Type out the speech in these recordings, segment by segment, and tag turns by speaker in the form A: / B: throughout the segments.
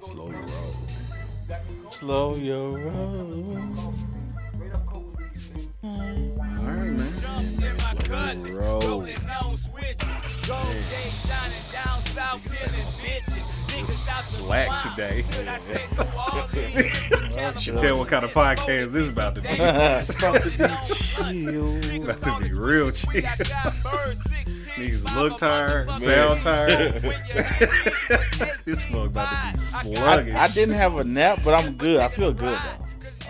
A: Slow your roll.
B: Slow your roll.
A: All right, man. Slow your roll.
C: Wax today.
A: Should
C: Should tell what kind of podcast this is about to be.
B: Chill.
C: about to be real cheap. Niggas look tired, sound tired. this mug about to be sluggish.
B: I, I didn't have a nap, but I'm good. I feel good now.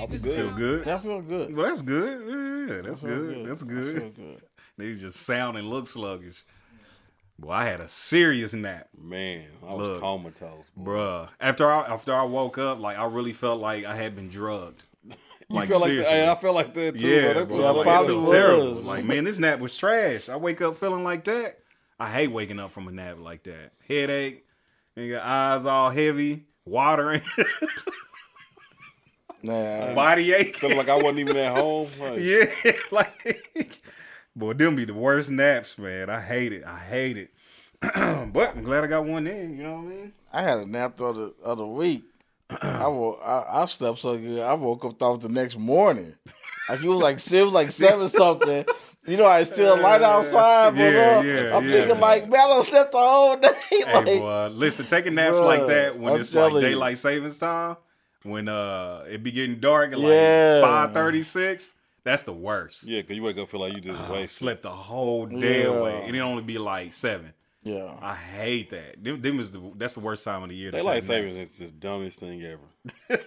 A: I'm
C: feel
A: good.
C: good.
B: Yeah, I feel good.
C: Well, that's good. Yeah, that's
B: I feel
C: good. That's
B: I feel
C: good.
B: good.
C: Niggas just sound and look sluggish. Boy, I had a serious nap.
A: Man, I was
C: Look.
A: comatose. Boy.
C: Bruh. After I after I woke up, like I really felt like I had been drugged.
A: You
C: Like,
A: feel like
C: seriously.
A: hey, I feel like that too.
C: yeah,
A: bro. That
C: bro,
B: I
A: feels
C: like,
A: like-
C: it
B: probably
C: felt
B: was.
C: terrible. Like, man, this nap was trash. I wake up feeling like that. I hate waking up from a nap like that. Headache, nigga, eyes all heavy, watering,
B: Nah,
C: body ache.
A: Feeling like I wasn't even at home. Like,
C: Yeah, like, boy, them be the worst naps, man. I hate it. I hate it. but I'm glad I got one in. You know what I mean?
B: I had a nap the other, other week. I, woke, I I slept so good. I woke up thought it was the next morning. Like it was like it was like seven something. You know, I still light outside. But
C: Yeah,
B: uh,
C: yeah,
B: I'm
C: yeah.
B: thinking like, man, I don't slept the whole day. like,
C: hey, boy, listen, taking naps
B: bruh,
C: like that when
B: I'm
C: it's like
B: telling you.
C: daylight savings time, when uh it be getting dark at
B: Yeah.
C: like five thirty six. That's the worst.
A: yeah, cause you wake up feel like you
B: Oh,
A: just
C: I
A: wasted.
C: slept the whole day
B: Yeah.
C: away, and it only be like seven.
B: yeah.
C: I hate that. Them, them is the that's the worst time of the year. to
A: Daylight
C: take
A: savings
C: naps.
A: is just dumbest thing ever.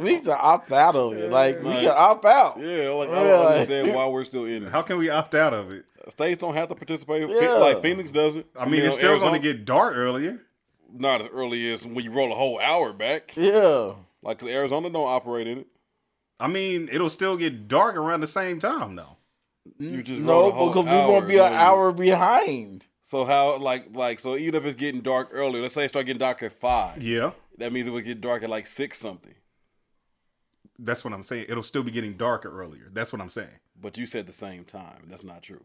B: We can opt out of it. Like we
A: Like-
B: can opt out.
A: Yeah, like I
B: Yeah,
A: don't
B: like-
A: understand why we're still in it.
C: How can we opt out of it?
A: States don't have to participate. Phe-
B: Yeah.
A: Like Phoenix doesn't.
C: I mean, it's still
A: Arizona-
C: going to get dark earlier.
A: not as early as when you roll a whole hour back.
B: Yeah.
A: Like 'cause Arizona don't operate in it.
C: I mean, it'll still get dark around the same time though.
A: You just roll
B: No,
A: a whole
B: because
A: hour
B: we're gonna be an
A: and then you-
B: hour behind.
A: So how like like so even if it's getting dark early, let's say it start getting dark at five.
C: Yeah,
A: That means it would get dark at like six something.
C: that's what I'm saying. It'll still be getting darker earlier. That's what I'm saying.
A: But you said the same time. That's not true.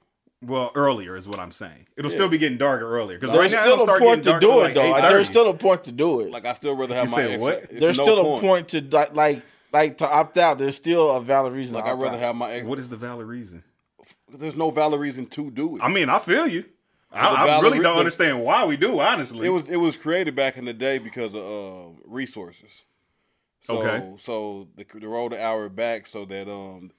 C: Well, earlier is what I'm saying. It'll still be getting darker earlier because right
B: There's
C: now
B: still
C: it'll
B: a
C: start
B: point
C: getting
B: to
C: dark
B: do it
C: till
B: though.
C: like
B: There's
C: 8:30.
B: still a point to do it.
A: Like I still rather have
C: You
A: my
C: said
A: extra,
C: what?
A: it's
B: there's
A: no
B: still
A: point.
B: a point to di- like like to opt out. There's still a valid reason.
A: Like
B: to
A: I'd
B: opt
A: rather
B: out.
A: have my ex-
C: what is the valid reason?
A: there's no valid reason to do it.
C: I mean, I feel you.
A: The
C: I, I
A: valid
C: really
A: re-
C: don't
A: the-
C: understand why we do. Honestly,
A: It was it was created back in the day because of uh, resources. So,
C: Okay.
A: So the the rolled an hour back so that um,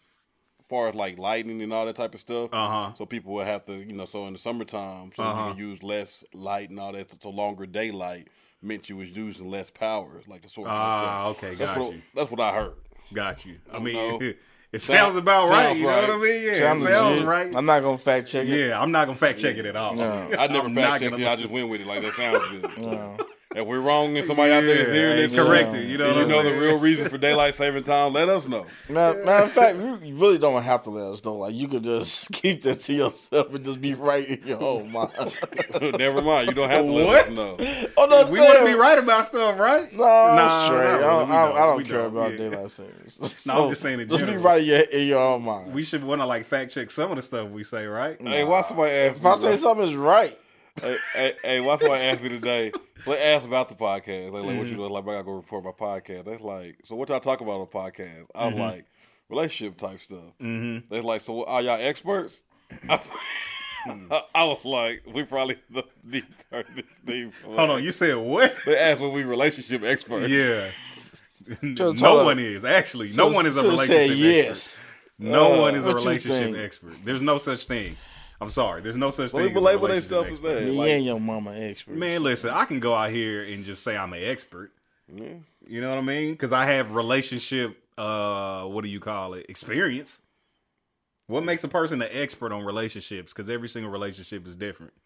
A: far as like lightning and all that type of stuff.
C: Uh-huh.
A: So people would have to you know so in the summertime so
C: Uh-huh.
A: you can use less light and all that. So longer daylight meant you was using less power, like the source.
C: Ah, okay,
A: That's
C: got
A: what,
C: you.
A: That's what I heard.
C: Got you. I
A: don't
C: mean,
A: know.
C: it sounds about
A: sounds
C: right. You know
A: right.
C: what I mean? Yeah,
B: Sounds
C: it sounds
B: legit.
C: right.
B: I'm not gonna fact check it.
C: yeah, I'm not gonna fact check it at all.
A: I never
C: I'm not
A: fact checked
C: gonna
A: it. I
C: look
A: just
C: this-
A: went with it. Like that sounds good. If we're wrong and somebody out there is
C: Yeah,
A: hearing
C: they
A: this,
C: corrected, you know
A: and
C: what
A: you
C: I'm
A: know the
C: saying?
A: real reason for daylight saving time. Let us know.
B: Matter, matter of fact, you you really don't have to let us know. Like you could just keep that to yourself and just be right in your own mind.
A: Never mind. You don't have to
C: What?
A: let us know.
B: oh no,
C: We want to be right about stuff, right?
B: No, I'm
C: Nah,
B: straight. I
C: nah,
B: don't,
C: we
B: I don't, I don't
C: we
B: care about
C: Yeah.
B: daylight savings.
C: No, I'm just saying in
B: Just be
C: general.
B: right in your, in your own mind.
C: We should want to like fact check some of the stuff we say, right?
A: Hey, why somebody asked
B: if I
A: me?
B: say something's right,
A: hey, hey, hey, why somebody asked me today? Like, asked about the podcast. Like, like what you do? Like, I gotta go report my podcast. That's like, so what y'all talk about on podcast? I'm like, relationship type stuff. Mm-hmm. That's like, so are y'all experts? I, was- I was like, we probably need to turn this thing.
C: Hold on, you said what?
A: They asked when we relationship experts.
C: yeah.
B: Should've
C: no
B: told
C: one
B: her.
C: is actually. No one is a
B: Should've
C: relationship
B: said yes.
C: expert. No
B: Uh,
C: one is a
B: what you
C: relationship
B: think?
C: expert. There's no such thing. I'm sorry. There's no such thing.
A: People
C: as a
A: label their
C: relationship
A: stuff as
C: expert.
A: that.
B: Me
A: Like,
B: and your mama expert.
C: Man, listen, I can go out here and just say I'm an expert.
A: yeah.
C: You know what I mean? Because I have relationship. Uh, what do you call it? Experience. What makes a person an expert on relationships? Because every single relationship is different.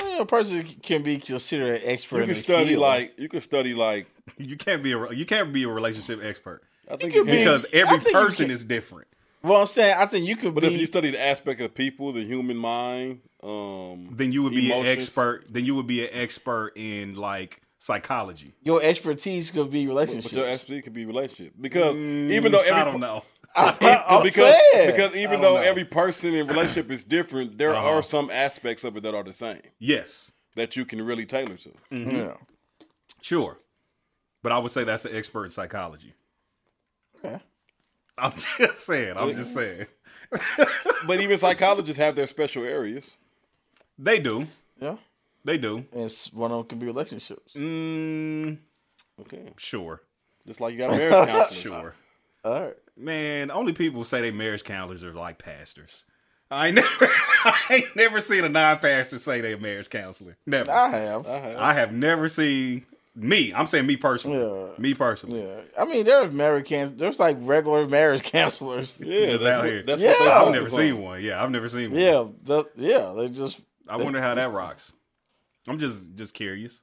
B: Yeah, a person can be considered an expert.
A: You
B: in
A: can
B: the
A: study
B: field.
A: like you can study like
C: You can't be a you can't be a relationship expert
A: I think
B: could
A: you
B: be-
A: can,
C: because
B: I
C: every
B: think you
C: person
B: can-
C: is different.
B: Well, I'm saying I think you can
A: but
B: be.
A: if you study the aspect of people, the human mind, um,
C: Then you would be an
A: emotions.
C: expert. Then you would be an expert in like psychology.
B: your expertise could be
A: But
B: relationships.
A: your SPC can be relationship because even though every
C: Mm, I don't know.
B: I'm
A: because
B: saying.
A: because even though every person in relationship is different, there
C: Uh-huh.
A: are some aspects of it that are the same
C: Yes, Mm.
A: that you can really tailor to.
B: Yeah.
C: sure. But I would say that's an expert in psychology.
B: Okay.
C: I'm just saying. I'm just saying.
A: But even psychologists have their special areas.
C: They do.
B: Yeah.
C: They do.
B: And it's one of them can be relationships.
C: Mm,
A: Okay,
C: sure.
A: just like you got marriage counselors.
C: Sure.
B: All right.
C: Man, only people who say they marriage counselors are like pastors. I ain't never, I ain't never seen a non-pastor say they a marriage counselor. Never.
B: I have.
A: I have.
C: I have never seen me. I'm saying me personally.
B: Yeah.
C: Me personally.
B: Yeah. I mean, there's marriage can there's like regular marriage counselors. Yeah.
A: Yeah,
C: Just
A: that's
C: out
A: what-
C: here.
A: that's
B: Yeah.
A: what they
C: I've
A: focus
C: never
A: on.
C: seen one. Yeah, I've never seen one.
B: Yeah. the- yeah. They just
C: I wonder how that rocks. I'm just just curious.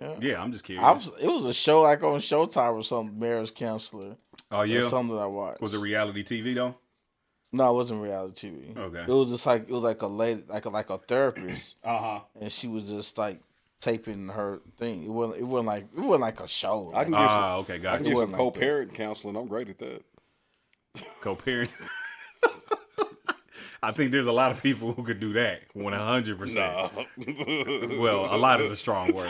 B: Yeah.
C: Yeah, I'm just curious.
B: I was, it was a show like on Showtime or some marriage counselor.
C: oh
B: Yeah.
C: yeah.
B: something I watched.
C: Was it reality TV though?
B: No, it wasn't reality TV.
C: Okay.
B: It was just like it was like a lady like a like a therapist
C: Uh-huh.
B: and she was just like taping her thing. It wasn't it wasn't like it wasn't like a show.
A: I can
B: Like,
A: get some,
C: Ah, okay,
A: I
C: got
A: can
B: It
A: get
C: you.
A: some
B: wasn't like that.
A: co-parent counseling. I'm great at that.
C: Co-parent. I think there's a lot of people who could do that. One hundred percent. Well, a lot is a strong word.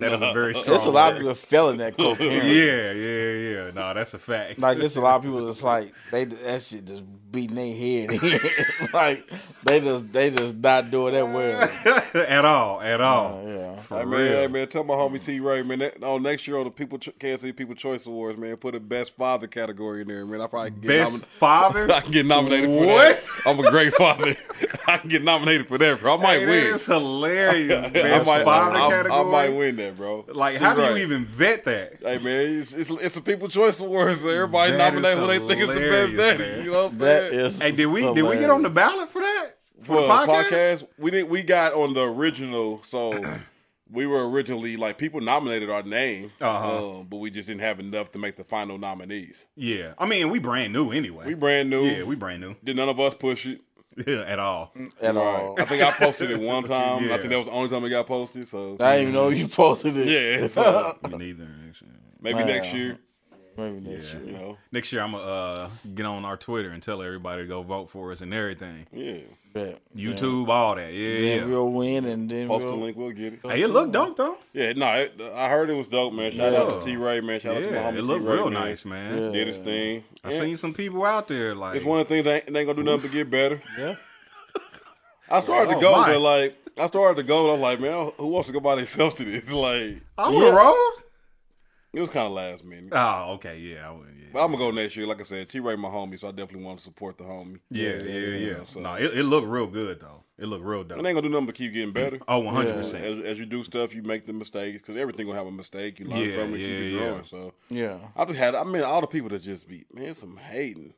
C: that is a very strong.
B: there's a lot of people
C: word.
B: failing that co-parent.
C: Yeah, yeah, yeah. No, that's a fact.
B: Like it's a lot of people that's like they that shit just beating their head in. like they just they just not doing that well.
C: at all, at all.
B: yeah.
C: For
A: Hey man,
C: real.
A: hey man, tell my homie T Ray, man. That, oh, next year on the People Cho- Kansas City People Choice Awards, man, put a Best Father category in there, man. I probably can get
C: Best
A: nomin-
C: father.
A: I can get nominated for that. I'm a great father. I can get nominated for that, bro. I might
C: Hey,
A: win.
C: that is hilarious.
A: I,
C: Best
A: might,
C: father
A: I- I-
C: category.
A: I might win that, bro.
C: Like,
A: T.
C: how do
A: Ray.
C: you even vet that?
A: Hey man, it's, it's, it's a People Choice Awards. So everybody
C: That
A: nominate
C: is
A: who they think is the best
C: hilarious,
A: daddy.
C: man.
A: You know what I'm
B: That
A: saying?
B: is
C: Hey, did we did we get on the ballot for that for
A: Well,
C: the podcast?
A: We did. We got on the original, so we were originally like people nominated our name,
C: Uh-huh.
A: um, but we just didn't have enough to make the final nominees.
C: Yeah, I mean we brand new anyway.
A: We brand new. Mm.
C: yeah, we brand new
A: did none of us push it
C: yeah, at all.
B: at
A: Right.
B: all.
A: I think I posted it one time. I
C: Yeah.
A: think that was the only time it got posted. So
B: I didn't even know you posted it.
A: yeah, so
C: Me neither. Actually.
A: maybe
B: Wow.
A: next year.
B: Maybe next
C: Yeah.
A: You
B: year.
A: know,
C: Next year I'm gonna uh, get on our Twitter and tell everybody to go vote for us and everything.
A: yeah.
B: Bet.
C: YouTube, all that. Yeah,
B: Then
C: yeah.
B: we'll win and then
A: Post the
B: we'll,
A: link. We'll get it.
C: Hey, it looked dope though.
A: Yeah, no, it, I heard it was dope, man. Shout out to T Ray, man. Shout out to my
C: Yeah,
A: homie
C: it
A: T
C: looked
A: Ray.
C: real
A: man.
C: nice, man.
A: Did his thing.
C: I
A: And
C: seen some people out there like
A: It's one of the things that ain't, that ain't gonna do nothing but get better.
B: Yeah.
A: I started
C: Oh,
A: to go,
C: my.
A: but like I started to go, and I'm like, man, who wants to go by themselves to this? Like
C: I would have
B: Yeah.
C: rolled.
A: it was kind of last minute.
C: Oh, okay, yeah, I would, yeah.
A: But I'm gonna go next year. Like I said, T Ray, my homie, so I definitely want to support the homie.
C: Yeah, yeah, yeah.
A: so-
C: Nah, it, it looked real good though. It looked real
A: It ain't
C: dope.
A: gonna do nothing but keep getting better.
C: Oh, one hundred
A: As,
C: percent.
A: as you do stuff, you make the mistakes because everything gonna have a mistake. You learn
C: Yeah,
A: from it,
C: yeah,
A: keep it
C: yeah.
A: growing. So
B: Yeah.
A: I just had, I mean, all the people that just be man, some hating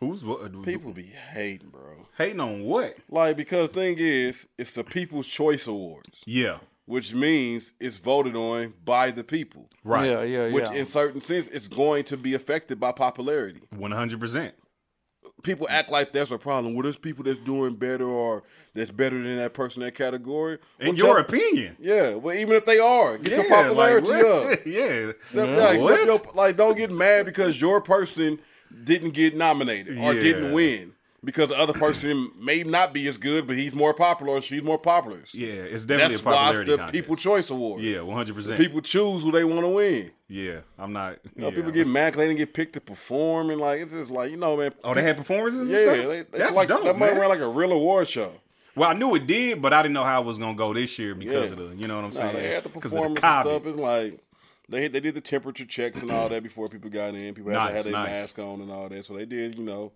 C: Who's what?
A: people be hating, bro.
C: hating on what?
A: Like because thing is, it's the People's Choice Awards,
C: Yeah,
A: which means it's voted on by the people,
C: right.
B: Yeah, yeah,
A: which
B: yeah.
A: in certain sense is going to be affected by popularity.
C: One hundred percent.
A: People
C: Mm.
A: act like that's a problem. Well, there's people that's doing better or that's better than that person in that category.
C: In
A: Well,
C: your
A: tell-
C: opinion,
A: Yeah, well, even if they are, get your
C: Yeah,
A: popularity
C: like,
A: up.
C: what? yeah.
A: Step- like, step
C: What?
A: your- like, don't get mad because your person didn't get nominated or
C: Yeah.
A: didn't win because the other person may not be as good, but he's more popular or she's more popular.
C: yeah, it's definitely
A: That's
C: a
A: why it's
C: popularity
A: the
C: contest.
A: People Choice Award.
C: yeah, one hundred percent.
A: People choose who they want to win.
C: Yeah, I'm not.
A: You know,
C: yeah.
A: people get mad 'cause they didn't get picked to perform, and like it's just like you know, man.
C: Oh, they had performances.
A: yeah,
C: and stuff?
A: they- they-
C: that's
A: like,
C: dope.
A: That might
C: man.
A: run like a real award show.
C: well, I knew it did, but I didn't know how it was gonna go this year because of
A: Yeah.
C: the. You know what I'm
A: Nah,
C: saying?
A: they had the
C: 'Cause of
A: performance and
C: COVID.
A: stuff. It's like they they did the temperature checks and all that before people got in. People had to
C: Nice,
A: have their
C: nice.
A: mask on and all that, so they did you know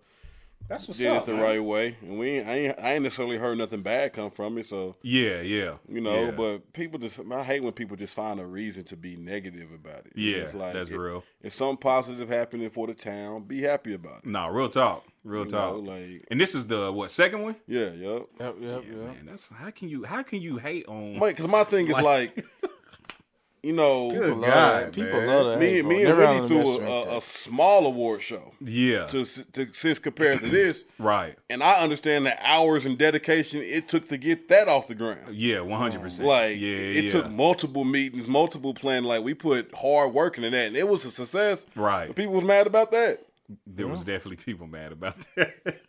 C: That's what's
A: did
C: up.
A: it the
C: man.
A: right way, and we ain't, I ain't I ain't necessarily heard nothing bad come from it. So
C: Yeah, yeah.
A: you know,
C: yeah.
A: but people just I hate when people just find a reason to be negative about it.
C: Yeah,
A: It's like,
C: that's
A: if-
C: real.
A: If something positive happening for the town, be happy about it.
C: Nah, real talk, real
A: You
C: talk.
A: know, like
C: and this is the what second one?
A: yeah, yep.
B: Yep, yep, yep.
C: Man, that's how can you how can you hate on?
A: Because my thing is
C: Like-
A: like, you know,
C: Good
B: Love
C: God,
B: that. People
C: man.
B: love that.
A: me me and
B: They're out
A: Whitney
B: of
A: threw a,
B: investment
A: a, a small award show
C: yeah,
A: to to since compared to this,
C: right.
A: and I understand the hours and dedication it took to get that off the ground.
C: Yeah, one hundred percent.
A: Like
C: Oh, yeah,
A: it
C: yeah.
A: took multiple meetings, multiple planning. Like we put hard work into that, and it was a success.
C: Right.
A: But people was mad about that.
C: there was definitely people mad about that.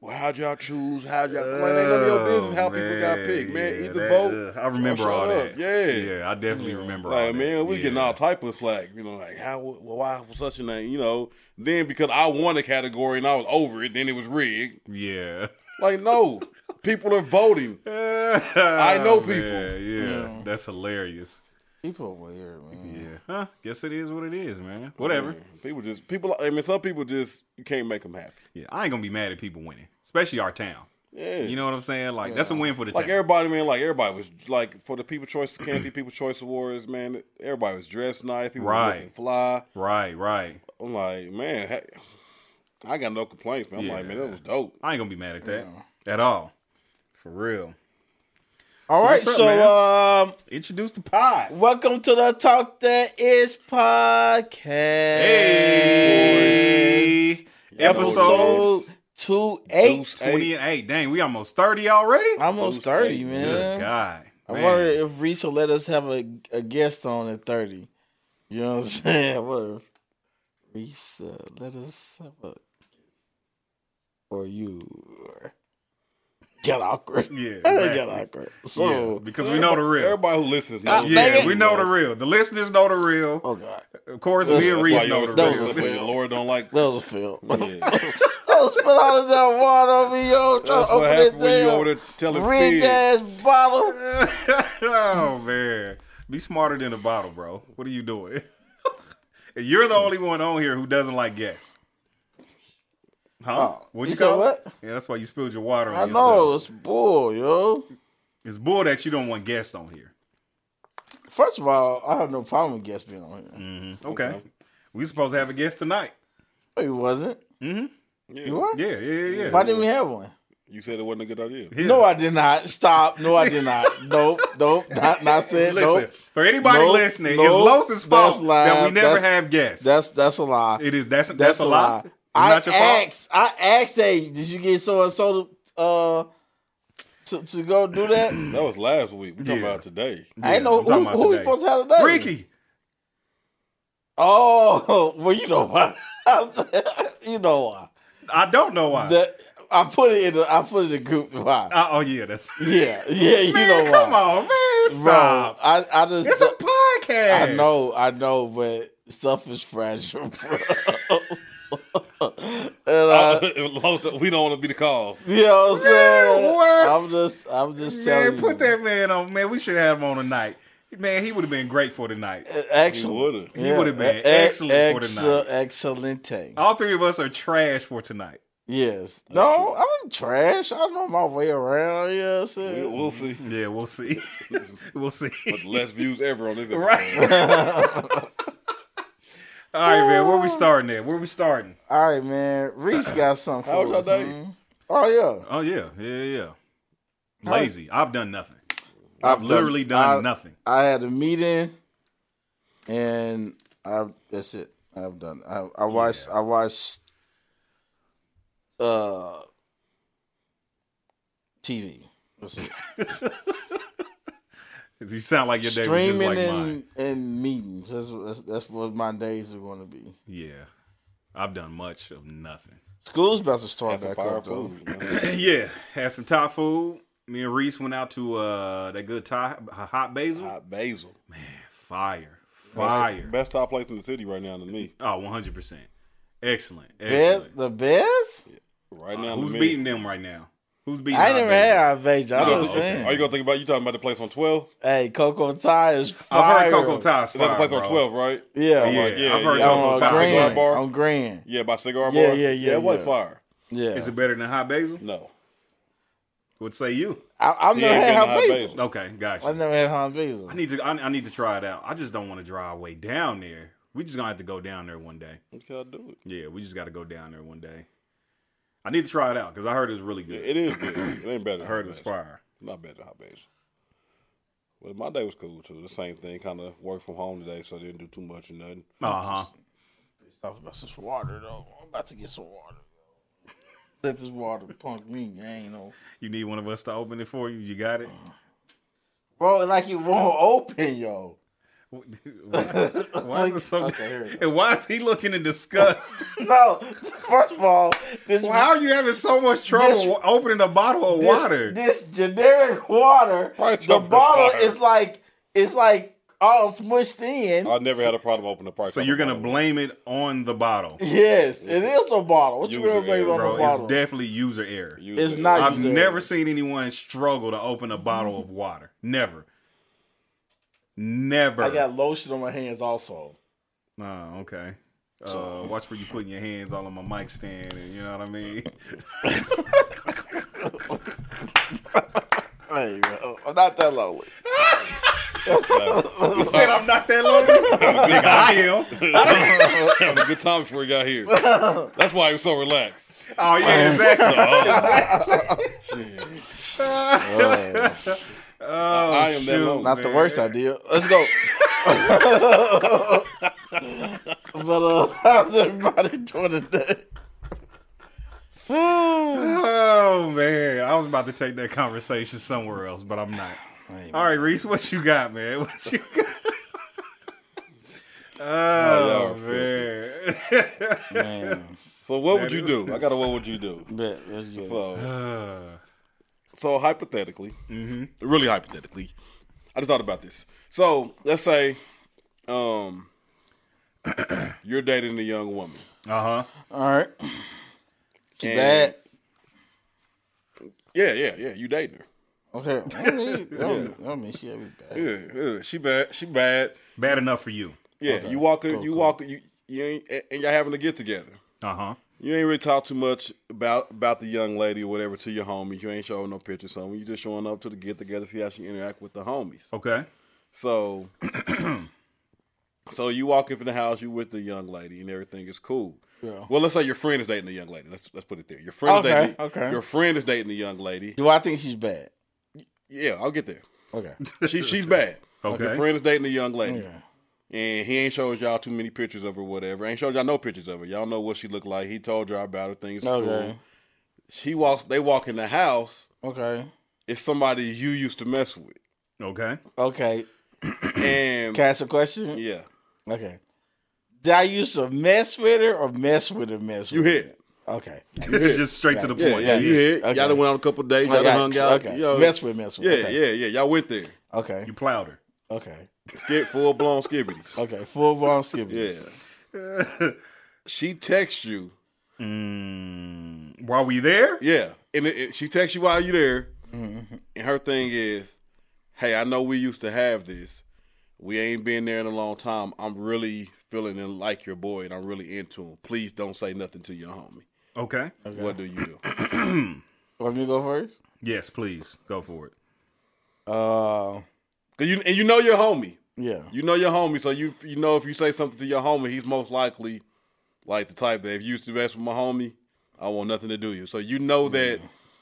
A: Well, how'd y'all choose? How'd y'all? Well, it ain't none of your business how people got
C: Oh, man,
A: picked, man.
C: yeah,
A: Either
C: that-
A: vote.
C: uh, I remember
A: or
C: all
A: shut
C: that.
A: up. Yeah.
C: yeah, I definitely remember. all
A: Like
C: Oh, that.
A: man, we
C: yeah.
A: getting all type of slack, you know, like how, well, why was such a name, you know? Then because I won a category and I was over it, then it was rigged.
C: Yeah,
A: Like no, people are voting.
C: I
A: know people.
C: Oh, Yeah,
B: Yeah.
C: that's hilarious.
B: People over here, man.
C: Yeah, huh? Guess it is what it is, man. Whatever.
A: People just people. I mean, some people just you can't make them happy.
C: Yeah, I ain't gonna be mad at people winning, especially our town.
A: Yeah,
C: You know what I'm saying? Like that's a win for the
A: like
C: town.
A: everybody, man. Like everybody was like for the People Choice, Kansas City People Choice Awards, man. Everybody was dressed nice. People
C: Right.
A: were looking fly.
C: Right, right.
A: I'm like, man, ha- I got no complaints, man. I'm like, man, that was dope.
C: I ain't gonna be mad at that at all. For real.
B: All right,
C: what's up, man?
B: so um,
C: Introduce the pod.
B: welcome to the Talk That Is podcast.
C: Hey, episode
B: episode two eight.
A: Deuce.
C: twenty and eight. Dang, we almost thirty already.
B: Almost
A: Deuce
B: thirty,
A: eight.
B: man.
C: Good God.
B: I
C: Man.
B: wonder if Reese will let us have a, a guest on at thirty. You know what I'm saying? I wonder if Reese uh, let us have a guest. Or you get awkward.
C: Yeah,
B: They
C: exactly.
B: got awkward. So
C: yeah, because we know the real.
A: Everybody who listens,
B: Ah,
A: knows
B: dang
C: Yeah,
B: it.
C: we know the real. The listeners know the real.
B: oh god.
C: Of course,
B: That's-
C: me and
A: That's
C: Reese
A: why
C: know the
A: y'all was doing
B: Those
A: stuff
B: are
A: that
C: real.
A: your Lord don't like.
B: That was a fail.
A: Yeah.
B: Oh, spill all of that water over me, yo. Trying
A: That's
B: to
A: what
B: open
A: happened when you over
B: this
A: there telling
B: damn big
A: Fig.
B: ass bottle.
C: oh man, be smarter than a bottle, bro. What are you doing? And You're the only one on here who doesn't like guests. Huh?
B: Oh,
C: What'd
B: you said
C: call it?
B: what?
C: Yeah, that's why you spilled your water on
B: I
C: yourself.
B: know it's bull, yo.
C: It's bull that you don't want guests on here.
B: First of all, I have no problem with guests being on here.
C: Okay. We supposed to have a guest tonight.
B: No, Oh, you wasn't. You were.
C: Yeah, yeah, yeah, yeah.
B: Why didn't we have one?
A: You said it wasn't a good idea.
C: Yeah.
B: No, I did not. Stop. No, I did not. nope. Nope. Not not said.
C: Listen,
B: Nope.
C: for anybody
B: Nope.
C: listening,
B: Nope.
C: it's Lose's fault
B: That's live.
C: that we never
B: That's-
C: have guests.
B: That's that's a lie.
C: it is that's that's,
B: that's
C: a lie. It's
B: I
C: not your fault.
B: asked. I asked. Hey, did you get so and so to uh to, to go do that?
A: That was last week. We talking
C: Yeah.
A: about
B: I
A: today.
B: ain't
C: Yeah,
B: know
C: I'm
B: who,
C: talking about
B: who we
C: today.
B: supposed to have today.
C: Ricky.
B: Oh, well, you know why? you know why?
C: I don't know why.
B: The, I put it in. The, I put it in the group. Why?
C: Uh, oh yeah, that's
B: yeah, yeah. You
C: man.
B: know why?
C: come on, man,
B: Bro,
C: stop.
B: I, I just.
C: it's a podcast.
B: I know, I know, but stuff is fragile, bro. and I,
C: Uh,
A: we don't want to be the cause.
B: you know what I'm saying?
C: Man, what?
B: I'm just, I'm just telling
C: Man, put
B: you.
C: that man on. Man, we should have him on tonight. Man, he would have been great for tonight.
A: You
B: E, Excellent.
A: would have.
C: He would've been
B: e-
C: excellent for
B: ex-
C: tonight. Oh.
B: Excellente.
C: All three of us are trash for tonight.
B: Yes. No, I'm trash. I know my way around. You know what I'm
A: We'll,
B: saying?
A: we'll see.
C: Yeah, we'll see. we'll see.
A: But less views ever on this. episode.
C: right. All right, man. Where we starting at? Where we starting?
B: All right, man. Reese got something
A: How
B: for
A: was
B: us,
A: your day?
B: man. Oh yeah.
C: Oh yeah, yeah, yeah. Lazy. I've done nothing.
B: I've
C: I've literally done
B: I-
C: nothing.
B: I had a meeting, and I that's it. I've done. I, I watched. I watched. Uh, TV. That's it.
C: You sound like your day was just
B: Streaming
C: like mine.
B: and, and meetings. That's, that's that's what my days are going to be.
C: Yeah, I've done much of nothing.
B: School's about to start
A: That's some
B: back
A: fire
B: up though.
A: food. man.
C: yeah, had some Thai food. Me and Reese went out to uh that good Thai hot basil.
A: Hot basil.
C: Fire,
A: Best,
C: fire.
A: best top place in the city right now to me.
C: Oh, one hundred percent. Excellent.
B: Bears,
C: Excellent.
B: the Bears?
A: Right now,
C: Uh, Who's
A: to me.
C: beating them right now? Who's beating?
B: I
C: hot
B: ain't never
C: basil?
B: had our Beijing. I'm
C: No,
B: just
C: okay.
B: saying.
A: Are you gonna think about you talking about the place on 12?
B: Hey, Coco Thai is fire.
C: I've heard Coco Thai's
A: That's
C: fire,
A: the place
C: bro.
A: on 12, right?
B: Yeah,
C: Yeah,
A: like, yeah,
C: I've heard
A: yeah,
C: Coco
B: I'm
C: Thai.
A: Thai. Cigar
B: green.
A: bar?
B: I'm green.
A: Yeah, by cigar
B: Yeah,
A: bar.
B: yeah, yeah,
A: It was
B: yeah.
A: fire.
B: Yeah,
C: Is it better than hot basil?
A: No,
C: What say you?
B: I, I've never
A: Yeah, you
B: had
A: been to
B: hot
A: hot
B: basil.
A: basil.
C: Okay, gotcha.
B: I've never had hot basil.
C: I need to. I, I need to try it out. I just don't want to drive way down there. We just gonna have to go down there one day.
A: what can I do?
C: Yeah, we just got to go down there one day. I need to try it out because I heard it's really
A: It,
C: good.
A: it is good. It ain't better.
C: I
A: Than
C: heard
A: hot
C: it's
A: basil.
C: fire.
A: Not better than hot basil. But my day was cool too. The same thing. Kind of worked from home today, so I didn't do too much or nothing.
C: Uh huh.
B: Talking about this water though. I'm about to get some water. Let this water punk me. I ain't no
C: You need one of us to open it for you. You got it.
B: bro. Like it won't open, yo.
C: Why, why is it so?
B: Okay, here we
C: and why is he looking in disgust?
B: No, first of all, this
C: Why are you having so much trouble
B: This-
C: opening a bottle of
B: this,
C: water?
B: This generic water.
A: Probably
B: the
A: jumped the
B: bottle
A: fire.
B: is like it's like all smushed in.
A: I never had a problem opening the price.
C: so you're gonna blame it on the bottle,
B: yes, it is a bottle. What you
A: User
B: gonna blame
A: error,
B: on
C: bro?
B: the bottle?
C: It's definitely user error.
B: It's not
C: I've
B: user
C: never
B: error.
C: seen anyone struggle to open a bottle of water. Never. Never.
B: I got lotion on my hands also.
C: Oh, okay. Uh, watch where you putting your hands all on my mic stand, and you know what I mean.
B: Hey, bro, I'm not that lonely.
C: You said I'm not that lonely. Nigga, I am.
A: having a good time before he got here. That's why he was so relaxed.
C: Oh yeah, exactly. Oh,
A: I am that
C: shoot,
A: lonely.
B: Not the worst idea. Let's go. but uh, how's everybody doing today?
C: Oh man, I was about to take that conversation somewhere else, but I'm not. All right, Reese, what you got, man? What you got?
A: y'all
C: Oh,
A: are
C: man.
B: Man,
A: So what would
C: That
A: you
C: is-
A: do? I got a what would you do?
B: bet let's go.
A: So
C: Uh,
A: so hypothetically, really hypothetically, I just thought about this. So let's say, um, you're dating a young woman.
C: huh.
B: All right, she
A: And-
B: bad.
A: Yeah, yeah, yeah. You dating her?
B: Okay, I mean, I don't- I don't mean she ever bad.
A: Yeah, yeah, she bad. She bad.
C: Bad enough for you.
A: Yeah, you walk. in you walk. You you ain't, and- and y'all having to get together.
C: Uh huh.
A: You ain't really talk too much about about the young lady or whatever to your homies. You ain't showing no pictures. So you just showing up to the get together, see how she interact with the homies.
C: Okay.
A: So, so you walk up in the house, you with the young lady, and everything is cool.
B: Yeah.
A: Well, let's say your friend is dating a young lady. Let's let's put it there. Your friend
B: Okay,
A: is dating.
B: okay.
A: Your friend is dating a young lady.
B: Do I think she's bad?
A: Yeah, I'll get there.
B: Okay.
A: She she's bad. Your
C: Okay.
A: friend is dating a young lady.
B: Yeah.
A: and he ain't showed y'all too many pictures of her, whatever. Ain't showed y'all no pictures of her. Y'all know what she looked like. He told y'all about her things.
B: Okay.
A: Cool. She walks. They walk in the house.
B: Okay.
A: It's somebody you used to mess with,
C: Okay.
B: Okay.
A: and
B: Can I ask a question?
A: yeah,
B: Okay. Did I use to mess with her or mess with her? Mess with
A: you
B: her?
A: hit.
B: Okay.
C: It's just straight to the
A: Yeah,
C: point.
A: yeah, you hit.
B: Okay. Oh,
A: Y'all done went on a couple days. Y'all done hung out.
B: okay.
A: Yo,
B: Mess with mess with.
A: yeah,
B: okay.
A: yeah, yeah. Y'all went there.
B: Okay.
C: You plowed her.
B: Okay.
A: Skip full blown skibbities.
B: Okay. Full blown skipping.
A: Yeah. she texts you.
C: Mm, while we there?
A: Yeah, and it, it- she texts you while you there, and her thing is, "Hey, I know we used to have this. We ain't been there in a long time. I'm really feeling in- like your boy, and I'm really into him. Please don't say nothing to your homie.
C: Okay.
A: What do you do?
B: Want me to go first?
C: Yes, please go for it.
B: Uh.
A: Cause you and you know your homie.
B: Yeah.
A: You know your homie, so you you know if you say something to your homie, he's most likely like the type that if you used to mess with my homie, I want nothing to do with you. So you know that."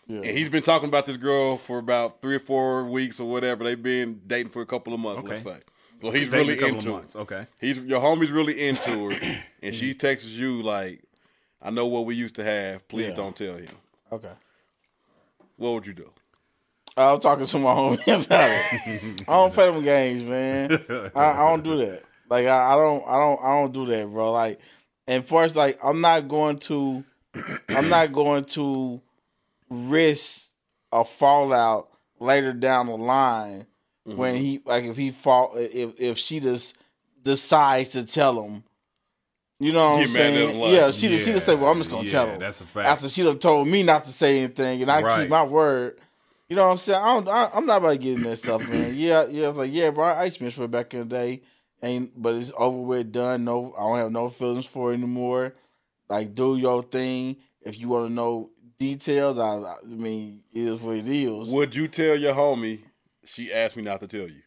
B: Yeah.
A: And he's been talking about this girl for about three or four weeks or whatever. They've been dating for a couple of months, let's say. So he's
C: Dating a
A: really
C: couple of
A: into
C: months. Mm-hmm.
A: her.
C: Okay.
A: He's your homie's really into her, and she texts you like, "I know what we used to have. Please
B: Yeah.
A: don't tell him."
B: Okay.
A: What would you do?
B: I was talking to my homie about it. I don't play them games, man. I, I don't do that. Like I, I don't, I don't, I don't do that, bro. Like, and first, like I'm not going to, I'm not going to risk a fallout later down the line when he, like, if he fall, if if she just decides to tell him, you know what
A: Get
B: I'm
A: mad at
B: saying?
A: him, like,
B: yeah, she, she just say, well, I'm just gonna
C: yeah,
B: tell him.
C: That's a fact.
B: After she done told me not to say anything, and I
C: Right.
B: keep my word. You know what I'm saying? I don't, I, I'm not about to get in that stuff, man. Yeah, yeah, it's like yeah, bro. I used to miss her back in the day, and but it's over with, done. No, I don't have no feelings for it anymore. Like do your thing. If you want to know details, I, I mean, it is what it is.
A: Would you tell your homie? She asked me not to tell you.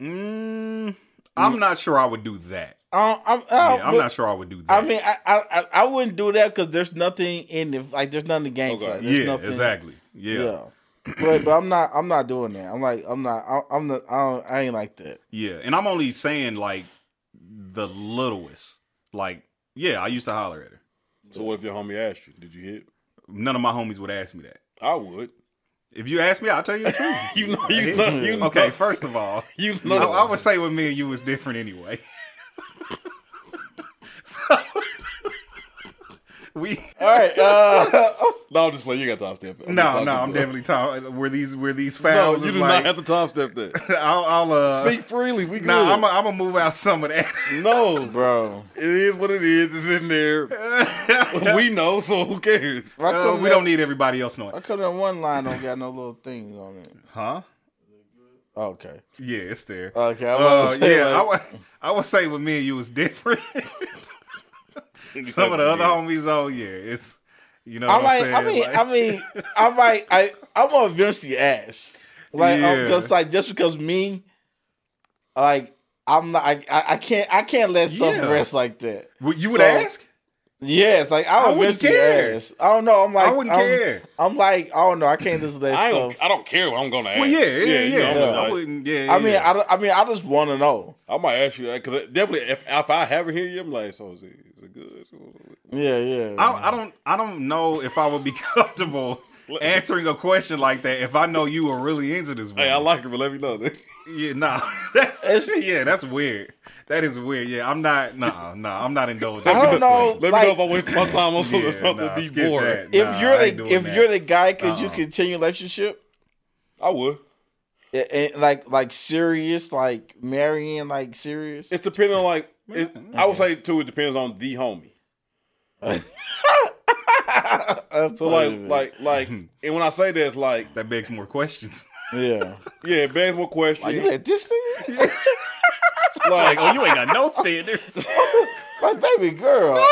C: Mm, I'm not sure I would do that.
B: I don't, I'm, I
C: Yeah,
B: don't,
C: I'm not sure I would do that.
B: Uh, I mean, I, I, I- I wouldn't do that because there's nothing in the like. There's nothing to gain
A: Okay.
B: for that. There's
C: yeah,
B: nothing,
C: exactly. Yeah, yeah,
B: Yeah. but but I'm not I'm not doing that. I'm like I'm not I, I'm not I, don't, I ain't like that.
C: And I'm only saying like the littlest. Like, yeah, I used to holler at her.
A: So what if your homie asked you? Did you hit?
C: None of my homies would ask me that.
A: I would.
C: If you ask me, I'll tell you the truth.
A: You know, you know, you know.
C: okay, first of all,
A: You
C: I,
A: know,
C: I would say with me and you was different anyway. so we
A: All right. Uh, no, I'm just playing. You got top step. it. I'm
C: no
A: just
C: no
A: top
C: I'm
A: step it.
C: definitely talking. Were these were these
A: No,
C: fouls?
A: you
C: is
A: do
C: like,
A: not have to top step that.
C: I'll, I'll uh.
A: Speak freely. We good.
C: no, I'm gonna move out some of that.
A: no,
B: bro.
A: it is what it is. It's in there. we know, so who cares?
B: I
C: Uh,
B: couldn't
C: we
B: have-
C: don't need everybody else knowing.
B: I could have one line don't got no little things on it.
C: Huh?
B: Okay.
C: Yeah, it's there.
B: Okay. I'm about
C: Uh,
B: to say,
C: yeah, I
B: like,
C: would. I would say with me and you was different. Some of the other homies, oh yeah, it's you know.
B: I
C: what
B: might.
C: I'm
B: I
C: saying?
B: mean.
C: Like-
B: I mean. I might. I. I'm gonna eventually ask. Like,
C: Yeah.
B: um, just like just because me, like I'm not. I. I I can't. I can't let stuff
C: Yeah.
B: rest like that.
C: Would- you would
B: So-
C: ask.
B: Yes. Like I,
C: I
B: would
C: wouldn't
B: eventually
C: care.
B: ask. I don't know. I'm like.
C: I wouldn't
B: am
C: care.
B: I'm like. I don't know. I can't just let
A: I
B: stuff.
A: don't, I don't care what I'm gonna ask.
C: Well, yeah, yeah, yeah.
A: eh, you know, I'm
B: yeah.
A: like-
C: I wouldn't. Yeah,
B: I mean.
C: yeah.
B: I. don't- I mean. I just want to know.
A: I might ask you that because definitely, if, if I haven't hear you, I'm like, so is it, is it good?
B: Yeah. Yeah.
C: I, I don't. I don't know if I would be comfortable answering a question like that if I know you were really into this. Woman.
A: Hey, I like it, but let me know.
C: Yeah, nah. That's yeah. That's weird. That is weird. Yeah, I'm not. Nah, nah. I'm not indulging.
B: I don't
C: That's
B: know.
A: let me
B: Like-
A: know if I waste my time on
C: weird.
A: something that's probably
C: nah,
A: be
C: skip
A: boring.
C: that.
B: if
C: Nah,
B: you're
C: I ain't
B: the
C: doing
B: if
C: that.
B: you're the guy, could you
C: Uh-uh.
B: continue relationship?
A: I would.
B: A- and, like like serious, like marrying, like serious.
A: It's depending on like. It,
C: Mm-hmm.
A: I would say too. It depends on the homie. So
C: Oh,
A: like, like, like, and when I say that, it's like,
C: that begs more questions.
B: yeah.
A: yeah, it begs more
B: Like you
A: question.
B: let this thing,
A: Like,
C: oh, you ain't got no standards.
B: like baby girl.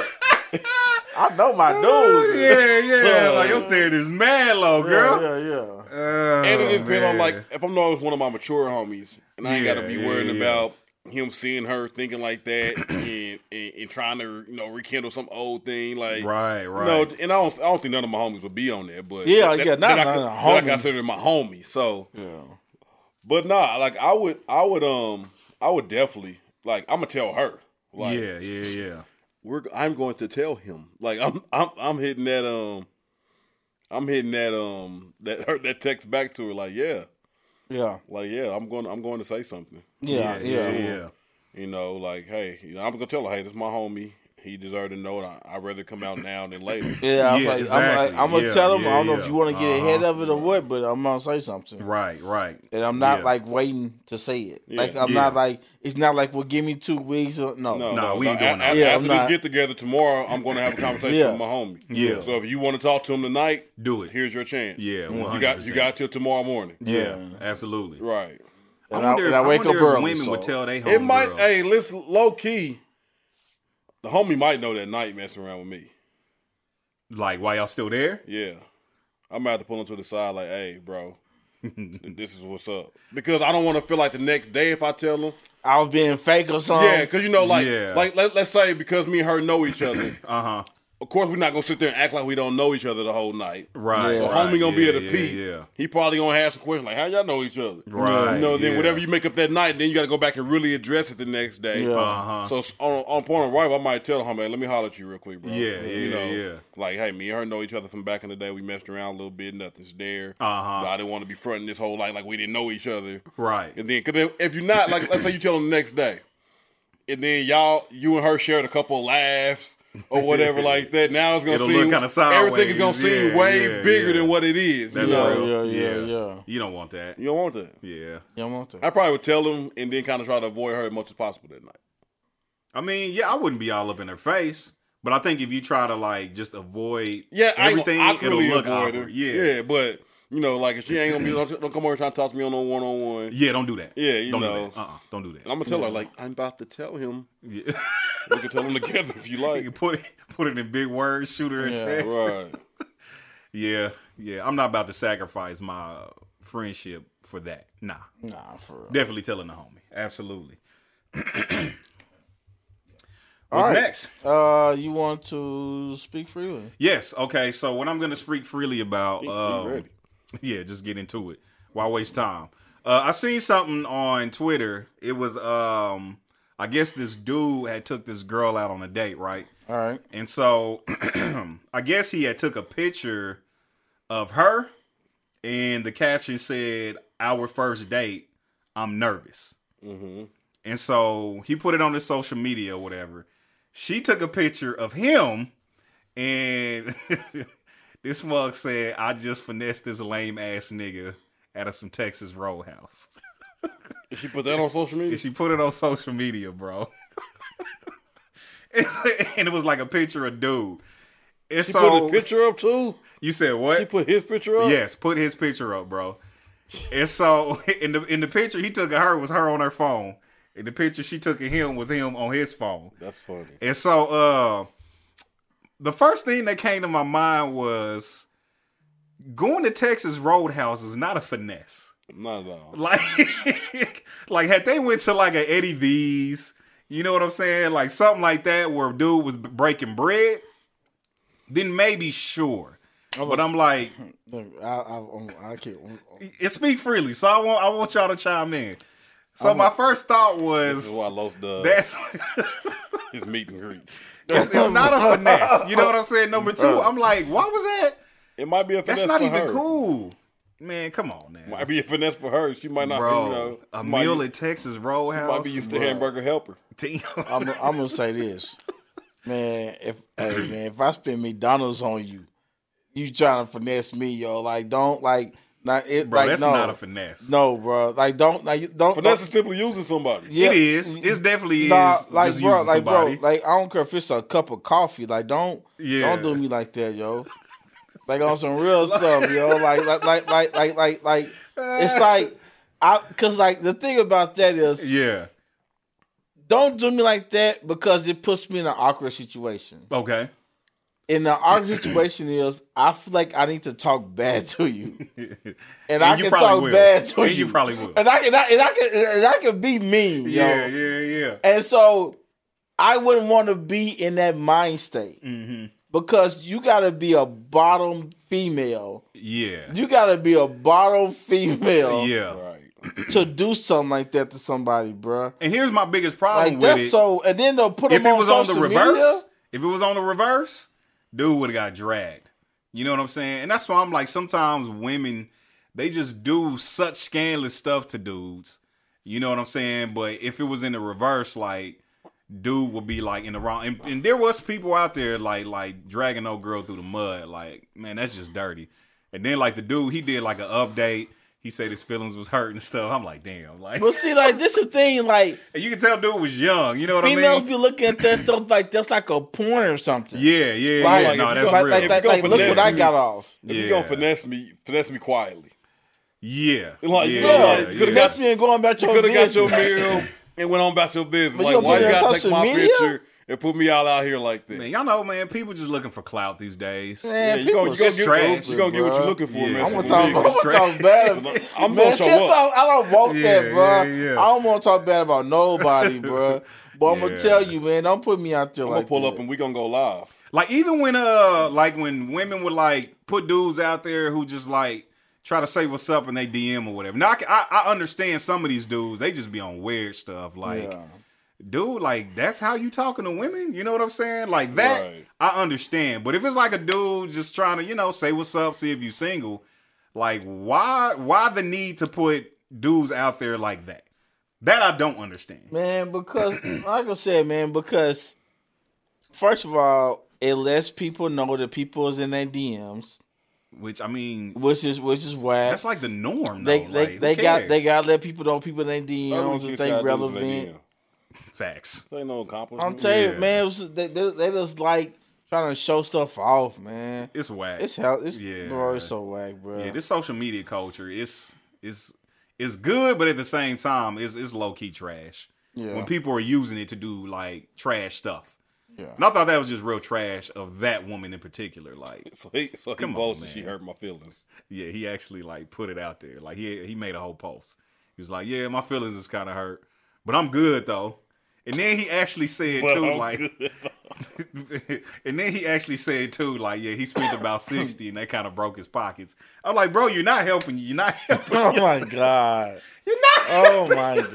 B: I know my dudes.
C: Oh, yeah, yeah. Like your standards mad low, girl.
B: yeah, yeah, yeah.
C: Oh,
A: and it depends on like
C: man.
A: if I'm knowing it's one of my mature homies, and I ain't got to
C: Yeah,
A: be
C: yeah,
A: worrying
C: yeah.
A: about him seeing her thinking like that and, and, and trying to you know rekindle some old thing like
C: Right, right.
A: No, and I don't, I don't think none of my homies would be on there, but
B: Yeah, yeah, not none
A: I, con-
B: of the
A: that I
B: homies.
A: consider my homie. So,
B: Yeah.
A: but nah, like I would, I would, um, I would definitely like I'm gonna tell her. Like,
C: yeah, yeah, yeah.
A: we're I'm going to tell him. Like I'm I'm I'm hitting that um I'm hitting that um that her that text back to her like yeah
B: Yeah.
A: like yeah I'm going I'm going to say something
B: Yeah, yeah,
C: yeah.
A: you know like hey you know I'm gonna tell her hey this is my homie he deserved to know it I I'd rather come out now than later
B: Yeah, I was
C: Yeah,
B: like,
C: exactly.
B: I'm, like, I'm gonna
C: Yeah,
B: tell him. I don't
C: yeah,
B: know if
C: yeah.
B: you want to get ahead
C: Uh-huh.
B: of it or what, but I'm gonna say something,
C: Right, right.
B: and I'm not
C: Yeah.
B: like waiting to say it.
A: Yeah.
B: Like I'm
C: Yeah.
B: not like it's not like well, give me two weeks. Or, no,
A: no
C: Nah,
A: no,
C: we
A: no.
C: ain't doing
A: A-
C: that.
A: a-
B: Yeah, I'm
A: after
B: not-
A: this get together tomorrow I'm going to have a conversation
B: Yeah.
A: with my homie
C: Yeah.
A: so if you want to talk to him tonight
C: Do it.
A: here's your chance
C: Yeah,
A: you
C: 100%.
A: got you got till tomorrow morning
C: Yeah, absolutely.
A: right
C: I
B: And I-
C: wonder,
B: and
C: I
B: I wake
C: wonder
B: up
C: if
B: early,
C: women
B: so-
C: would tell they homegirls.
A: It might. Hey, listen, low key, the homie might know that night messing around with me.
C: like why y'all still there?
A: Yeah, I'm gonna have to pull him to the side, like, hey, bro, this is what's up, because I don't want to feel like the next day if I tell him.
B: I was being fake or something.
A: Yeah, because you know, like,
C: yeah.
A: like let, let's say because me and her know each other.
C: Uh huh.
A: of course, we're not gonna sit there and act like we don't know each other the whole night.
C: Right.
A: So
C: right,
A: homie gonna be
C: yeah,
A: at a
C: yeah,
A: peak.
C: Yeah.
A: He probably gonna have some questions like, "How y'all know each other?"
C: Right,
A: You know. Then
C: yeah.
A: whatever you make up that night, then you gotta go back and really address it the next day. Uh-huh.
B: Yeah.
C: Uh huh.
A: So s- on on point of right, I might tell her, man, let me holler at you real quick, bro.
C: Yeah, yeah, yeah.
A: Like, hey, me and her know each other from back in the day. We messed around a little bit, nothing's there.
C: Uh-huh.
A: I didn't want to be fronting this whole night like we didn't know each other.
C: right.
A: And then, cause if, if you're not like, let's say you tell them the next day, and then y'all, you and her shared a couple of laughs or whatever like that. Now it's gonna
C: It'll
A: seem
C: look kinda
A: everything is gonna
C: sideways.
A: seem
C: Yeah,
A: way
C: yeah,
A: bigger
C: yeah.
A: than what it is.
C: That's
A: you know?
C: real.
B: Yeah, yeah, yeah.
C: You don't want that.
A: You don't want that.
C: Yeah.
B: You don't want that.
A: I probably would tell them and then kind of try to avoid her as much as possible that night.
C: I mean, yeah, I wouldn't be all up in her face, but I think if you try to like just avoid
A: Yeah, I ain't
C: everything,
A: gonna
C: it'll
A: awkwardly
C: look
A: avoid her.
C: awkward. Yeah. yeah.
A: but you know, like if she ain't gonna be don't, don't come over and try to talk to me on no one on one.
C: don't do that.
A: Yeah, you
C: don't
A: know.
C: do that. Uh-uh, don't do that.
A: I'm gonna tell her like I'm about to tell him.
C: Yeah.
A: We can tell him together if you
C: you can
A: like.
C: put it, put it in big words, shoot her a
B: Yeah,
C: text.
A: right.
C: Yeah, yeah. I'm not about to sacrifice my friendship for that. Nah,
B: Nah, for real.
C: definitely telling the homie. Absolutely. What's
B: All right.
C: next?
B: Uh, you want to speak freely?
C: Yes. Okay. So what I'm going to speak freely about.
A: Be
C: Um,
A: ready.
C: yeah, just get into it. Why waste time? Uh, I seen something on Twitter. It was um, I guess this dude had took this girl out on a date, right?
B: All right.
C: And so I guess he had took a picture of her and the caption said, "Our first date. I'm nervous."
A: Mm-hmm.
C: And so he put it on his social media or whatever. She took a picture of him, and this mug said, "I just finessed this lame ass nigga out of some Texas Roadhouse."
A: Did she put that on social media?
C: And she put it on social media, bro. It's, and it was like a picture of dude. It's
A: she
C: so
A: put his picture up too.
C: you said
A: She
C: what?
A: put his picture up.
C: yes, put his picture up, bro. And so in the in the picture he took of her was her on her phone. And the picture she took of him was him on his phone.
A: that's funny.
C: And so uh the first thing that came to my mind was going to Texas Roadhouse is not a finesse.
A: Not at all.
C: Like like had they went to like an Eddie V's, you know what I'm saying? Like something like that where dude was b- breaking bread, then maybe sure. But I'm like,
B: Look, I, I, I'm- I can't. I'm-
C: it speak freely. So I want I want y'all to chime in. So my first thought
A: This
C: was
A: is why Los does
C: that's
A: his meet and greets.
C: It's, it's not a finesse. You know what I'm saying? Number two, I'm like, why was that?
A: It might be a finesse
C: That's not
A: for
C: even
A: her.
C: cool. Man, come on now.
A: Might be a finesse for her. She might not.
C: Bro,
A: you know,
C: a
A: might,
C: meal at Texas Roadhouse.
A: might be used to
C: bro.
A: hamburger helper.
C: Damn.
B: I'm, I'm gonna say this, man. If hey, man, if I spend McDonald's on you, you trying to finesse me, yo? Like, don't like, not it.
C: Bro,
B: like,
C: that's
B: no,
C: not a finesse.
B: No, bro. Like, don't like, you- don't.
A: Finesse
B: don't-
A: is simply using somebody.
B: yeah,
C: It is. It definitely
B: Nah,
C: is.
B: like,
C: just
B: bro,
C: using
B: like, bro,
C: somebody.
B: like, I don't care if it's a cup of coffee. Like, don't,
C: Yeah.
B: don't do me like that, yo. like on some real stuff, yo. Like, like, like, like, like, like, like. It's like, I, cause like the thing about that is,
C: yeah.
B: don't do me like that because it puts me in an awkward situation.
C: Okay.
B: And the awkward situation is, I feel like I need to talk bad to you,
C: And,
B: and, I
C: you
B: can
C: probably
B: talk
C: will.
B: bad to
C: and
B: you.
C: you probably will.
B: and I can, and I can, and I can be mean, yo.
C: Yeah, yeah, yeah.
B: And so I wouldn't want to be in that mind state
C: Mm-hmm.
B: because you got to be a bottom female.
C: Yeah.
B: You got to be a bottom female
C: Yeah.
A: Right.
B: to do something like that to somebody, bruh.
C: And here's my biggest problem
B: Like
C: with
B: that's
C: it.
B: so. And then they'll put
C: if
B: them
C: it was on the
B: social
C: reverse,
B: media.
C: if it was on the reverse, dude would have got dragged. You know what I'm saying? And that's why I'm like, sometimes women, they just do such scandalous stuff to dudes. You know what I'm saying? But if it was in the reverse, like, dude would be like in the wrong. And, and there was people out there like like dragging old girl through the mud. Like, man, that's just dirty. And then like the dude, he did like an update. He said his feelings was hurt and stuff. I'm like, damn. Like,
B: But see, like this is the thing, like
C: and you can tell dude was young. You know what I
B: females
C: mean?
B: be looking at that stuff like that's like a porn or something.
C: Yeah, yeah,
B: like,
C: yeah.
A: if
C: No,
A: you
C: that's
A: go-
B: like,
C: real.
B: like, like,
A: If
B: like,
A: you go
B: look what I
A: finesse-
B: got off.
A: If
C: Yeah.
A: you gonna finesse me, finesse me quietly.
C: yeah,
A: Like,
C: yeah,
A: you
B: Yeah,
A: know,
C: yeah,
A: like,
B: you
A: you
B: could have
A: could've
C: yeah.
B: got me and going about
A: You
B: your
A: could have got
B: business.
A: your meal and went on about your business.
B: But you
A: like,
B: gonna
A: why
B: put
A: you
B: it on
A: gotta take
B: social
A: my
B: media?
A: picture and put me all out here like that?
C: Man, y'all know, man. People just looking for clout these days.
A: Yeah,
B: Man,
A: you
B: people
A: gonna, you gonna
B: stupid,
A: get,
C: trash,
A: you gonna get what
B: bruh.
A: you're looking for,
C: Yeah.
A: man.
B: I'm
C: That's
B: gonna
C: what
B: talk.
C: we
B: I'm gonna talk
C: need.
B: bad.
A: I'm
B: about-
A: gonna
B: Man,
A: show
B: since
A: up.
B: I, I don't want
C: Yeah,
B: that, bro.
C: yeah, yeah.
B: I don't want to talk bad about nobody, bro. But I'm
C: Yeah.
B: gonna tell you, man. Don't put me out there
A: I'm
B: like
A: gonna pull up
B: that.
A: and we gonna go live.
C: Like even when, uh, like when women would like put dudes out there who just like try to say what's up and they DM or whatever. Now I, can- I, I understand some of these dudes. They just be on weird stuff. Like,
B: Yeah.
C: dude, like that's how you talking to women. You know what I'm saying? Like that,
A: Right.
C: I understand. But if it's like a dude just trying to, you know, say what's up, see if you single. Like, why, why the need to put dudes out there like that? That I don't understand.
B: man. Because like I said, man. Because first of all, it lets people know that people is in their DMs,
C: Which I mean,
B: which is which is whack.
C: that's like the norm.
B: they
C: though.
B: they,
C: like, who
B: they got
C: cares?
B: they got to let people know people in their DMs
A: This
B: if
A: guy
B: they
A: dudes
B: relevant.
C: facts.
A: This ain't no
B: I'm
A: accomplishment.
B: telling
C: Yeah.
B: you, man. it was- they, they they just like trying to show stuff off, man.
C: It's whack.
B: It's hell. It's
C: Yeah.
B: bro. It's so whack, bro.
C: yeah, this social media culture is is is good, but at the same time, it's it's low key trash.
B: Yeah.
C: When people are using it to do like trash stuff,
B: Yeah.
C: and I thought that was just real trash of that woman in particular. Like,
A: So he, so he
C: Come on,
A: boasted she
C: man.
A: hurt my feelings.
C: yeah, he actually like put it out there. Like he he made a whole post. He was like, yeah, my feelings is kind of hurt, but I'm good though. And then he actually said
A: But
C: too,
A: I'm
C: like.
A: good.
C: and then he actually said too, like, yeah, he spent about sixty, and that kind of broke his pockets. I'm like, bro, you're not helping. You're not helping.
B: Oh
C: yourself.
B: my god.
C: You're not.
B: Oh my
A: First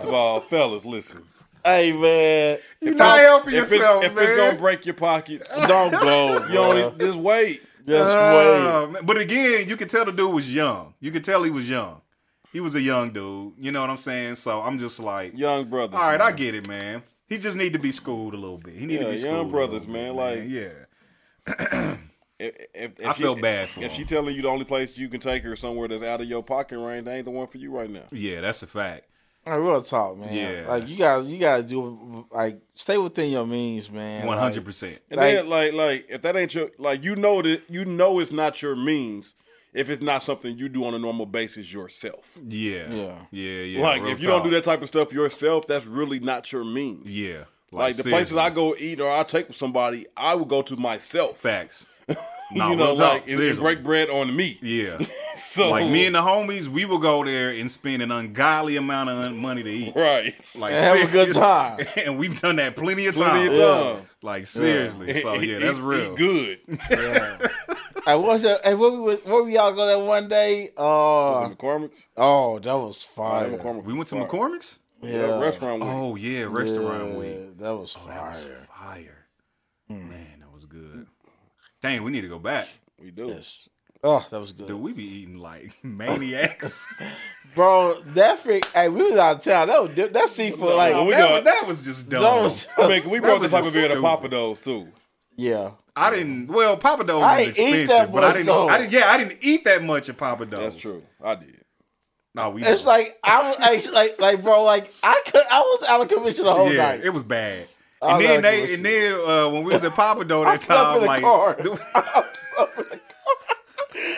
B: god.
A: of all, fellas, listen.
B: Hey man,
C: You're not helping
A: if,
C: yourself,
A: it, if
C: man.
A: it's gonna break your pockets,
B: don't go.
A: you only
B: Bro.
A: just wait. Uh,
B: Just
C: Oh,
B: wait.
C: man. But again, you could tell the dude was young. You could tell he was young. He was a young dude. You know what I'm saying? So I'm just like,
A: Young brothers.
C: all right, I
A: man.
C: get it, man. He just need to be schooled a little bit. He need
A: Yeah,
C: to be
A: young
C: schooled. a
A: brothers,
C: little
A: man,
C: bit,
A: like-
C: yeah.
A: If, if, if
C: I
A: she-
C: feel bad for
A: If
C: him.
A: she telling you the only place you can take her is somewhere that's out of your pocket range, that ain't the one for you right now.
C: Yeah, that's a fact.
B: Like, real talk, man.
C: Yeah.
B: Like you guys, you gotta do like stay within your means, man.
C: One hundred
B: Like,
C: percent.
A: And then like like if that ain't your like you know that you know it's not your means if it's not something you do on a normal basis yourself.
C: Yeah.
B: Yeah.
C: Yeah. Yeah.
A: like
C: real
A: if you don't do
C: talk.
A: that type of stuff yourself, that's really not your means.
C: yeah.
A: Like, the places
C: seriously.
A: I go eat or I take with somebody, I would go to myself.
C: facts. No,
A: you know,
C: real talk,
A: like and- and
C: seriously.
A: break Oh. bread on me.
C: Yeah.
A: So
C: Like me and uh, the homies, we will go there and spend an ungodly amount of money to eat.
A: right.
C: Like
B: And have a good
C: seriously.
B: time.
C: and we've done that plenty of
A: Plenty
C: times.
A: of time.
C: Like seriously. So yeah, that's
A: Eat-
C: real.
A: eat good.
B: Yeah. hey, what's that? Hey, where we was- where we all go that one day? Uh,
A: McCormick's.
B: oh, Um, that was fire.
A: McCormick.
C: We went to
A: Fire.
C: McCormick's?
A: Yeah, restaurant. week.
C: Oh yeah, restaurant
B: Yeah,
C: week. Oh,
B: That was
C: That was
B: fire. Hmm.
C: fire. Man, that was good. Dang, we need to go back.
A: we do.
B: Yes. Oh, that was good,
C: Dude, we be eating like maniacs.
B: bro. That freak. Hey, we was out of town. That was di- that seafood like
A: No, we
C: that,
A: got-
C: was, that was just dumb.
B: that was.
A: I mean, we brought the
C: was
A: type of
C: just
A: beer to
C: stupid.
A: Papa Do's too.
B: yeah.
C: I didn't. Well, Papa Do's
B: I
C: is
B: ain't eat
C: expensive,
B: that
C: but I
B: much,
C: didn't.
B: though.
C: I didn't. Yeah, I didn't eat that much at Papa Do's.
A: That's true. I did.
C: No, we.
B: It's
C: don't.
B: like I was like, like, like, bro, like I could, I was out of commission the whole
C: yeah,
B: night.
C: it was bad.
B: I
C: And
B: was
C: then
B: like,
C: they,
B: listen.
C: and then uh, when we was at Papa Do's that
B: slept in
C: time,
B: the
C: like
B: car.
C: that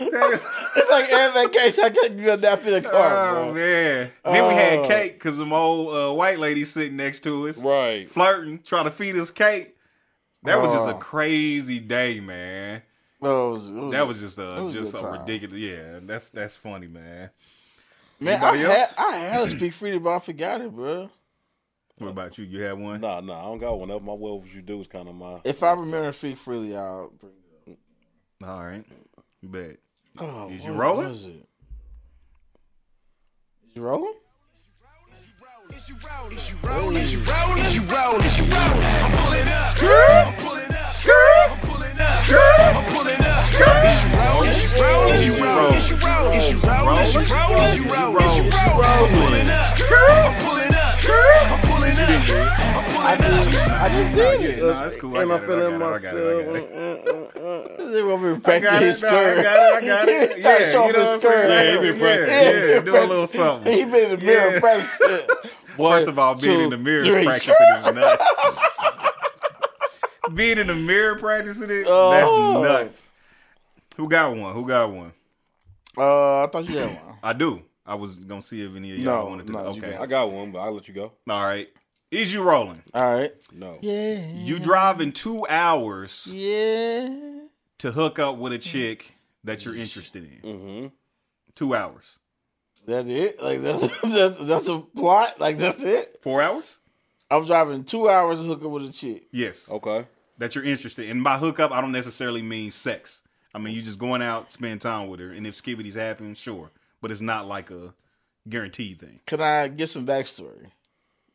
C: is,
B: It's like every vacation, I couldn't be a nap in the car,
C: oh
B: bro.
C: man. Then we had
B: Oh.
C: cake because some old uh, white lady sitting next to us,
A: Right.
C: flirting, trying to feed us cake. That was just a
B: Oh.
C: crazy day, man.
B: Bro, it was- it was-
C: That was just a
B: was a
C: just
B: good
C: a
B: time.
C: ridiculous. Yeah, that's that's funny, man.
B: man. I
C: anybody
B: had,
C: else?
B: I had to speak freely, but I forgot it, bro.
C: What about you? You had one?
A: Nah, nah, I don't got one. That's my what would you do is kind of my.
B: If I remember to speak freely, I'll bring it
C: All right, bet.
B: up. Oh,
C: Is you
B: what
C: rolling?
B: was it? Is you rolling?
D: Is you rolling? Is you rolling? Is you rolling? Is you rolling? Is you rolling? I'm pulling up. Skirt. I'm pulling up. Skirt. I'm pulling up. Skirt. I'm pulling up. Skirt. Is you rolling? Is you rolling? Is you rolling? Is you rolling? Is you rolling? Is you rolling? Is you rolling? Is you rolling? I'm pulling up. Skirt. I'm pulling up. Skirt. I'm pulling up. I'm pulling up.
B: I just did it.
C: No, that's cool. I
A: and
C: got
A: I'm
C: it. I
A: feeling
C: got it. I got it. I got it.
A: myself.
B: They want me to
C: I got
B: practice his
C: it. No, I
B: skirt.
C: got it. I got it.
B: He tried to
C: Yeah,
B: show off
C: you know
B: his
C: what I'm saying?
B: skirt.
A: Yeah, he been
C: Yeah,
A: practicing.
C: do a little something.
B: He been in the mirror
C: Yeah.
B: practicing.
C: First of all, being in the mirror is practicing is nuts. being in the mirror practicing it,
B: Oh.
C: that's nuts. Who got one? Who got one?
B: Uh, I thought you had one.
C: I do. I was gonna see if any of y'all
B: No,
C: wanted to.
B: no, you
C: okay.
A: I got one, but I'll let you go.
C: All right. Is you rolling?
B: All right.
A: No.
B: Yeah.
C: You driving two hours
B: Yeah.
C: to hook up with a
B: Mm.
C: chick that you're interested in.
A: Mm-hmm.
C: Two hours.
B: That's it. Like that's that's that's a plot. Like that's it.
C: Four hours?
B: I'm driving two hours to hook up with a chick.
C: Yes.
B: Oh.
A: Okay.
C: that you're interested. And by hookup, I don't necessarily mean sex. I mean you just going out, spending time with her, and if skibbities happen, sure, but it's not like a guaranteed thing.
B: Can I get some backstory?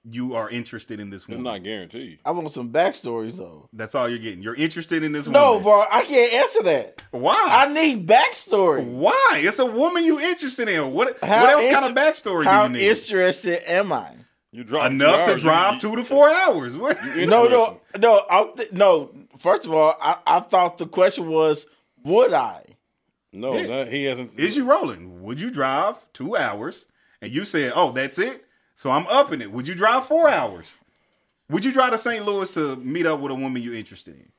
C: You are interested in this
A: It's
C: woman.
A: not guaranteed.
B: I want some backstories though.
C: That's all you're getting. You're interested in this
B: No,
C: woman.
B: bro, I can't answer that.
C: Why?
B: I need backstory.
C: Why? It's a woman you interested in. What?
B: How
C: what else
B: inter-
C: kind of backstory
B: How
C: do you need?
B: interested am I?
A: You drive
C: Enough to drive
A: to
C: two to four hours. What?
B: No, no, no. I th- no. First of all, I, I thought the question was, would I?
A: No, that, he hasn't.
C: Is you rolling? Would you drive two hours? And you said, "Oh, that's it." So I'm upping it. Would you drive four hours? Would you drive to St. Louis to meet up with a woman you're interested in?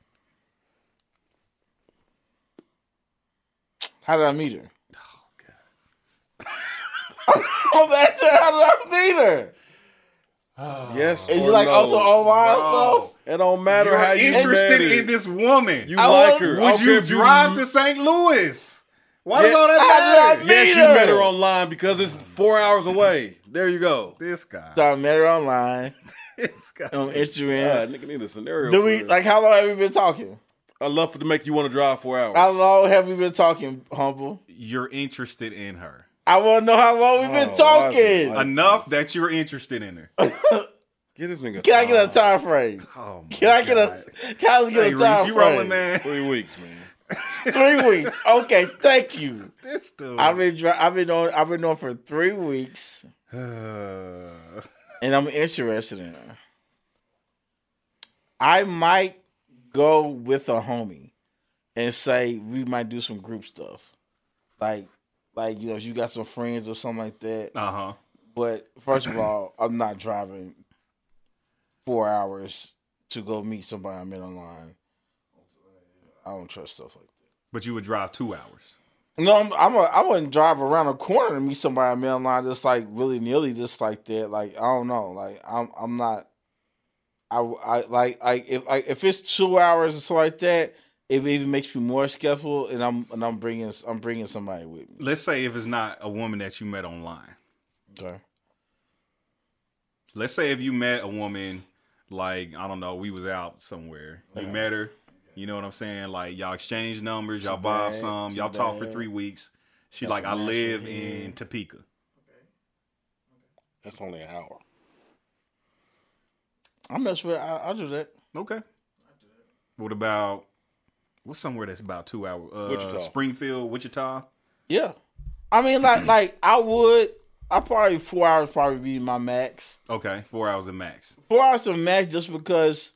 B: How did I meet her? Oh God. I'm asking how did I meet her?
A: yes.
B: Is
A: or
B: it like
A: Oh, no.
B: also all by
C: Wow.
B: herself?
A: It don't matter
C: You're
A: how you
C: interested
A: married.
C: in this woman.
A: You
B: I
A: like
B: was-
A: her. I
C: Would
A: don't
C: you
A: care if
C: drive to St. Louis? Why does
A: Yeah.
C: all
B: How
C: that
B: did I
C: matter?
B: meet-
A: Yes, you
B: her?
A: met her online because it's four hours away. There you go.
C: This guy.
B: So I met her online
C: This guy.
B: on
A: Yeah,
B: Instagram.
A: Uh, nigga need a scenario.
B: Do
A: for
B: we
A: this.
B: like how long have we been talking?
A: I love to make you want to drive four hours.
B: How long have we been talking, humble?
C: You're interested in her.
B: I want to know how long we've been
A: Oh,
B: talking.
A: I- I-
C: Enough that you're interested in her.
A: Get this nigga.
B: can I get a time frame?
C: Oh my
B: Can I get a? Can I get
C: Hey,
B: a
C: Reese,
B: time
C: you
B: frame?
C: rolling, man?
A: Three weeks, man.
B: three weeks. Okay, thank you.
C: This dude.
B: I've been dri- I've been on I've been on for three weeks, and I'm interested in her. I might go with a homie and say we might do some group stuff, like like you know if you got some friends or something like that.
C: uh huh.
B: But first of all, I'm not driving four hours to go meet somebody I met online. I don't trust stuff like that.
C: But you would drive two hours.
B: No, I'm, I'm a, I wouldn't drive around a corner to meet somebody I met online just like willy nilly, just like that. Like I don't know. Like I'm I'm not. I, I like like if like if it's two hours or so like that, it even makes me more skeptical, and I'm and I'm bringing I'm bringing somebody with me.
C: Let's say if it's not a woman that you met online.
B: Okay.
C: Let's say if you met a woman, like I don't know, we was out somewhere. You met her. You know what I'm saying? Like y'all exchange numbers, y'all bob
B: bad,
C: some,
B: she
C: y'all talk for
B: bad.
C: three weeks. She
B: That's
C: like,
B: what
C: I
B: I
C: live
B: should
C: in Topeka.
A: That's only an hour.
B: I'm not sure. I, I'll do that.
C: Okay. What about what's somewhere that's about two hours? Uh,
A: Wichita.
C: Springfield, Wichita.
B: Yeah. I mean, like, like I would. I probably four hours probably be my max.
C: Okay, four hours at max.
B: Four hours to max, just because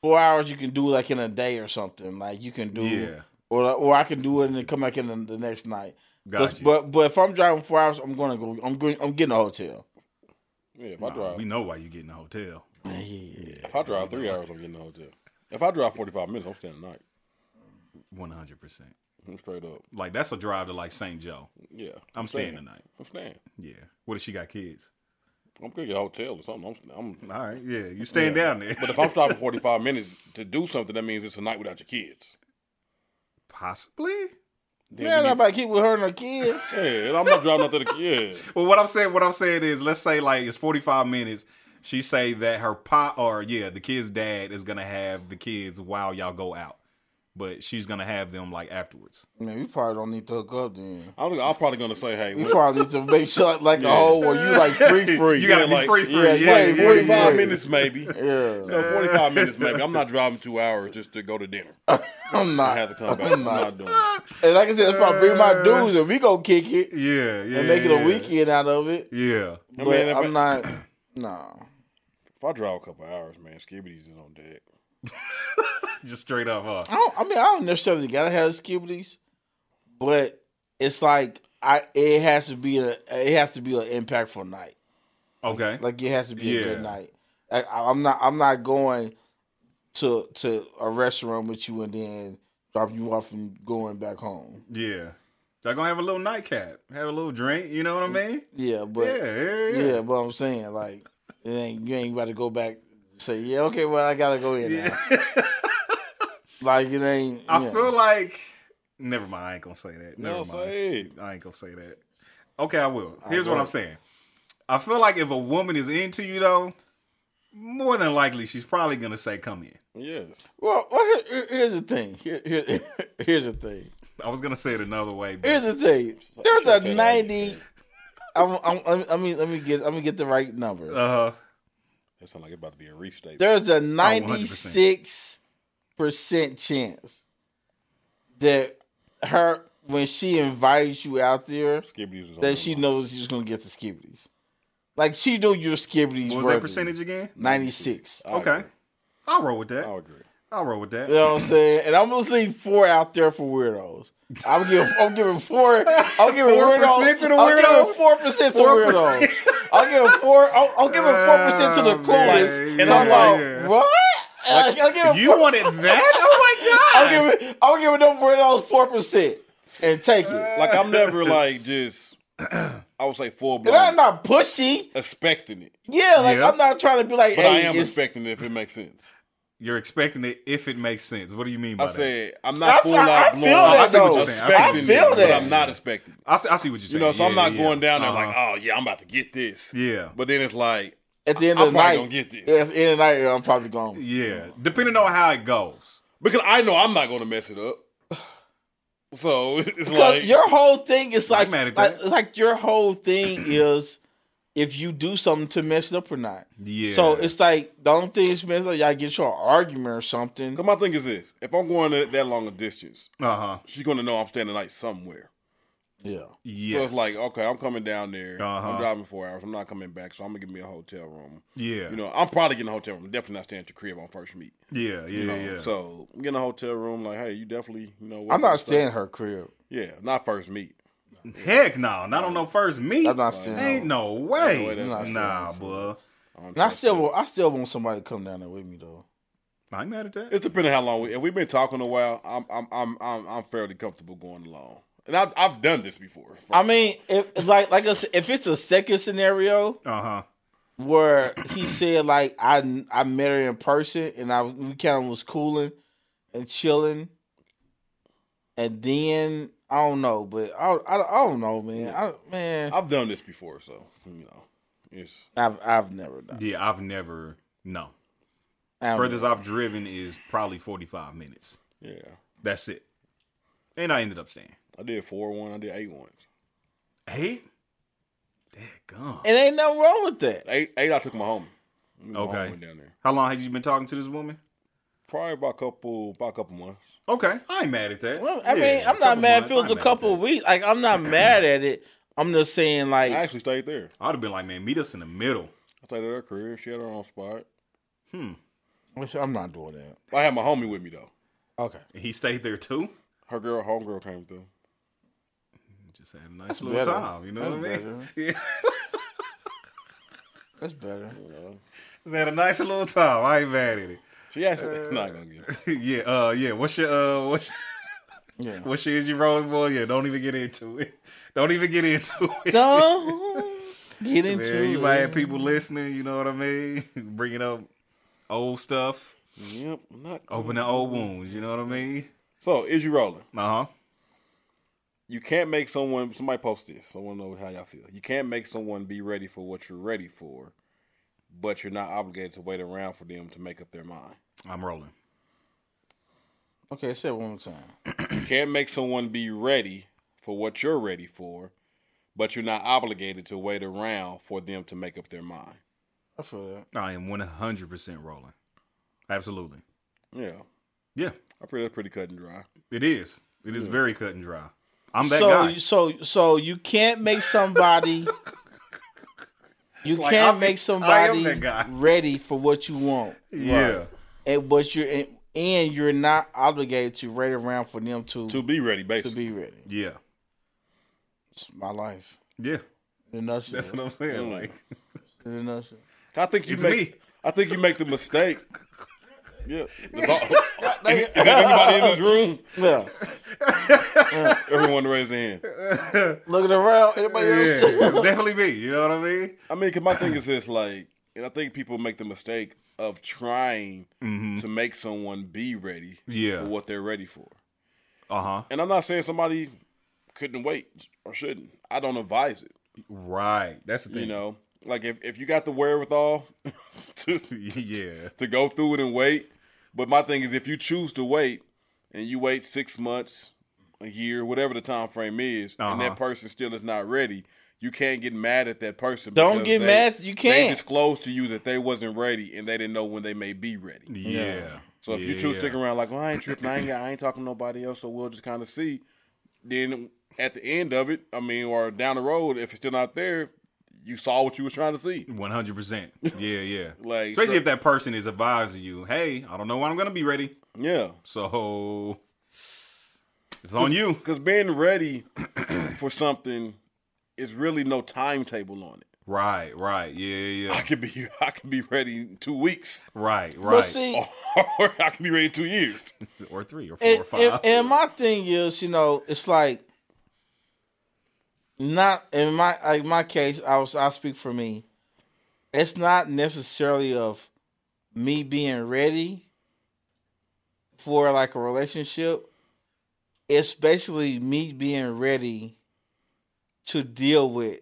B: four hours you can do like in a day or something. Like you can do,
C: Yeah.
B: or or I can do it and then come back in the, the next night. 'Cause-
C: Gotcha.
B: But but if I'm driving four hours, I'm gonna go. I'm going. I'm getting a hotel.
A: Yeah, if I
C: Nah,
A: drive,
C: we know why you get in a hotel.
A: if I drive three hours, I'm getting a hotel. If I drive 45 minutes, I'm staying the night.
C: One hundred percent.
A: Straight up.
C: Like that's a drive to like St. Joe.
A: Yeah.
C: I'm staying tonight.
A: I'm staying.
C: Yeah. What if she got kids?
A: I'm gonna get a hotel or something. I'm, I'm
C: All right. Yeah. You staying down there.
A: But if I'm stopping 45 minutes to do something, that means it's a night without your kids.
C: Possibly.
A: Then
B: Yeah,
A: we need-
B: nobody keep with her and her kids.
A: yeah, and I'm not driving out to the kids.
C: Well, what I'm saying, what I'm saying is, let's say like it's 45 minutes. She say that her pop or yeah, the kid's dad is gonna have the kids while y'all go out, but she's gonna have them like afterwards.
B: Man, we probably don't need to hook up then.
A: I'm, I'm probably gonna say, hey,
B: We
A: when-
B: probably need to make sure like a whole where you like free free.
C: You gotta
A: Yeah,
C: be
A: like-
C: free, free.
B: yeah,
C: Yeah, yeah,
B: wait,
C: yeah,
A: 45
B: yeah.
A: minutes maybe. You
B: yeah.
A: know, 45 minutes maybe. I'm not driving two hours just to go to dinner.
B: I'm
A: I
B: not.
A: have to come back.
B: I'm
A: I'm
B: not.
A: not doing it.
B: And like I said, that's why I bring my dudes and we go kick it
C: yeah, yeah,
B: and make it
C: yeah.
B: a weekend out of it.
C: Yeah,
A: I
B: But
A: mean, if,
B: I'm
A: i
B: not. No.
A: if I drive a couple hours, man, Skibbity's is on deck.
C: just straight up, huh?
B: I don't. I mean, I don't necessarily gotta have skibbities, but it's like I. It has to be a. It has to be an impactful night.
C: Okay,
B: Like it has to be a good
C: Yeah.
B: night. I, I'm not. I'm not going to to a restaurant with you and then drop you off and going back home.
C: yeah. Y'all gonna have a little nightcap, have a little drink. You know what I mean?
B: Yeah, Mm, but
C: Yeah, yeah, yeah.
B: Yeah, but I'm saying like it ain't you ain't about to go back and say, Yeah, okay, well I gotta go in now. like it ain't
C: I
B: yeah.
C: feel like. Never mind. I ain't gonna say that. Never
A: No,
C: mind.
A: say it.
C: I ain't gonna say that. Okay, I will. Here's what
B: will.
C: I'm saying. I feel like if a woman is into you though, more than likely she's probably gonna say, "Come in."
A: Yes.
B: Well, well here, here- here's the thing. Here, here, here's the thing.
C: I was gonna say it another way, but
B: Here's the thing.
A: should've
B: There's
A: said
B: a
A: that.
B: ninety I'm, I'm, I'm, I mean, let me get, let me get the right number.
C: uh, oh,
A: That sounds like it's about to be a restate.
B: There's a
C: 100%.
B: ninety-six percent chance that her, when she invites you out there,
A: Skibbity's is on
B: that
C: Oh.
B: she
A: deck.
B: knows she's gonna get the skibbities. Like she knew your skibbities.
C: what was
B: worthy.
C: that percentage again?
B: Ninety six.
A: I
C: Okay,
A: agree.
C: I'll roll with that.
A: I agree.
C: I'll roll with that.
B: You know what I'm saying? And I'm gonna leave four out there for weirdos. I'm giving I'm giving four I'm giving
C: 4%
B: weirdos
C: to the
B: I'm
C: weirdos?
B: giving four percent to
C: 4%.
B: weirdos. I'm giving four I'm, I'm giving four percent to the
C: Oh, man.
B: clueless.
C: Yeah,
B: and I'm like,
C: yeah.
B: what? Like, I'm giving
C: You wanted that? Oh my god!
B: I'm giving I'm giving them weirdos four percent and take it.
A: Like I'm never like just I would say full
B: And I'm
A: blown
B: not pushy.
A: expecting it.
B: Yeah, like
C: Yeah.
B: I'm not trying to be like
A: But
B: hey,
A: I am
B: it's-
A: expecting it if it makes sense.
C: You're expecting it if it makes sense. What do you mean by
A: I
C: that?
A: said I'm
B: I-
A: not
B: I-
A: full
B: I
A: out
B: feel
A: blown.
B: that,
A: I see what you're
C: though.
A: saying.
C: I
A: Expecting
B: feel
A: it,
B: that.
A: but I'm not expecting. it.
C: I see, I see what you're
A: You
C: saying.
A: know, so I'm
C: Yeah,
A: not
C: yeah,
A: going
C: yeah.
A: down there like,
C: Uh-huh.
A: oh yeah, I'm about to get this.
C: Yeah.
A: But then it's like,
B: at the end
A: I'm
B: of the
A: probably
B: night.
A: gonna get this.
B: At the end of the night, I'm probably gone.
C: yeah. Depending on how it goes.
A: because I know I'm not going to mess it up. So it's
B: Because
A: like,
B: your whole thing is
C: I
B: like,
C: ain't mad at
B: like,
C: that.
B: it's like your whole thing is if you do something to mess it up or not.
C: Yeah.
B: So it's like the only thing that's messed up, y'all get your argument or something.
A: Cause my thing is this: if I'm going that that long a distance,
C: uh huh.
A: she's gonna know I'm staying the night somewhere.
B: Yeah.
C: Yes.
A: So it's like, okay, I'm coming down there.
C: Uh-huh.
A: I'm driving four hours. I'm not coming back, so I'm gonna give me a hotel room.
C: yeah,
A: You know, I'm probably getting a hotel room. Definitely not staying at your crib on first meet.
C: yeah, yeah,
A: You know,
C: yeah.
A: so I'm getting a hotel room. Like, hey, you definitely, you know,
B: I'm
A: welcome
B: not
A: and stuff.
B: staying at her crib.
A: Yeah, not first meet.
C: Heck no, not on no first meet.
B: I'm not staying.
C: Ain't
B: Ain't no.
C: no way.
A: Ain't no way
B: that's-
C: nah, boy.
A: I don't
B: And I
A: trust
B: still,
A: that.
B: want, I still want somebody to come down there with me though.
C: I ain't mad at that.
A: It's depending how long we. If we've been talking a while, I'm I'm I'm I'm, I'm fairly comfortable going along, and I've I've done this before.
B: I mean, if it's like like I said, if it's a second scenario
C: Uh huh.
B: where he said like I I met her in person and I we kind of was cooling and chilling, and then I don't know, but I I, I don't know, man. I, man,
A: I've done this before, so you know, it's
B: I've I've never done.
C: Yeah, I've never. No.
B: I've
C: Furthest I've driven is probably 45 minutes.
A: yeah.
C: That's it. And I ended up staying.
A: I did four one. I did eight ones.
C: Eight? Dang gum.
B: It ain't nothing wrong with that.
A: Eight eight. I took my homie. Me and my
C: Okay.
A: homie went down there.
C: How long had you been talking to this woman?
A: Probably about a couple, about a couple months.
C: Okay, I ain't mad at that.
B: Well, I
C: Yeah,
B: mean, I'm not
C: a couple
B: mad if
C: months,
B: it
C: I
B: was a
C: ain't mad at
B: couple
C: that.
B: of weeks. Like, I'm not mad at it. I'm just saying,
A: I
B: like,
A: actually stayed there.
C: I'd have been like, man, meet us in the middle.
A: I stayed at her crib. She had her own spot.
B: I'm not doing that.
A: I had my homie with me though.
B: Okay,
C: And he stayed there too.
A: Her girl, homegirl came through.
C: Just had a nice little
B: better.
C: time. You know what I
B: That's
C: mean?
B: better.
C: Yeah.
B: that's better.
C: Just had a nice little time. I ain't mad at it.
A: She actually not gonna get. It.
C: yeah, uh, yeah. What's your uh, what's your,
B: Yeah.
C: what's your is you rolling boy? Yeah, don't even get into it. Don't even get into it.
B: No, get into
C: Man, you
B: it.
C: might have people listening. You know what I mean? Bringing up old stuff,
A: Yep, not.
C: opening old wounds. You know what I mean?
A: So is you rolling?
C: Uh huh.
A: you can't make someone somebody post this. I want to know how y'all feel. You can't make someone be ready for what you're ready for, but you're not obligated to wait around for them to make up their mind.
C: I'm rolling.
B: Okay, say it one more time.
A: You can't make someone be ready for what you're ready for, but you're not obligated to wait around for them to make up their mind.
B: I feel that.
C: I am 100 percent rolling. Absolutely.
A: Yeah.
C: Yeah,
A: I feel that's pretty cut and dry.
C: it is. It is very cut and dry. I'm that
B: so,
C: guy.
B: so, so you can't make somebody. You can't
C: I'm- I am
B: make somebody
C: that guy.
B: ready for what you want,
C: yeah.
B: and but you're and, and you're not obligated to wait around for them to
A: To be ready,
B: to
A: basically.
B: be ready.
C: Yeah.
B: It's my life.
C: Yeah.
B: In a nutshell.
C: That's what I'm saying.
A: Yeah.
C: Like
B: In a nutshell.
A: I think you
C: It's
A: make.
C: me.
A: I think you make the mistake. Yeah. That's all- Is there anybody in this room?
B: Yeah.
A: Everyone raise their hand.
B: Looking around, anybody
C: Yeah,
B: else? too?
C: it's definitely me. You know what I mean?
A: I mean, 'cause my thing is this, like, and I think people make the mistake of trying to make someone be ready
C: Yeah.
A: for what they're ready for.
C: Uh huh.
A: And I'm not saying somebody couldn't wait or shouldn't. I don't advise it.
C: Right. That's the thing.
A: You know, like if, if you got the wherewithal to,
C: yeah.
A: to go through it and wait, but my thing is if you choose to wait and you wait six months, a year, whatever the time frame is, and
C: Uh-huh.
A: that person still is not ready. You can't get mad at that person.
B: Don't
A: because
B: get
A: they-
B: mad. You
A: they
B: can't.
A: disclosed to you that they wasn't ready and they didn't know when they may be ready.
C: Yeah.
A: So if you choose to stick around, like, well, I ain't tripping, I ain't, I ain't talking to nobody else, so we'll just kind of see. Then at the end of it, I mean, or down the road, if it's still not there, you saw what you was trying to see.
C: One hundred percent. Yeah, yeah.
A: Like,
C: especially
A: straight-
C: if that person is advising you, "Hey, I don't know when I'm gonna be ready,
A: Yeah,
C: so it's on you."
A: because being ready for something is really no timetable on it.
C: Right, right. Yeah, yeah.
A: I
C: yeah.
A: could be, I could be ready in two weeks,
C: Right, right.
B: But see,
A: or I could be ready in two years.
C: or three, or four,
B: and,
C: or five.
B: and- and my thing is, you know, it's like not in my like my case. I was I speak for me. It's not necessarily of me being ready for like a relationship. It's basically me being ready to deal with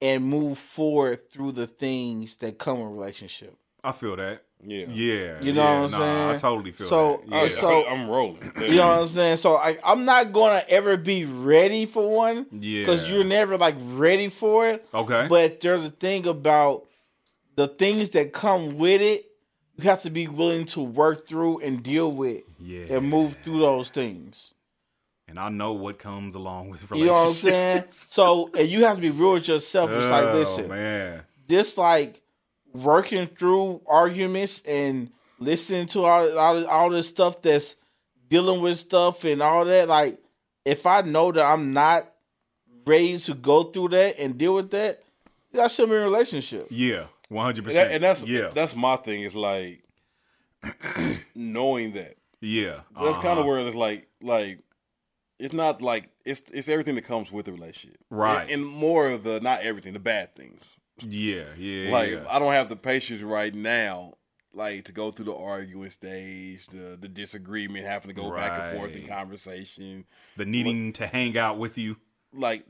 B: and move forward through the things that come in a relationship.
C: I feel that.
A: Yeah.
C: Yeah.
B: You know
C: yeah,
B: what I'm
C: nah, I
B: saying?
C: totally feel
B: So, uh,
C: that.
A: All right,
C: Yeah.
B: so-
A: I'm rolling.
B: You know what I'm saying? So I, I'm not gonna ever be ready for one. Because
C: Yeah.
B: you're never like ready for it.
C: okay.
B: But there's a thing about the things that come with it. You have to be willing to work through and deal with
C: yeah.
B: and move through those things.
C: And I know what comes along with
B: You know what I'm
C: relationships.
B: saying? So and you have to be real with yourself. It's like
C: Oh,
B: listen,
C: man.
B: just like working through arguments and listening to all all, all this stuff that's dealing with stuff and all that. Like, if I know that I'm not ready to go through that and deal with that, I shouldn't be in a relationship.
C: Yeah. One hundred
A: And, that-
C: percent.
A: and that's
C: yeah.
A: that's my thing. Is like knowing that.
C: yeah.
A: That's kind
C: Uh-huh.
A: of where it's like like it's not like it's it's everything that comes with the relationship,
C: Right.
A: And, and more of the not everything, the bad things.
C: Yeah. Yeah.
A: Like
C: yeah.
A: I don't have the patience right now, like to go through the arguing stage, the the disagreement, having to go back and forth in
C: Right.
A: conversation,
C: the needing to hang out with you.
A: like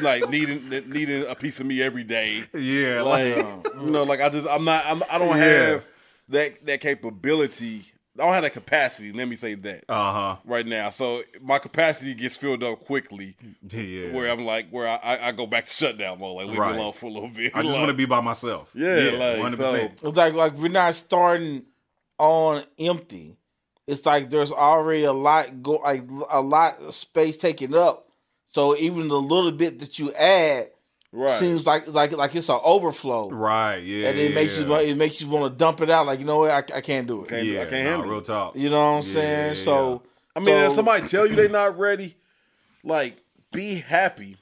A: like needing needing a piece of me every day.
C: Yeah. uh,
A: like you know, like I just I'm not I'm, I don't
C: Yeah.
A: have that that capability. I don't have that capacity. Let me say that
C: uh huh.
A: right now. So my capacity gets filled up quickly,
C: Yeah.
A: where I'm like where I, I, I go back to shutdown mode. Like leave
C: Right.
A: me alone for a little bit.
C: I just
A: Like,
C: want to be by myself.
A: Yeah, like,
B: It's like like we're not starting on empty. It's like there's already a lot go like a lot of space taken up. So even the little bit that you add
A: right.
B: seems like like like it's an overflow.
C: Right. Yeah.
B: and it makes you
C: yeah.
B: wa- it makes you want to dump it out. Like you know what, I, I can't do it.
A: Can't-
C: Yeah.
A: I
C: nah,
A: handle it.
C: real talk.
B: You know what I'm
C: Yeah,
B: saying?
C: yeah,
B: So
A: I mean, if
B: so-
A: somebody tell you they're not ready, like be happy,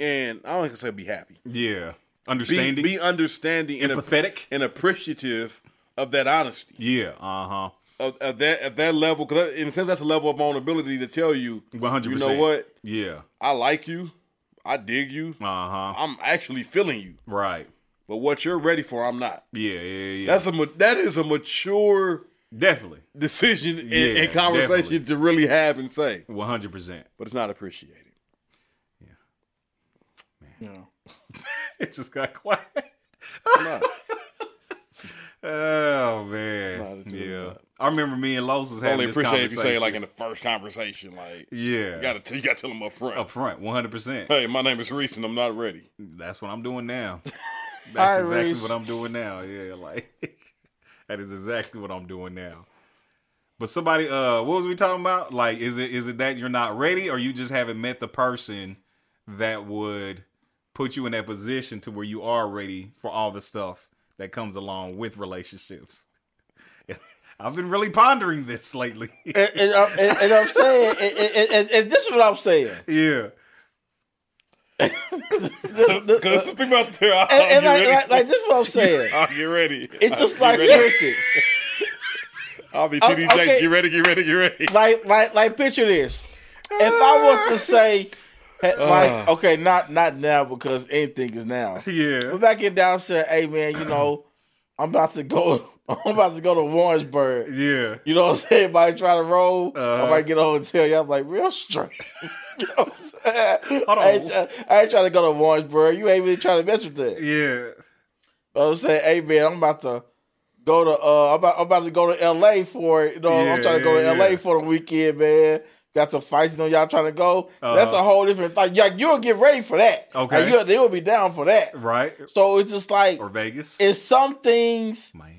A: and I don't even say be happy.
C: Yeah.
A: Be,
C: Understanding.
A: be understanding and, ap-
C: empathetic.
A: and appreciative of that honesty.
C: yeah. Uh huh.
A: of, of that at that level because in a sense that's a level of vulnerability to tell you
C: One hundred
A: you
C: percent.
A: know what
C: Yeah.
A: i like you i dig you
C: Uh huh.
A: i'm actually feeling you
C: Right.
A: but what you're ready for i'm not
C: Yeah. Yeah. Yeah.
A: that's a ma- that is a mature
C: definitely
A: decision and,
C: Yeah,
A: and conversation
C: definitely.
A: to really have and say
C: one hundred percent.
A: but it's not appreciated
C: It just got quiet.
A: It's not.
C: Oh man.
A: Nah, it's really
C: yeah.
A: not.
C: I remember me and Los was
A: I
C: having
A: only
C: this
A: appreciate if
C: conversation.
A: you say it like in the first conversation like
C: yeah.
A: you gotta t- you gotta tell them up front
C: up front, one hundred percent.
A: hey my name is reese and i'm not ready
C: That's what I'm doing now. That's
B: Hi,
C: exactly
B: Reese.
C: what I'm doing now. Yeah, like that is exactly what I'm doing now. But somebody, uh, what was we talking about? Like, is it is it that you're not ready, or you just haven't met the person that would put you in that position to where you are ready for all the stuff that comes along with relationships? I've been really pondering this lately.
B: and, and, I'm- and- and I'm saying, and, and- and- and this is what I'm saying.
C: yeah,
A: because people out there are
B: And, and
A: oh,
B: like,
A: you ready?
B: like, like this is what I'm saying.
A: I'll get ready.
B: It's just
A: I'll
B: like
A: get ready.
B: listen,
A: I'll be
B: Oh,
A: TD
B: okay.
A: Jake. Get ready, get ready, get ready.
B: like like like picture this. If I want to say, hey, like okay, not not now because anything is now.
C: yeah,
B: But back in down said, hey man, you know, I'm about to go. I'm about to go to Warrensburg.
C: yeah.
B: You know what I'm saying? Might try to roll.
C: Uh-huh.
B: I might get a hotel. Y'all like real straight. you know what I'm saying?
C: Hold on.
B: I ain't, try, I ain't trying to go to Warrensburg. You ain't really trying to mess with that. You
C: Yeah,
B: know what I'm saying? Hey man, I'm about to go to uh I'm about, I'm about to go to LA for it. You know,
C: Yeah,
B: I'm trying to go to
C: yeah,
B: LA
C: yeah.
B: for the weekend, man. Got some fights, you know, y'all trying to go. That's
C: Uh-huh.
B: a whole different thing. Yeah, you'll get ready for that.
C: Okay.
B: Like, you'll, they will be down for that.
C: right.
B: So it's just like
C: Or Vegas,
B: it's some things
C: Miami.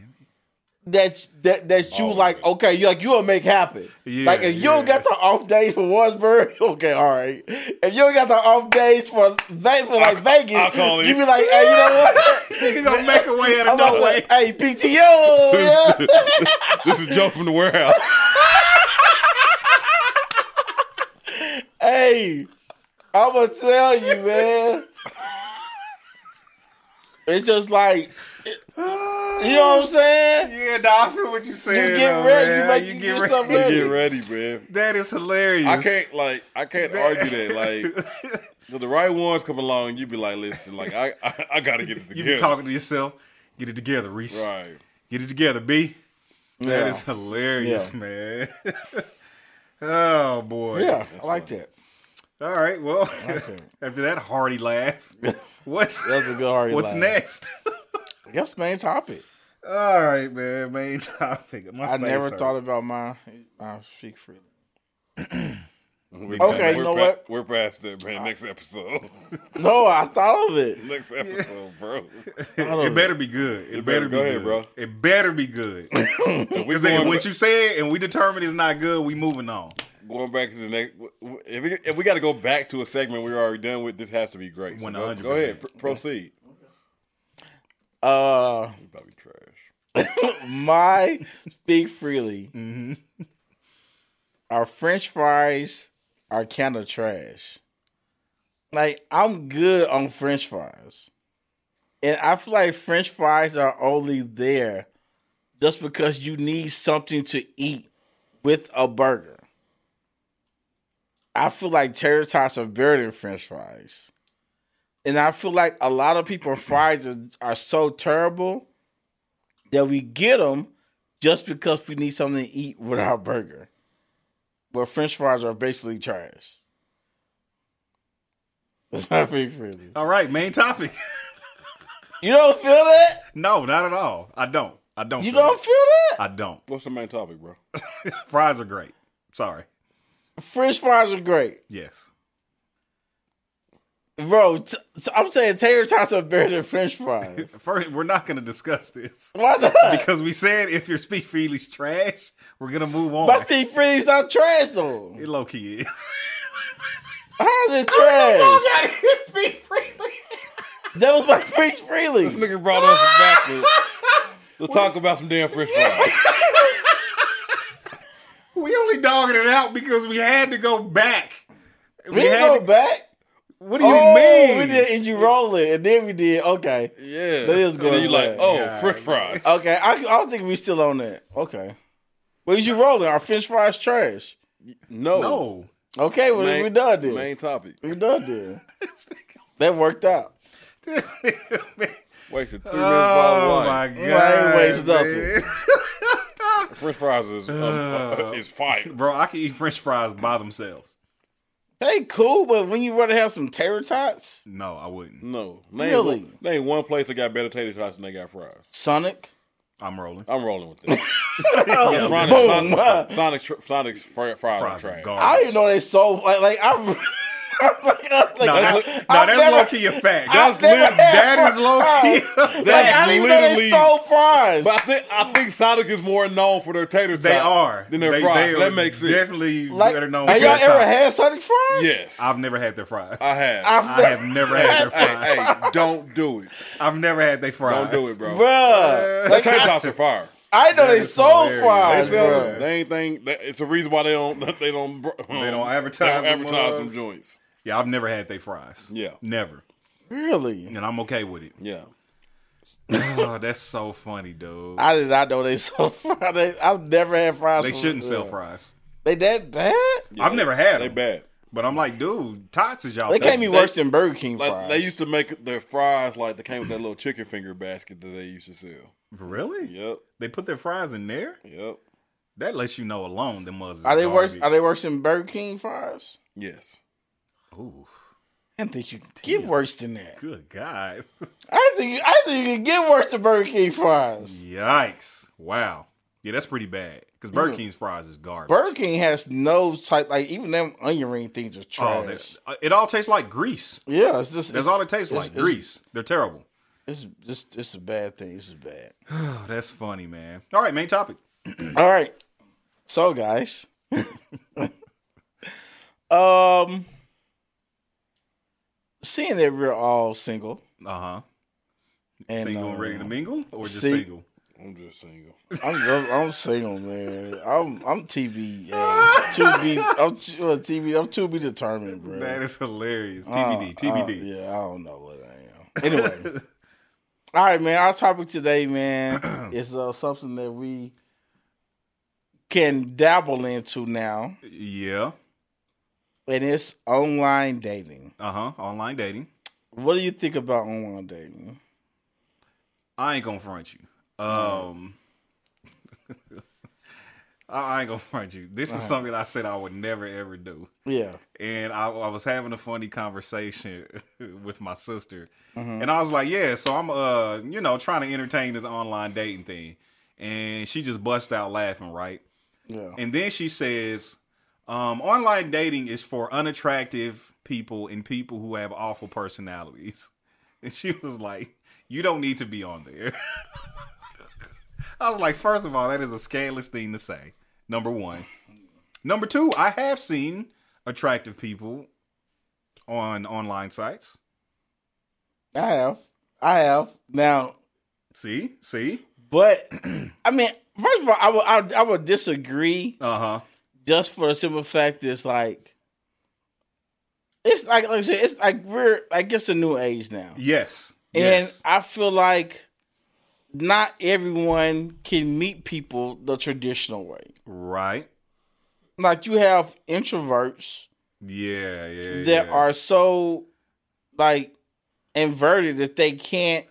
B: that that that you
A: Oh,
B: like
A: man.
B: okay you like you'll make happen
C: Yeah,
B: like if you don't
C: yeah.
B: got the off days for Warrensburg okay all right if you don't got the off days for Ve- for like Vegas
A: I'll call
B: you
A: in.
B: be like hey you know what
C: He gonna make a way out
B: I'm
C: of no way.
B: like hey PTO yeah.
A: This is Joe from the warehouse.
B: hey I'm gonna tell you man it's just like you know what I'm saying
C: Yeah, nah, I feel what you're saying.
B: get
C: though,
B: ready,
C: man.
B: you make- you get yourself ready.
A: Get ready, man.
C: That is hilarious.
A: I can't like I can't argue that. Like if the right ones come along, you be like, listen, like I I, I gotta get it
C: you
A: together.
C: be talking to yourself. Get it together, Reese.
A: right.
C: Get it together, B. That
B: Yeah.
C: is hilarious,
B: Yeah.
C: man. oh boy.
B: yeah I like that
C: All right. Well,
B: Okay.
C: after that hearty laugh, what's
B: that was a good hard
C: what's
B: line.
C: next?
B: that's the main topic
C: All right, man. Main topic.
B: I
C: My face
B: never
C: hurt.
B: thought about my. I speak freely.
A: We're
B: Okay,
A: we're
B: you know what? Uh,
A: We're past that, man. Next episode.
B: No, I thought of it.
A: Next episode, bro.
B: Thought
C: It
B: of
C: better be good. It, better,
A: better-
C: be
A: go
C: good,
A: ahead, bro.
C: It better be good.
A: If we
C: Because then
A: going,
C: once you say it and we determine it's not good, we moving on.
A: going back to the next, if we, if we got to go back to a segment we were already done with, this has to be great. So go,
C: 100%.
A: go ahead, pr- proceed.
B: Uh,
A: We about to be trash.
B: my speak freely. Our French fries are kind of trash. Like I'm good on French fries, and I feel like French fries are only there just because you need something to eat with a burger. I feel like tater tots are better than French fries, and I feel like a lot of people fries are, are so terrible that we get them just because we need something to eat with our burger. But French fries are basically trash. That's my big feeling.
C: All right, main topic.
B: You don't feel that?
C: no, not at all. I don't. I don't.
B: You
C: feel
B: don't
C: that.
B: feel that?
C: I don't.
A: What's the main topic, bro?
C: Fries are great. Sorry.
B: French fries are great,
C: Yes.
B: bro. T- t- I'm saying tater tots are better than French fries.
C: First, we're not going to discuss this
B: Why not?
C: because we said if your speak freely's trash, we're gonna move on.
B: My Steve Freeze's not trash though.
C: It low key is.
B: How's it trash?
C: speak freely.
B: That was my French Freely.
A: This nigga brought us backwards. We'll talk about some damn French fries.
C: We only dogging it out because we had to go back.
B: We didn't go
C: to-
B: back.
C: What do you
B: oh,
C: mean?
B: we did. And you roll it, and then we did. Okay.
A: Yeah.
B: That is
A: And then
B: going
A: you like,
B: back.
A: oh,
C: Yeah.
A: French fries.
B: Okay, I, I was thinking we still on that. Okay. Well, you rolling. Our French fries trash.
A: No.
C: No.
B: Okay, well,
A: Main-
B: we done then.
A: Main topic.
B: We done then.
C: This nigga-
B: That worked out.
C: this nigga, man.
A: Wasted three minutes of
C: Oh
A: our
C: my
A: life.
C: god.
B: waste
C: man.
A: French fries is, uh, is fire.
C: Bro, I can eat french fries by themselves.
B: They cool, but when you rather have some tater tots,
C: No, I wouldn't.
A: No. Name
B: Really?
A: One, name one place that got better tater tots than they got fries.
B: Sonic.
C: I'm rolling.
A: I'm rolling with that.
C: Yeah,
A: Sonic,
B: Oh, Boom.
A: Sonic, Sonic, tr- Sonic's fr- fries are
C: fries are
A: trash.
C: garbage.
B: I didn't know they sold. Like, like I'm. I'm like, I'm like,
C: No,
B: I've
C: that's, no, that's
B: never-
C: low key a fact.
B: I've
C: That's
B: never
C: lit-
B: had
C: that is
B: french
C: low key.
B: fries.
C: a
B: Like,
C: fact.
B: I didn't know they
A: literally-
B: sold fries.
A: But I think I think Sonic is more known for their tater tots.
C: They are.
A: than their
C: they,
A: fries.
C: They
A: that
C: are
A: makes sense.
C: Definitely
B: Like,
C: better known.
B: have
C: for
B: y'all
C: their
B: ever
C: tops.
B: had Sonic fries?
A: Yes,
C: I've never had their fries.
A: I have.
B: I've
C: I have never had their
A: hey,
C: fries.
A: hey, don't do it.
C: I've never had their fries.
A: Don't do it, bro.
B: Bruh.
A: The tater tots are fire.
B: I didn't know they
C: is
B: sold
C: hilarious.
A: They
B: fries.
A: sell
B: bruh.
A: them. They ain't think that it's the reason why they don't they don't br- um,
C: They don't
A: they
C: advertise.
A: don't advertise
C: them
A: them
C: mugs.
A: joints.
C: Yeah, I've never had their fries.
A: Yeah.
C: Never.
B: Really?
C: And I'm okay with it.
A: Yeah,
C: Oh, that's so funny, dude.
B: I did not know they sold fries. They, I've never had fries.
C: They
B: from-
C: shouldn't sell
B: yeah.
C: fries.
B: They that bad?
C: I've never had
A: they
C: them.
A: bad.
C: But I'm like, dude, tots is y'all.
B: They
C: thing.
B: can't be worse than Burger King
A: Like
B: fries.
A: they used to make their fries like they came with that little chicken finger basket that they used to sell.
C: Really?
A: Yep,
C: They put their fries in there?
A: yep,
C: That lets you know alone them mugs. is
B: are they worse?
C: garbage.
B: Are they worse than Burger King fries?
A: yes.
C: Ooh,
B: I didn't think you could get worse than that.
C: good God.
B: I didn't think you, I didn't think you could get worse than Burger King fries.
C: Yikes. Wow. Yeah, that's pretty bad. Because Burger King's fries is garbage.
B: Burger King has no type like even them onion ring things are
C: Oh,
B: trash.
C: that- uh, it all tastes like grease.
B: yeah, it's just
C: That's
B: it's,
C: all it tastes like.
B: it's-
C: grease. They're terrible.
B: it's just it's a bad thing. It's just bad.
C: Oh, that's funny, man. All right, main topic.
B: All right. So guys. um seeing that we're all single
C: Uh huh.
B: and
C: Single
B: uh,
C: and ready to mingle, or just
B: see-
C: single?
A: I'm just single.
B: I'm, I'm I'm single, man. I'm I'm TB uh, to be I'm t- uh, TB I'm to be determined, bro.
C: That is hilarious.
B: Uh,
C: TBD, TBD.
B: uh, yeah, I don't know what I am. Anyway. all right, man. Our topic today, man, is uh, something that we can dabble into now.
C: Yeah.
B: and it's online dating.
C: Uh huh. Online dating.
B: What do you think about online dating?
C: I ain't gonna front you. Um, I, I ain't gonna front you. This is something I said I would never ever do.
B: Yeah.
C: and I, I was having a funny conversation with my sister, and I was like, "Yeah, so I'm uh, you know, trying to entertain this online dating thing," and she just busts out laughing, right?
B: Yeah.
C: And then she says, um, "Online dating is for unattractive people and people who have awful personalities," and she was like, "You don't need to be on there." I was like, first of all, that is a scandalous thing to say. Number one. Number two, I have seen attractive people on online sites.
B: I have. I have. Now,
C: See, see,
B: but I mean, first of all, I would I, would- I would disagree
C: uh huh,
B: just for the simple fact it's like it's like like I said, it's like we're like it's a new age now.
C: yes,
B: And
C: yes,
B: I feel like not everyone can meet people the traditional way.
C: right,
B: Like you have introverts
C: yeah, yeah,
B: that
C: yeah.
B: are so like inverted that they can't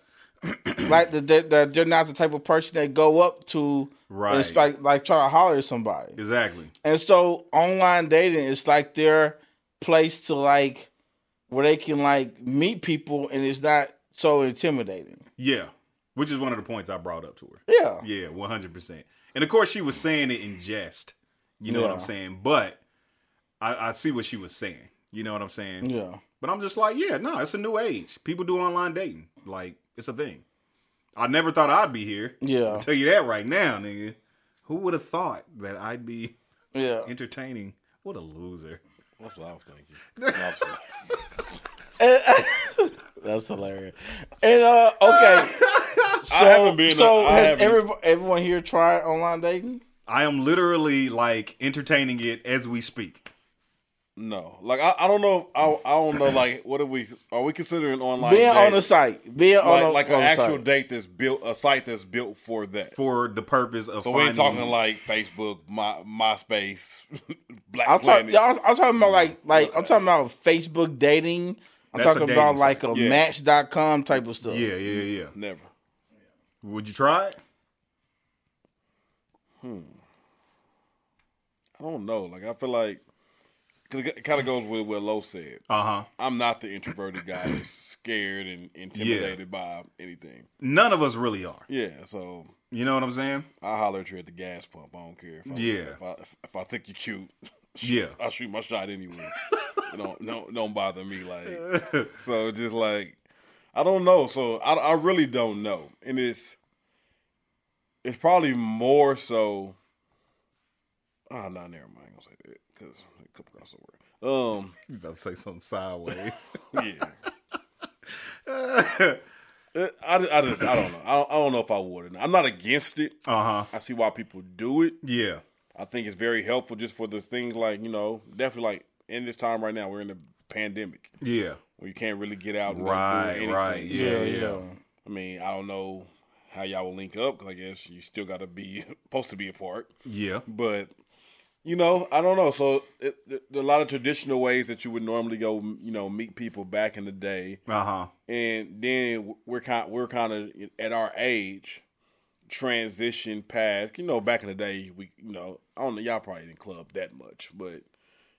B: like that they're, that they're not the type of person that go up to and it's
C: Right.
B: like like try to holler at somebody.
C: exactly,
B: And so online dating is like their place to like where they can like meet people and it's not so intimidating.
C: yeah, which is one of the points I brought up to her.
B: Yeah.
C: Yeah, one hundred percent. And of course, she was saying it in jest. You know what I'm
B: Yeah.
C: saying? But I, I see what she was saying. You know what I'm saying?
B: Yeah.
C: But I'm just like, yeah, no, it's a new age. People do online dating. Like, it's a thing. I never thought I'd be here.
B: Yeah.
C: I'll tell you that right now, nigga. Who would have thought that I'd be
B: Yeah.
C: entertaining? What a loser.
A: That's what I was thinking. I was thinking.
B: That's hilarious. And uh okay. So,
A: haven't been-
B: so
A: I
B: has
A: haven't.
B: everybo- everyone here tried online dating?
C: I am literally like entertaining it as we speak.
A: No, like I, I don't know. I, I don't know. Like, what are we? Are we considering online?
B: being on
A: dating?
B: the site. Being on
A: like,
B: a,
A: like
B: on
A: an
B: the
A: actual
B: site.
A: date that's built, a site that's built for that.
C: For the purpose of
A: So we
C: finding,
A: ain't talking like Facebook, my MySpace, Black
B: I'm, talk,
A: Planet.
B: y'all, I'm talking about like like I'm talking about Facebook dating. I'm
C: Mm. That's a
B: talking
C: dating
B: about like
C: site.
B: a
A: Yeah.
B: Match.com type of stuff.
C: Yeah, yeah, yeah.
A: Never.
C: Would you try it?
A: I don't know. Like I feel like 'cause it kind of goes with what Lo said.
C: Uh huh.
A: I'm not the introverted guy that's scared and intimidated by anything.
C: None of us really are.
A: Yeah, so
C: You know what I'm saying?
A: I holler at you at the gas pump. I don't care. If I,
C: Yeah.
A: If I, if, if I think you're cute,
C: Yeah.
A: I shoot my shot anyway. It don't no don't bother me like. So just like I don't know. So I I really don't know, and it's it's probably more so. Ah, nah, never mind. I ain't gonna say that because it could cross over. Um,
C: You about to say something sideways.
A: yeah. Uh, I, I just I don't know. I don't, I don't know if I would. or not. I'm not against it.
C: uh huh.
A: I see why people do it.
C: Yeah.
A: I think it's very helpful just for the things like you know, definitely like in this time right now we're in a pandemic
C: Yeah.
A: where you can't really get out. And
C: Right,
A: do anything.
C: right,
A: So,
C: Yeah,
B: yeah,
C: yeah.
B: yeah.
A: I mean, I don't know how y'all will link up because I guess you still got to be supposed to be apart.
C: Yeah.
A: But you know, I don't know. So it, it, there are a lot of traditional ways that you would normally go, you know, meet people back in the day
C: Uh huh.
A: and then we're kind we're kind of at our age transition past you know back in the day we you know I don't know y'all probably didn't club that much but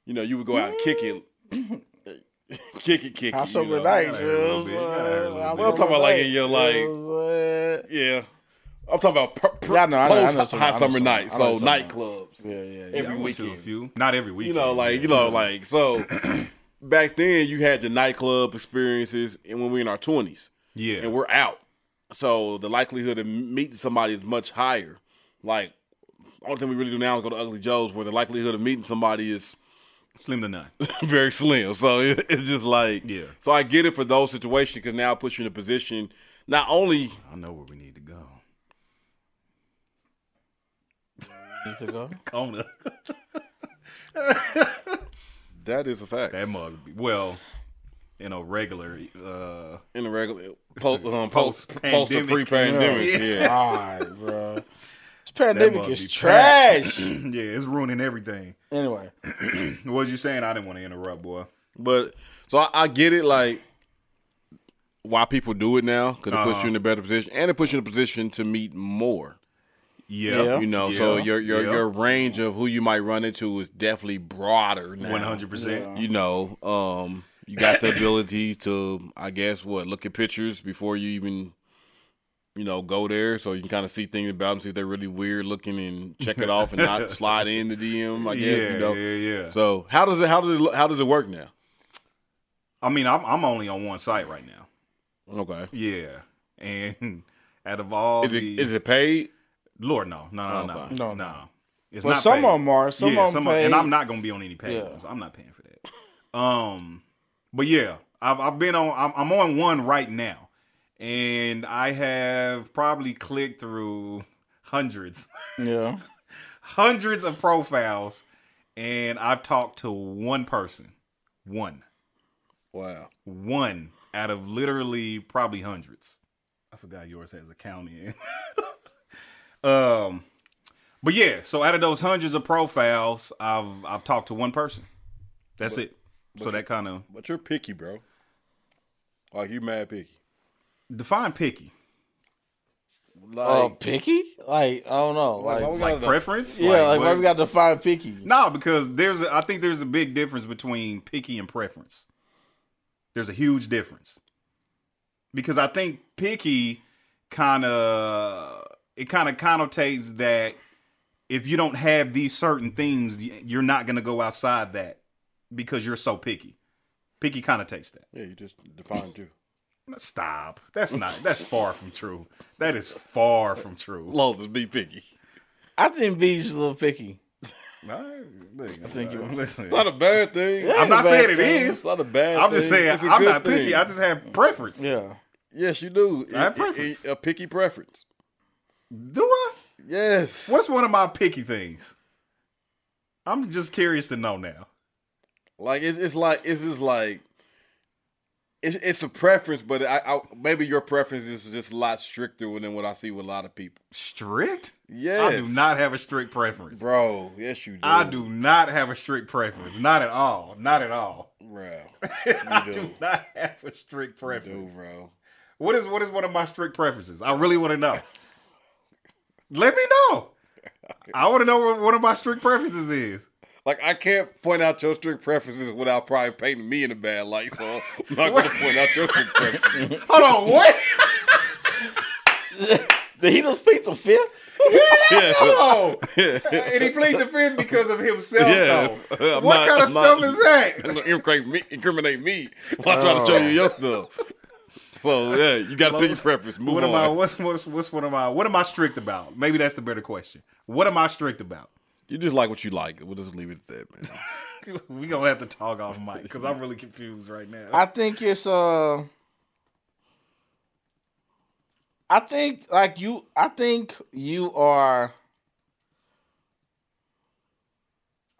A: you know you would go out and kick it
B: Mm.
A: kick it kick it
B: How so
A: you know?
B: nice,
C: gotta
B: you
C: have a
B: know
C: little
B: what
C: bit,
B: I'm saying? I'm
C: gotta have a little bit.
A: Well, I'm talking about, like, in your, like-
B: You know what I'm saying?
A: yeah I'm talking about per, per,
B: Yeah, I know, I know, I know
A: post
B: what you're
A: high
B: talking- I
A: summer
B: know
A: night
B: what you're
A: so
B: talking
A: nightclubs
B: Yeah, yeah, yeah.
A: every
C: I went to a
A: weekend
C: few. Not every week.
A: you know like you know like so back then you had your nightclub experiences and when we were in our 20s
C: Yeah.
A: and we're out. So the likelihood of meeting somebody is much higher. Like, only thing we really do now is go to Ugly Joe's, where the likelihood of meeting somebody is
C: slim to none.
A: very slim. So it, it's just like,
C: Yeah.
A: So I get it for those situations because now it puts you in a position. Not only
C: I know where we need to go.
B: Need to go?
C: Kona.
A: that is a fact
C: That mug. Be, well, in a regular. uh
A: in the regular po- um, post
C: Post-pandemic.
A: post to pre pandemic, yeah.
B: Alright, bro. This pandemic
C: must
B: is
C: be
B: trash.
C: Yeah, it's ruining everything.
B: anyway.
C: What was you saying? I didn't want to interrupt, boy.
A: But so I, I get it, like why people do it now because it puts
C: Uh-huh.
A: you in a better position and it puts you in a position to meet more.
C: Yeah.
A: You know, so
C: Yeah.
A: your your
C: Yeah.
A: your range of who you might run into is definitely broader now.
C: one hundred percent.
A: You know, um, you got the ability to, I guess, what look at pictures before you even, you know, go there, so you can kind of see things about them, see if they're really weird looking, and check it off, and not slide in the DM. I
C: Yeah,
A: guess you know.
C: yeah, yeah.
A: So how does it how does it how does it work now?
C: I mean, I'm I'm only on one site right now.
A: Okay,
C: Yeah, and out of all
A: is it
C: the
A: is it paid?
C: Lord, no, no, no,
A: Okay.
C: no,
B: No,
C: no. It's
B: But some
C: paid.
B: of them are. Some
C: yeah,
B: of them
C: some
B: pay.
C: and I'm not gonna be on any paid
B: Yeah.
C: ones. I'm not paying for that. Um, but yeah, I've I've been on. I'm, I'm on one right now, and I have probably clicked through hundreds,
B: Yeah.
C: hundreds of profiles, and I've talked to one person, one,
A: Wow.
C: one out of literally probably hundreds. I forgot yours has a county in. um, but yeah, so out of those hundreds of profiles, I've I've talked to one person. That's it. so that kind of
A: But you're picky, bro. Like you mad picky.
C: define picky,
A: Like,
B: Oh, picky? Like I don't know. Like,
A: why we
C: like
A: gotta-
C: preference.
B: yeah, like, why
C: what-
B: we got to find picky?
C: Nah, because there's a, I think there's a big difference between picky and preference. There's a huge difference. Because I think picky kind of it kind of connotates that if you don't have these certain things, y- you're not going to go outside that because you're so picky. Picky connotates that.
A: yeah, you just defined you.
C: Stop. That's not that's far from true. That is far from true.
A: Losses be picky.
B: I think B's a little picky.
C: Thank you. Listen.
A: Not a bad thing.
B: Yeah.
C: I'm not
B: Bad
C: saying it
B: thing.
C: is.
A: It's not a bad.
C: I'm just
A: thing.
C: saying
A: It's a
C: I'm
A: good
C: not picky.
A: thing.
C: I just have preference.
B: Yeah.
A: yes, you do.
C: I have
A: It- it-
C: preference.
A: it- a picky preference.
C: Do I?
A: Yes.
C: What's one of my picky things? I'm just curious to know now.
A: Like it's, it's like it's just like it's, it's a preference, but I, I maybe your preference is just a lot stricter than what I see with a lot of people.
C: Strict?
A: Yes.
C: I do not have a strict preference.
A: bro. Yes, you do.
C: I do not have a strict preference. Not at all. Not at all.
A: bro.
C: I
A: do.
C: do not have a strict
A: Do
C: preference.
A: bro.
C: What is what is one of my strict preferences? I really want to know. Let me know. I want to know what one of my strict preferences is.
A: Like I can't point out your strict preferences without probably painting me in a bad light, so I'm not gonna point out your strict preferences.
C: Hold on, what?
B: Did he just speak the fifth?
A: yeah.
C: Oh, and he plead the fifth because of himself.
A: Yes.
C: Though.
A: I'm
C: What
A: not-
C: kind of
A: I'm
C: stuff
A: not-
C: is that?
A: That's gonna incriminate me, incriminate me while I try to show
C: Oh.
A: you your stuff. So yeah, you gotta pick your preference. Move
C: what
A: on.
C: am I? What's what's what's what am I? What am I strict about? Maybe that's the better question. What am I strict about?
A: You just like what you like. We'll just leave it at that, man.
C: We gonna have to talk off mic because I'm really confused right now.
B: I think it's uh I think like you I think you are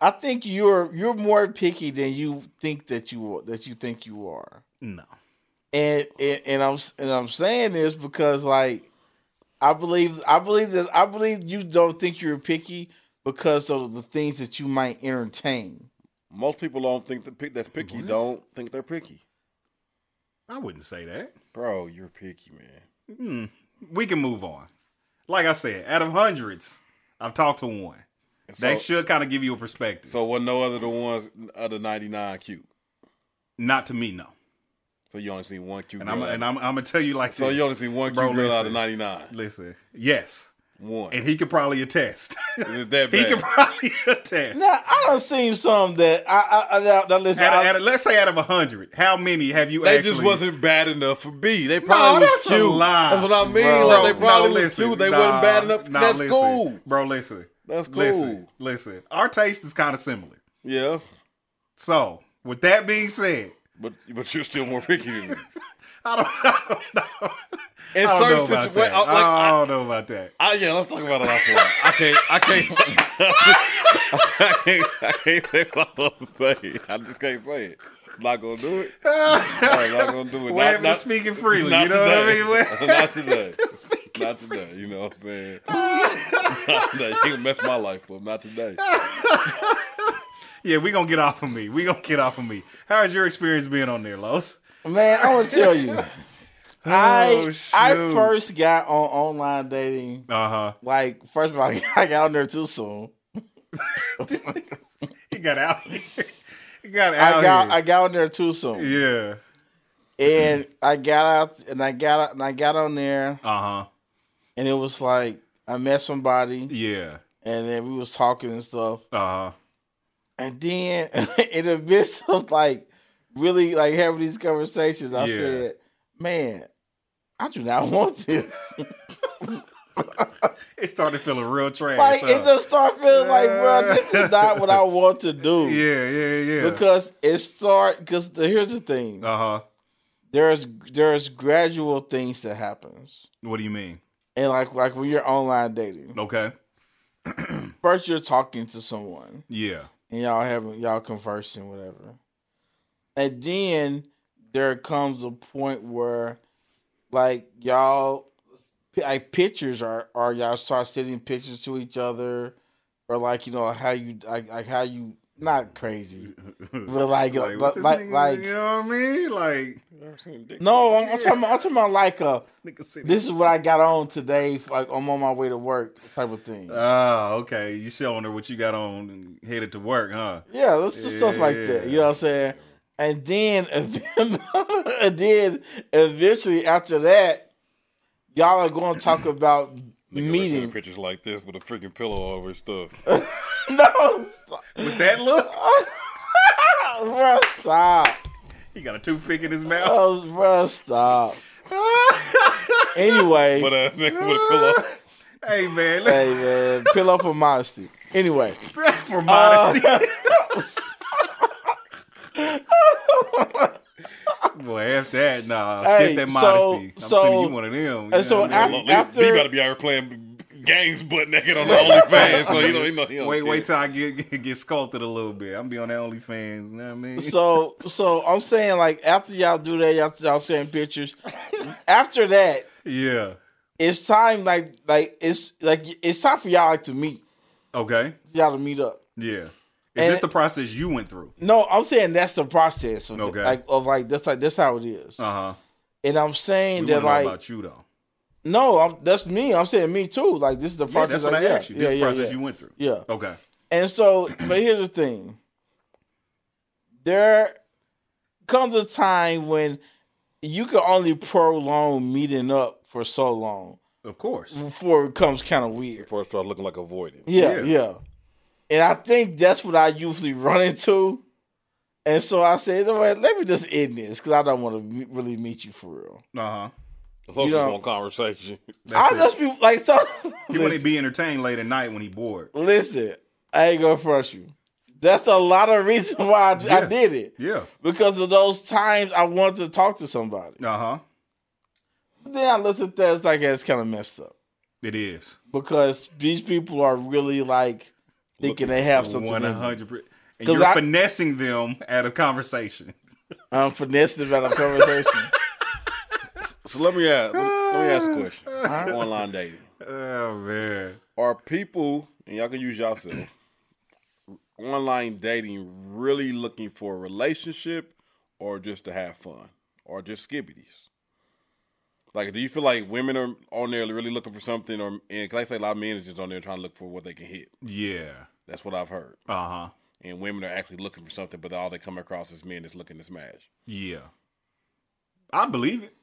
B: I think you're you're more picky than you think that you that you think you are.
C: no,
B: and and, and I'm and I'm saying this because like I believe I believe that I believe you don't think you're picky because of the things that you might entertain.
A: Most people don't think that pick, that's picky. Don't think they're picky,
C: I wouldn't say that.
A: bro. You're picky, man.
C: We can move on. Like I said, out of hundreds, I've talked to one. that
A: so-
C: should kind of give you a perspective.
A: So what? No other the ones other ninety nine cute.
C: not to me, no.
A: So you only see one cute.
C: And
A: girl
C: I'm
A: out-
C: and I'm, I'm gonna tell you like
A: so
C: this.
A: you only see one cute
C: Bro,
A: girl out
C: listen.
A: of ninety nine.
C: listen. Yes,
A: One.
C: and he could probably attest.
A: Is it that
C: he
A: bad?
C: could probably attest.
B: Now I don't seen some that I I, I that, that listen.
C: Out of,
B: I-
C: out of- let's say out of hundred, how many have you
A: they
C: actually?
A: just wasn't bad enough for B. They probably was
C: that's a
A: cute.
C: lie.
A: That's what I mean.
B: Bro,
A: like they
C: No,
A: probably was
C: listen,
A: cute. They
C: nah,
A: wasn't bad enough.
C: nah,
A: that's
C: listen.
A: cool.
C: bro. Listen,
A: That's
C: Listen,
A: cool.
C: listen. Our taste is kind of similar.
A: Yeah,
C: So, with that being said,
A: but but you're still more picky than me.
C: I don't, I don't know. I
A: In
C: don't
A: certain
C: know about
A: situations, like
C: that. Um,
A: I-
C: I don't know about that.
A: I, yeah, let's talk about it offline. I can't, I can't, I can't, I can't say what I want to say. I just can't say it. Not gonna do it. I'm not gonna do it.
C: We're
A: Not,
C: having to
A: not,
C: speaking freely.
A: not
C: You know what I
A: today.
C: mean? We're-
A: not today. Not today. You know what I'm saying? not today. You can mess my life up. Not today.
C: yeah, we gonna get off of me. We gonna get off of me. How has your experience being on there, Los? Oh,
B: man, I want to tell you. I I
C: shoot.
B: first got on online dating
C: Uh huh.
B: like first of all I got on there too soon.
C: He got out. here. he got out.
B: I got
C: here.
B: I got on there too soon,
C: yeah.
B: and I got out and I got out, and I got on there,
C: Uh huh.
B: and it was like I met somebody,
C: Yeah.
B: and then we was talking and stuff,
C: Uh huh.
B: and then in the midst of like really like having these conversations, I
C: Yeah.
B: said, "Man, I do not want this."
C: It started feeling real trash.
B: like
C: huh?
B: it just start feeling like, bro, this is not what I want to do.
C: yeah, yeah, yeah.
B: Because it start because here's the thing
C: uh huh.
B: there's there's gradual things that happens
C: What do you mean?
B: and like like when you're online dating
C: Okay.
B: first you're talking to someone
C: Yeah.
B: and y'all having y'all conversing whatever and then there comes a point where like y'all like pictures are are y'all start sending pictures to each other or like you know how you like, like how you not crazy but like like
C: Like, what
B: like,
C: this
B: like,
C: nigga- you know what I mean? Like,
B: no I'm, I'm talking about, I'm talking about like a
C: nigga said-
B: this is what I got on today. f- Like I'm on my way to work, type of thing.
C: Ah, okay. You showing her what you got on and headed to work, huh?
B: yeah, let's just stuff like that. You know what I'm saying? And then, and then eventually after that, y'all are going to talk about
A: Meeting
B: meeting.
A: pictures like this with a freaking pillow over his stuff.
B: No, stop.
C: With that look,
B: Bruh, stop.
C: he got a toothpick in his mouth.
B: Oh, bruh, stop. Anyway,
A: But uh, with a pillow.
C: hey man,
B: hey man, pillow for modesty. Anyway,
C: for modesty.
B: Uh.
C: Boy, F that, nah.
B: Hey,
C: skip that
B: so-
C: modesty. I'm
B: so-
C: sending you one of them. you know
B: so
C: what I mean?
A: Look, Lee,
B: After-
A: Lee better be out here playing games butt naked on the OnlyFans, so you know, you know, he don't
C: wait, wait
A: care.
C: till I get, get sculpted a little bit. I'm be on that OnlyFans. You know what I mean?
B: so so I'm saying like after y'all do that, y'all y'all send pictures. After that,
C: yeah.
B: it's time like like it's like it's time for y'all like to meet
C: Okay.
B: y'all to meet up.
C: Yeah. Is
B: And-
C: this the process you went through?
B: No, I'm saying that's the process. Of it.
C: Okay.
B: Like of like that's like that's how it is.
C: Uh huh.
B: and I'm saying
C: We
B: that
C: want to know
B: like
C: about you though.
B: no, I'm, that's me. I'm saying me too. Like this is the
C: Yeah,
B: process.
C: that's what
B: like,
C: I
B: yeah,
C: asked you. This
B: yeah,
C: is the
B: yeah,
C: process
B: yeah.
C: you went through.
B: Yeah.
C: Okay.
B: And so, but here's the thing. There comes a time when you can only prolong meeting up for so long
C: Of course.
B: before it becomes kind of weird.
A: Before it started looking like a void.
B: Yeah,
C: Yeah.
B: yeah, And I think that's what I usually run into. And so I said, "You know what, let me just end this because I don't want to me- really meet you for real.
C: Uh huh.
A: As long as
B: You
A: it's
B: know-
A: on conversation.
B: I'll just be like, so.
C: He wouldn't be entertained late at night when he bored.
B: Listen, I ain't gonna front you. That's a lot of reason why I, I
C: Yeah.
B: did it
C: Yeah.
B: because of those times I wanted to talk to somebody.
C: Uh huh.
B: But then I looked at that, it's like it's kind of messed up
C: It is.
B: because these people are really like thinking they have something.
C: One
B: in them.
C: hundred percent. And
B: 'Cause
C: you're
B: I-
C: finessing them out of conversation.
B: I'm finessing about a conversation.
A: So let me ask, let me, let me ask a question. Online dating.
C: Oh man.
A: Are people, and y'all can use yourself, online dating really looking for a relationship or just to have fun or just skibbities? Like, do you feel like women are on there really looking for something, or and cause I say a lot of men is just on there trying to look for what they can hit.
C: Yeah.
A: That's what I've heard.
C: Uh huh.
A: And women are actually looking for something, but all they come across is men that's looking to smash.
C: Yeah. I believe it.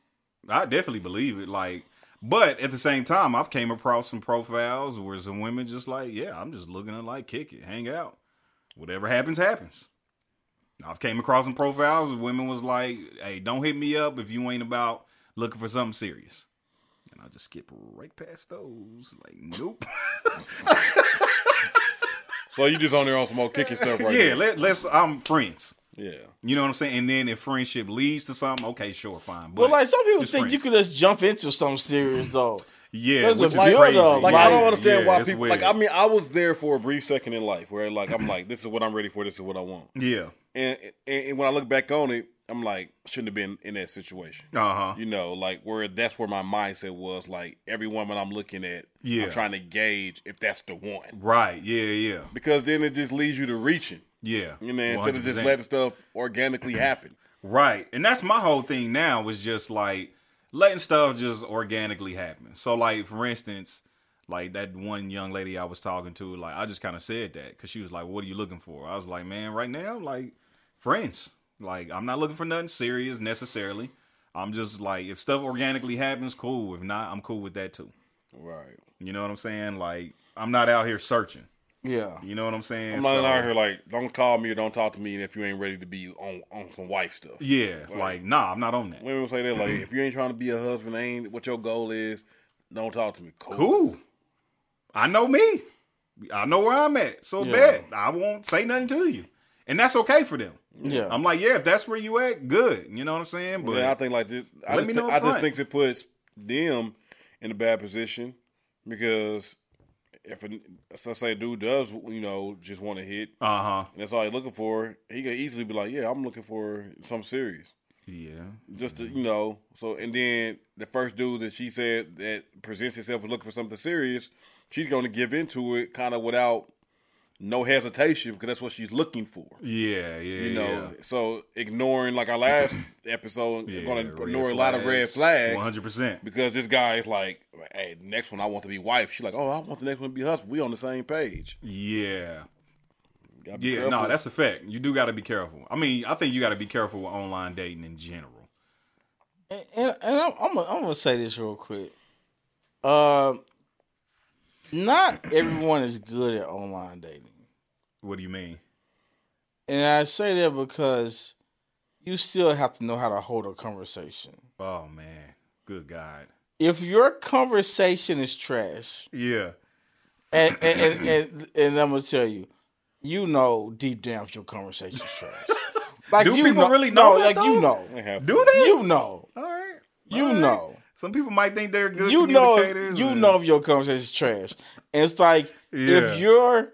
C: I definitely believe it. Like, but at the same time, I've came across some profiles where some women just like, yeah, I'm just looking to like kick it, hang out, whatever happens, happens. I've came across some profiles where women was like, hey, don't hit me up if you ain't about looking for something serious. And I just skip right past those. Like, nope.
A: So you just on there on some old kicking stuff, right?
C: yeah,
A: there.
C: let, let's. I'm friends.
A: yeah.
C: You know what I'm saying? And then if friendship leads to something, okay, sure, fine. But
B: but like some people
C: just
B: think you
C: friends.
B: could just jump into something serious though.
C: Yeah,
B: There's a
C: which is
B: build
C: crazy.
B: up,
A: Like I don't
B: Right.
A: understand
C: Yeah,
A: why
C: it's
A: people
C: weird.
A: like I mean I was there for a brief second in life where like I'm like this is what I'm ready for this is what I want
C: yeah,
A: and and, and when I look back on it I'm like shouldn't have been in that situation
C: uh huh,
A: you know like where that's where my mindset was like every woman I'm looking at
C: Yeah.
A: I'm trying to gauge if that's the one
C: right, yeah, yeah,
A: because then it just leads you to reaching
C: yeah.
A: you know instead of just
C: 100%.
A: letting stuff organically happen
C: right, and that's my whole thing now. Is just like letting stuff just organically happen. So like for instance, like that one young lady I was talking to, like I just kind of said that because she was like, "What are you looking for?" I was like, "Man, right now, like friends. Like I'm not looking for nothing serious necessarily. I'm just like if stuff organically happens, cool. If not, I'm cool with that too.
A: Right.
C: You know what I'm saying? Like I'm not out here searching.
B: Yeah.
C: You know what I'm saying?
A: I'm not
C: So-
A: out here like, don't call me or don't talk to me if you ain't ready to be on, on some wife stuff.
C: Yeah, like nah, I'm not on that.
A: Women will say that like, if you ain't trying to be a husband, ain't what your goal is, don't talk to me. Cool.
C: Cool. I know me. I know where I'm at. So
B: Yeah.
C: bad. I won't say nothing to you. And that's okay for them.
B: Yeah.
C: I'm like, yeah, if that's where you at, good. You know what I'm saying? But
A: Yeah, I think like this, I
C: Let
A: just,
C: me
A: thi-
C: know
A: I
C: upfront.
A: just think it puts them in a bad position because if a, let's say a dude does you know just want to hit
C: uh-huh.
A: and that's all he's looking for, he could easily be like, yeah, I'm looking for something serious.
C: Yeah.
A: Just to, you know, so and then the first dude that she said that presents herself as looking for something serious, she's going to give into it kind of without no hesitation because that's what she's looking for.
C: Yeah, yeah.
A: You know, so ignoring like our last episode,
C: yeah.
A: we're going
C: Yeah,
A: to
C: red
A: ignore a lot of red flags
C: 100%.
A: because this guy is like, hey, the next one I want to be wife. She's like, oh, I want the next one to be husband. We on the same page.
C: Yeah.
A: Gotta be
C: Yeah, no,
A: careful.
C: that's a fact. You do got to be careful. I mean, I think you got to be careful with online dating in general.
B: And, and I'm, I'm, gonna, I'm gonna say this real quick. Um, not everyone is good at online dating,
C: What do you mean?
B: and I say that because you still have to know how to hold a conversation.
C: Oh man. Good god.
B: If your conversation is trash,
C: Yeah.
B: and and, and, and, and I'm gonna tell you, you know deep down if your conversation's trash. Like
C: Do
B: you
C: people
B: know,
C: really
B: no,
C: know that,
B: like you
C: though?
B: know,
A: They have
C: Do they?
B: you know,
C: All right.
B: you
C: All right.
B: know.
C: Some people might think they're good
B: you know,
C: communicators.
B: you
C: and-
B: know if your conversation is trash. And it's like
C: Yeah.
B: if you're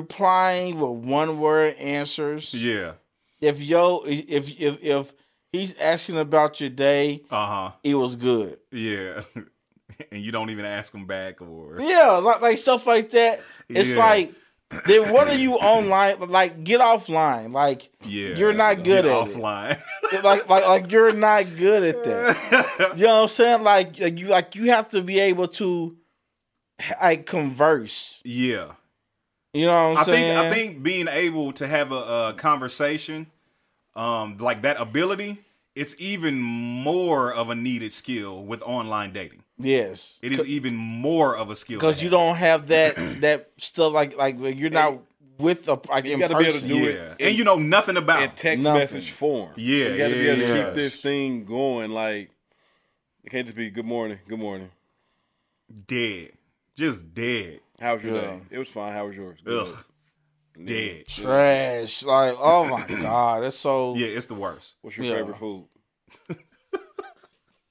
B: replying with one word answers.
C: Yeah.
B: If yo, if if if he's asking about your day,
C: Uh huh.
B: it was good.
C: Yeah. and you don't even ask them back or.
B: Yeah, like like stuff like that. It's
C: Yeah.
B: like then what are you online? Like get offline. Like
C: Yeah.
B: you're not good
C: Get
B: at it.
C: offline.
B: like like like you're not good at that. You know what I'm saying? Like, like you like you have to be able to like converse.
C: yeah.
B: You know what I'm
C: I think
B: saying?
C: I think being able to have a, uh conversation, um, like that ability, it's even more of a needed skill with online dating.
B: yes,
C: It is even more of a skill to
B: because you
C: have.
B: don't have that that stuff like like where you're not with a like in
A: gotta be able to
B: person.
A: do
C: Yeah,
A: it
C: and, you know nothing about.
A: in
C: it.
A: text
B: Nothing.
A: message form.
C: Yeah,
A: so you got to
C: yeah,
A: be able to
C: yeah.
A: keep this thing going. Like it can't just be good morning, good morning.
C: dead, just dead.
A: How was your
B: Yeah.
A: day? It was fine. How was yours? Good.
C: Ugh, dead.
B: Trash. Like oh my god, that's so.
C: Yeah, it's the worst.
A: What's your
B: Yeah.
A: favorite food?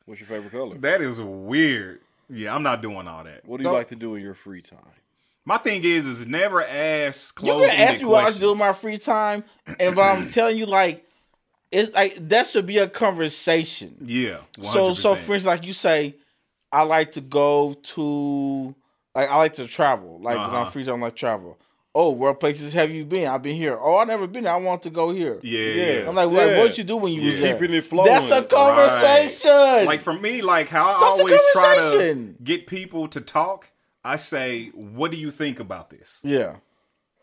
A: What's your favorite color?
C: That is weird. Yeah, I'm not doing all that.
A: What do you like to do in your free time?
C: My thing is, is never ask
B: You
C: closed
B: can ask me what I do in my free time, and but I'm telling you, like, it's like that should be a conversation.
C: Yeah, 100%.
B: So, so for instance, like you say, I like to go to, like, I like to travel. Like when
C: Uh-huh.
B: I'm free time, I like travel. Oh, where places have you been? I've been here. Oh, I never been. there. I want to go here.
C: yeah,
A: Yeah.
C: yeah.
B: I'm like, well,
A: Yeah.
B: what you do when you was
A: Yeah.
B: there?
A: Keeping it flowing.
B: That's a
A: Right.
B: conversation.
C: Like for me, like how I
B: That's a
C: always try to
B: conversation.
C: get people to talk, I say, "What do you think about this?"
B: yeah,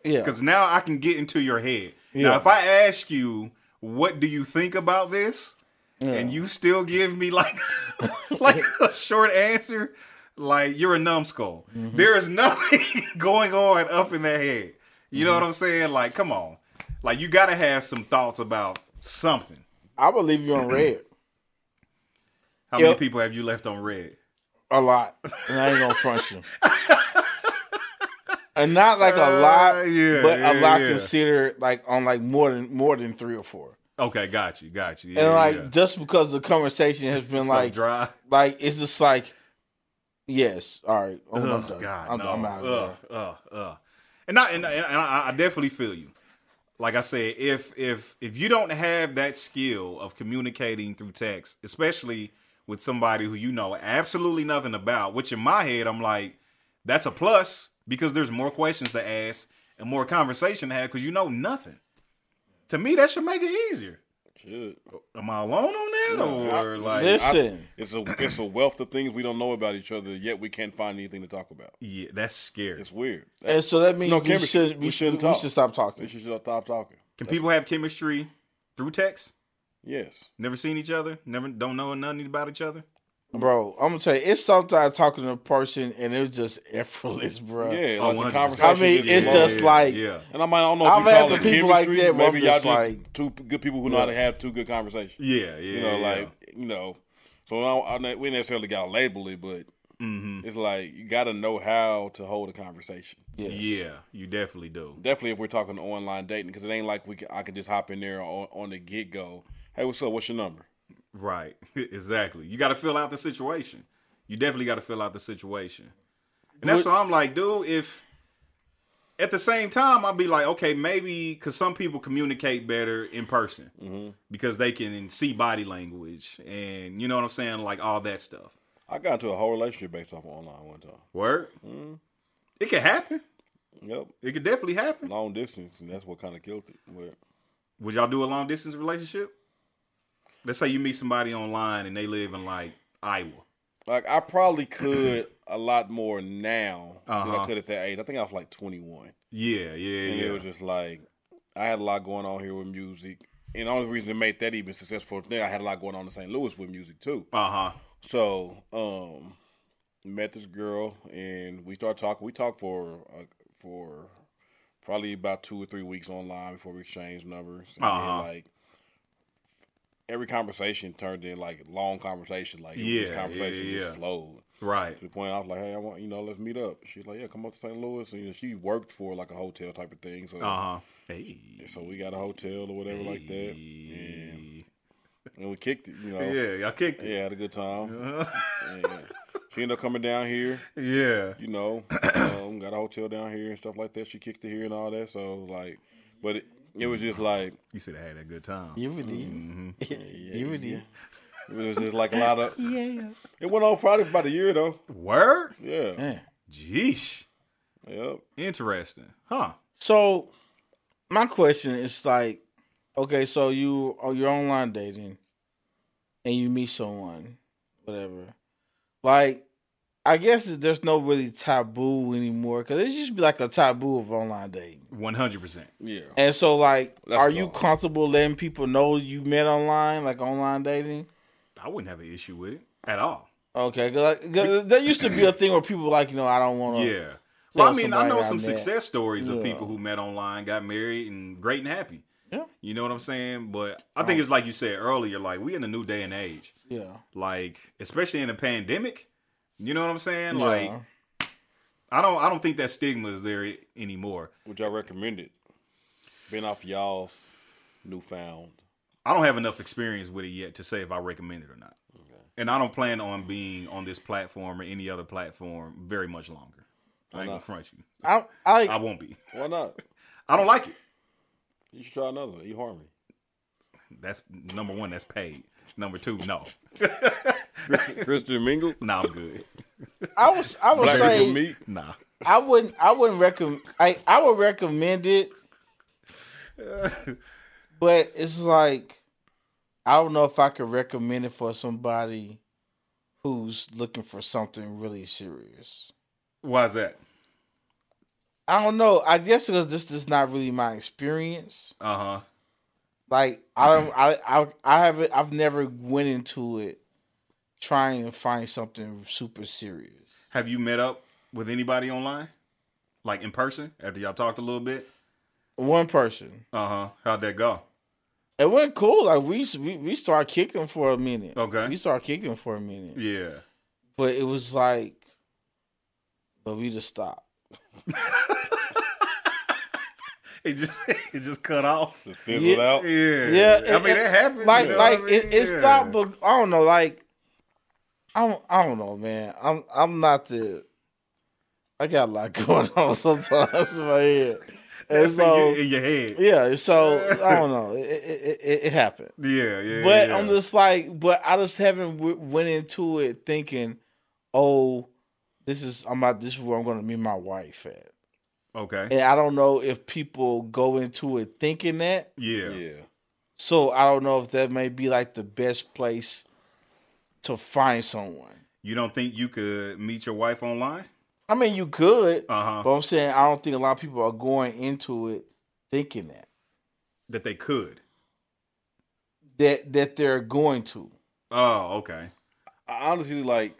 B: yeah,
C: Because now I can get into your head. Now,
B: Yeah.
C: if I ask you, "What do you think about this?" and you still give me like like a short answer, like you're a numbskull.
B: Mm-hmm.
C: There is nothing going on up in that head. You
B: Mm-hmm.
C: know what I'm saying? Like, come on, like you got to have some thoughts about something.
B: I would leave you on red
C: How
B: Yep.
C: many people have you left on red?
B: a lot, and I ain't gonna front you. and not like a lot,
C: Uh, yeah,
B: but a
C: yeah,
B: lot
C: yeah.
B: considered like on like more than more than three or four.
C: Okay, got you, got you. Yeah,
B: And like
C: yeah.
B: just because the conversation has been
C: So
B: like
C: dry.
B: like it's just like yes, all right, I'm, I'm
C: Oh
B: done.
C: God,
B: I'm,
C: no.
B: I'm out of
C: Ugh, ugh, ugh. And I and, and, and I, I definitely feel you. Like I said, if if if you don't have that skill of communicating through text, especially with somebody who you know absolutely nothing about, which in my head I'm like, that's a plus because there's more questions to ask and more conversation to have because you know nothing. To me, that should make it easier.
A: Shit.
C: Am I alone on that or like?
B: Listen,
A: It's a it's a wealth of things we don't know about each other, yet we can't find anything to talk about.
C: yeah, that's scary.
A: It's weird.
B: and so that means
A: no
B: we
A: chemistry.
B: should we,
A: We
B: shouldn't
A: shouldn't
B: talk.
A: talk.
B: We should stop
A: We
B: talking.
A: should stop talking.
C: Can people have chemistry through text?
A: Yes.
C: Never seen each other? Never don't know nothing about each other?
B: Bro, I'm gonna tell you, it's sometimes talking to a person and it's just effortless, bro.
A: Yeah,
C: Oh,
A: like the
C: 100%.
B: Uh, I
A: conversation.
B: mean,
A: is
B: it's just like
C: yeah,
A: and I might I don't know if
B: I've
A: you call
B: had
A: it
B: some people
A: chemistry.
B: like that where I'm
A: Maybe y'all
B: just
A: just
B: like-
A: two good people who know how to have two good conversations.
C: yeah, yeah. You
A: you know, like you know. So I, don't- I, we necessarily got to label it, but
C: mm-hmm.
A: it's like you got to know how to hold a conversation.
B: Yes.
C: yeah, you definitely do.
A: Definitely, if we're talking online dating, because it ain't like we can, I can just hop in there on, on the get go. Hey, what's up? What's your number?
C: Right, exactly. You got to fill out the situation. You definitely got to fill out the situation, and that's why I'm like, dude, if at the same time I'll be like, okay, maybe because some people communicate better in person because they can see body language and you know what I'm saying, like all that stuff.
A: I got into a whole relationship based off of online one time.
C: Word, it can happen.
A: Yep,
C: It could definitely happen.
A: long distance, and that's what kind of killed it. But
C: Would y'all do a long distance relationship? Let's say you meet somebody online and they live in like Iowa.
A: like, I probably could a lot more now than
C: Uh-huh.
A: I could at that age. I think I was like twenty one.
C: Yeah, yeah,
A: And
C: yeah.
A: it was just like I had a lot going on here with music. And the only reason that made that even successful thing, I had a lot going on in St. Louis with music too.
C: uh huh.
A: So, um, met this girl and we started talking. We talked for uh, for probably about two or three weeks online before we exchanged numbers. And then,
C: Uh-huh.
A: like every conversation turned in like long conversation. Like it was
C: Yeah,
A: just conversation
C: yeah, yeah.
A: just flowed.
C: Right.
A: To the point I was like, hey, I want you know, let's meet up. She's like, yeah, come up to St. Louis, and she worked for like a hotel type of thing. So
C: Uh huh. Hey.
A: so we got a hotel or whatever like that, and, and we kicked it. You know, yeah,
C: Yeah, y'all kicked it.
A: had a good time. And she ended up coming down here.
C: Yeah.
A: You know, um, got a hotel down here and stuff like that. She kicked it here and all that. So like, but it, it was just like
C: You should have had a good time. Mm-hmm.
B: You would You would
A: Mm, yeah. it was just like a lot of.
B: Yeah.
A: It went on Friday for about a year though.
C: Word?
A: Yeah,
B: Man.
C: Jeesh.
A: yep.
C: Interesting. Huh.
B: So my question is like, okay, so you oh, you're online dating and you meet someone, whatever. Like, I guess that there's no really taboo anymore because it used to be like a taboo of online dating.
C: 100%.
A: Yeah,
B: And so, like,
A: That's
B: are you
A: gone.
B: comfortable letting people know you met online, like online dating?
C: I wouldn't have an issue with it at all.
B: Okay, 'cause, like, 'cause there used to be a thing where people were like, you know, I don't want to.
C: Yeah. Well, I
B: Oh. Tell
C: mean, I
B: somebody
C: know
B: I
C: some
B: met.
C: success stories of
B: Yeah.
C: people who met online, got married, and great and happy.
B: Yeah. Um,
C: You know what I'm saying? But I think it's like you said earlier, like we in a new day and age.
B: yeah,
C: Like, especially in a pandemic. You know what I'm saying?
B: yeah.
C: Like I don't I don't think that stigma is there i- anymore.
A: would y'all recommend it? Been off y'all's newfound.
C: I don't have enough experience with it yet to say if I recommend it or not. And I don't plan on being on this platform or any other platform very much longer. I ain't gonna
A: not?
C: front you.
B: I, I,
C: I won't be.
A: Why not?
C: I don't like it.
A: You should try another one. E Harmony.
C: That's number one, that's paid. Number two, no.
A: Christian Mingle.
C: Nah, I'm good.
B: I was, I was
A: Black
B: saying,
A: People Meet.
C: Nah.
B: I wouldn't I wouldn't recommend I I would recommend it. But it's like I don't know if I could recommend it for somebody who's looking for something really serious.
C: Why is that?
B: I don't know. I guess because this is not really my experience.
C: Uh huh.
B: Like I don't I I I haven't I've never went into it trying to find something super serious.
C: Have you met up with anybody online? Like in person? After y'all talked a little bit?
B: One person.
C: Uh huh. How'd that go?
B: It went cool. Like we we, we started kicking for a minute.
C: Okay.
B: We started kicking for a minute.
C: Yeah.
B: but it was like, but we just stopped.
C: It just it just cut off.
A: Just fizzled
B: Yeah.
A: out.
C: Yeah.
B: Yeah,
C: I
B: it-
C: mean
B: it-
C: that happens.
B: Like,
C: you know
B: like
C: what I mean?
B: it, it
C: Yeah.
B: stopped. But I don't know. Like, I don't, I don't know, man. I'm, I'm not the. I got a lot going on sometimes in my head, and
C: That's
B: so
C: in, your, in your head.
B: yeah. So I don't know. It, it, it- it, it happened.
C: Yeah, yeah.
B: But
C: yeah.
B: I'm just like, but I just haven't w- went into it thinking, oh, this is I'm about this is where I'm going to meet my wife at.
C: okay.
B: And I don't know if people go into it thinking that.
C: Yeah.
A: Yeah.
B: So I don't know if that may be like the best place to find someone.
C: You don't think you could meet your wife online?
B: I mean, you could,
C: Uh-huh.
B: but I'm saying I don't think a lot of people are going into it thinking that
C: That they could.
B: that that they're going to.
C: Oh, okay.
A: I honestly like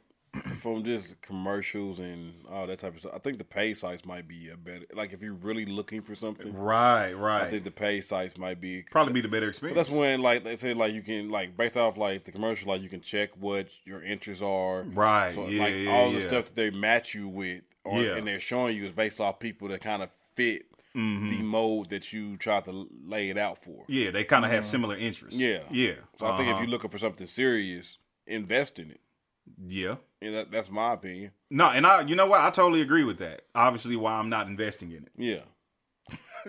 A: from just commercials and all that type of stuff. I think the pay sites might be a better. Like if you're really looking for something,
C: Right,
A: I
C: right.
A: think the pay sites might be
C: Probably be the better
A: But
C: experience.
A: that's when like they say like you can like based off like the commercial like you can check what your interests are.
C: Right,
A: So
C: yeah,
A: like
C: yeah,
A: all the
C: yeah.
A: stuff that they match you with or
C: Yeah.
A: and they're showing you is based off people that kind of fit the mold that you try to lay it out for.
C: Mm. yeah, they kind of have similar interests.
A: Yeah.
C: yeah.
A: So I think if
C: Uh-huh.
A: you're looking for something serious, invest in it.
C: yeah.
A: And that, that's my opinion.
C: No, and I, you know what? I totally agree with that. Obviously, why I'm not investing in it.
A: Yeah.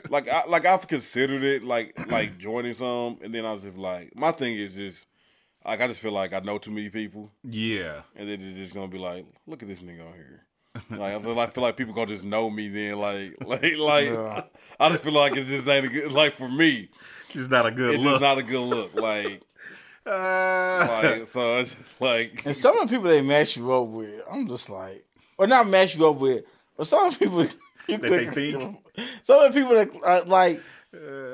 A: like I like I've considered it like like joining some and then I was just like my thing is just like I just feel like I know too many people.
C: Yeah,
A: and then they're just gonna be like, "Look at this nigga on here." Like I feel like, feel like people gonna just know me then. Like like like
B: Yeah.
A: I just feel like it's just ain't a good like for me.
C: it's not a good
A: It's
C: look.
A: just not a good look. Like
C: Uh,
A: like so it's just like
B: And some of the people they match you up with, I'm just like, or not match you up with, but some of the people you
C: That
B: click,
C: they think? Uh.
B: some of the people that uh, like,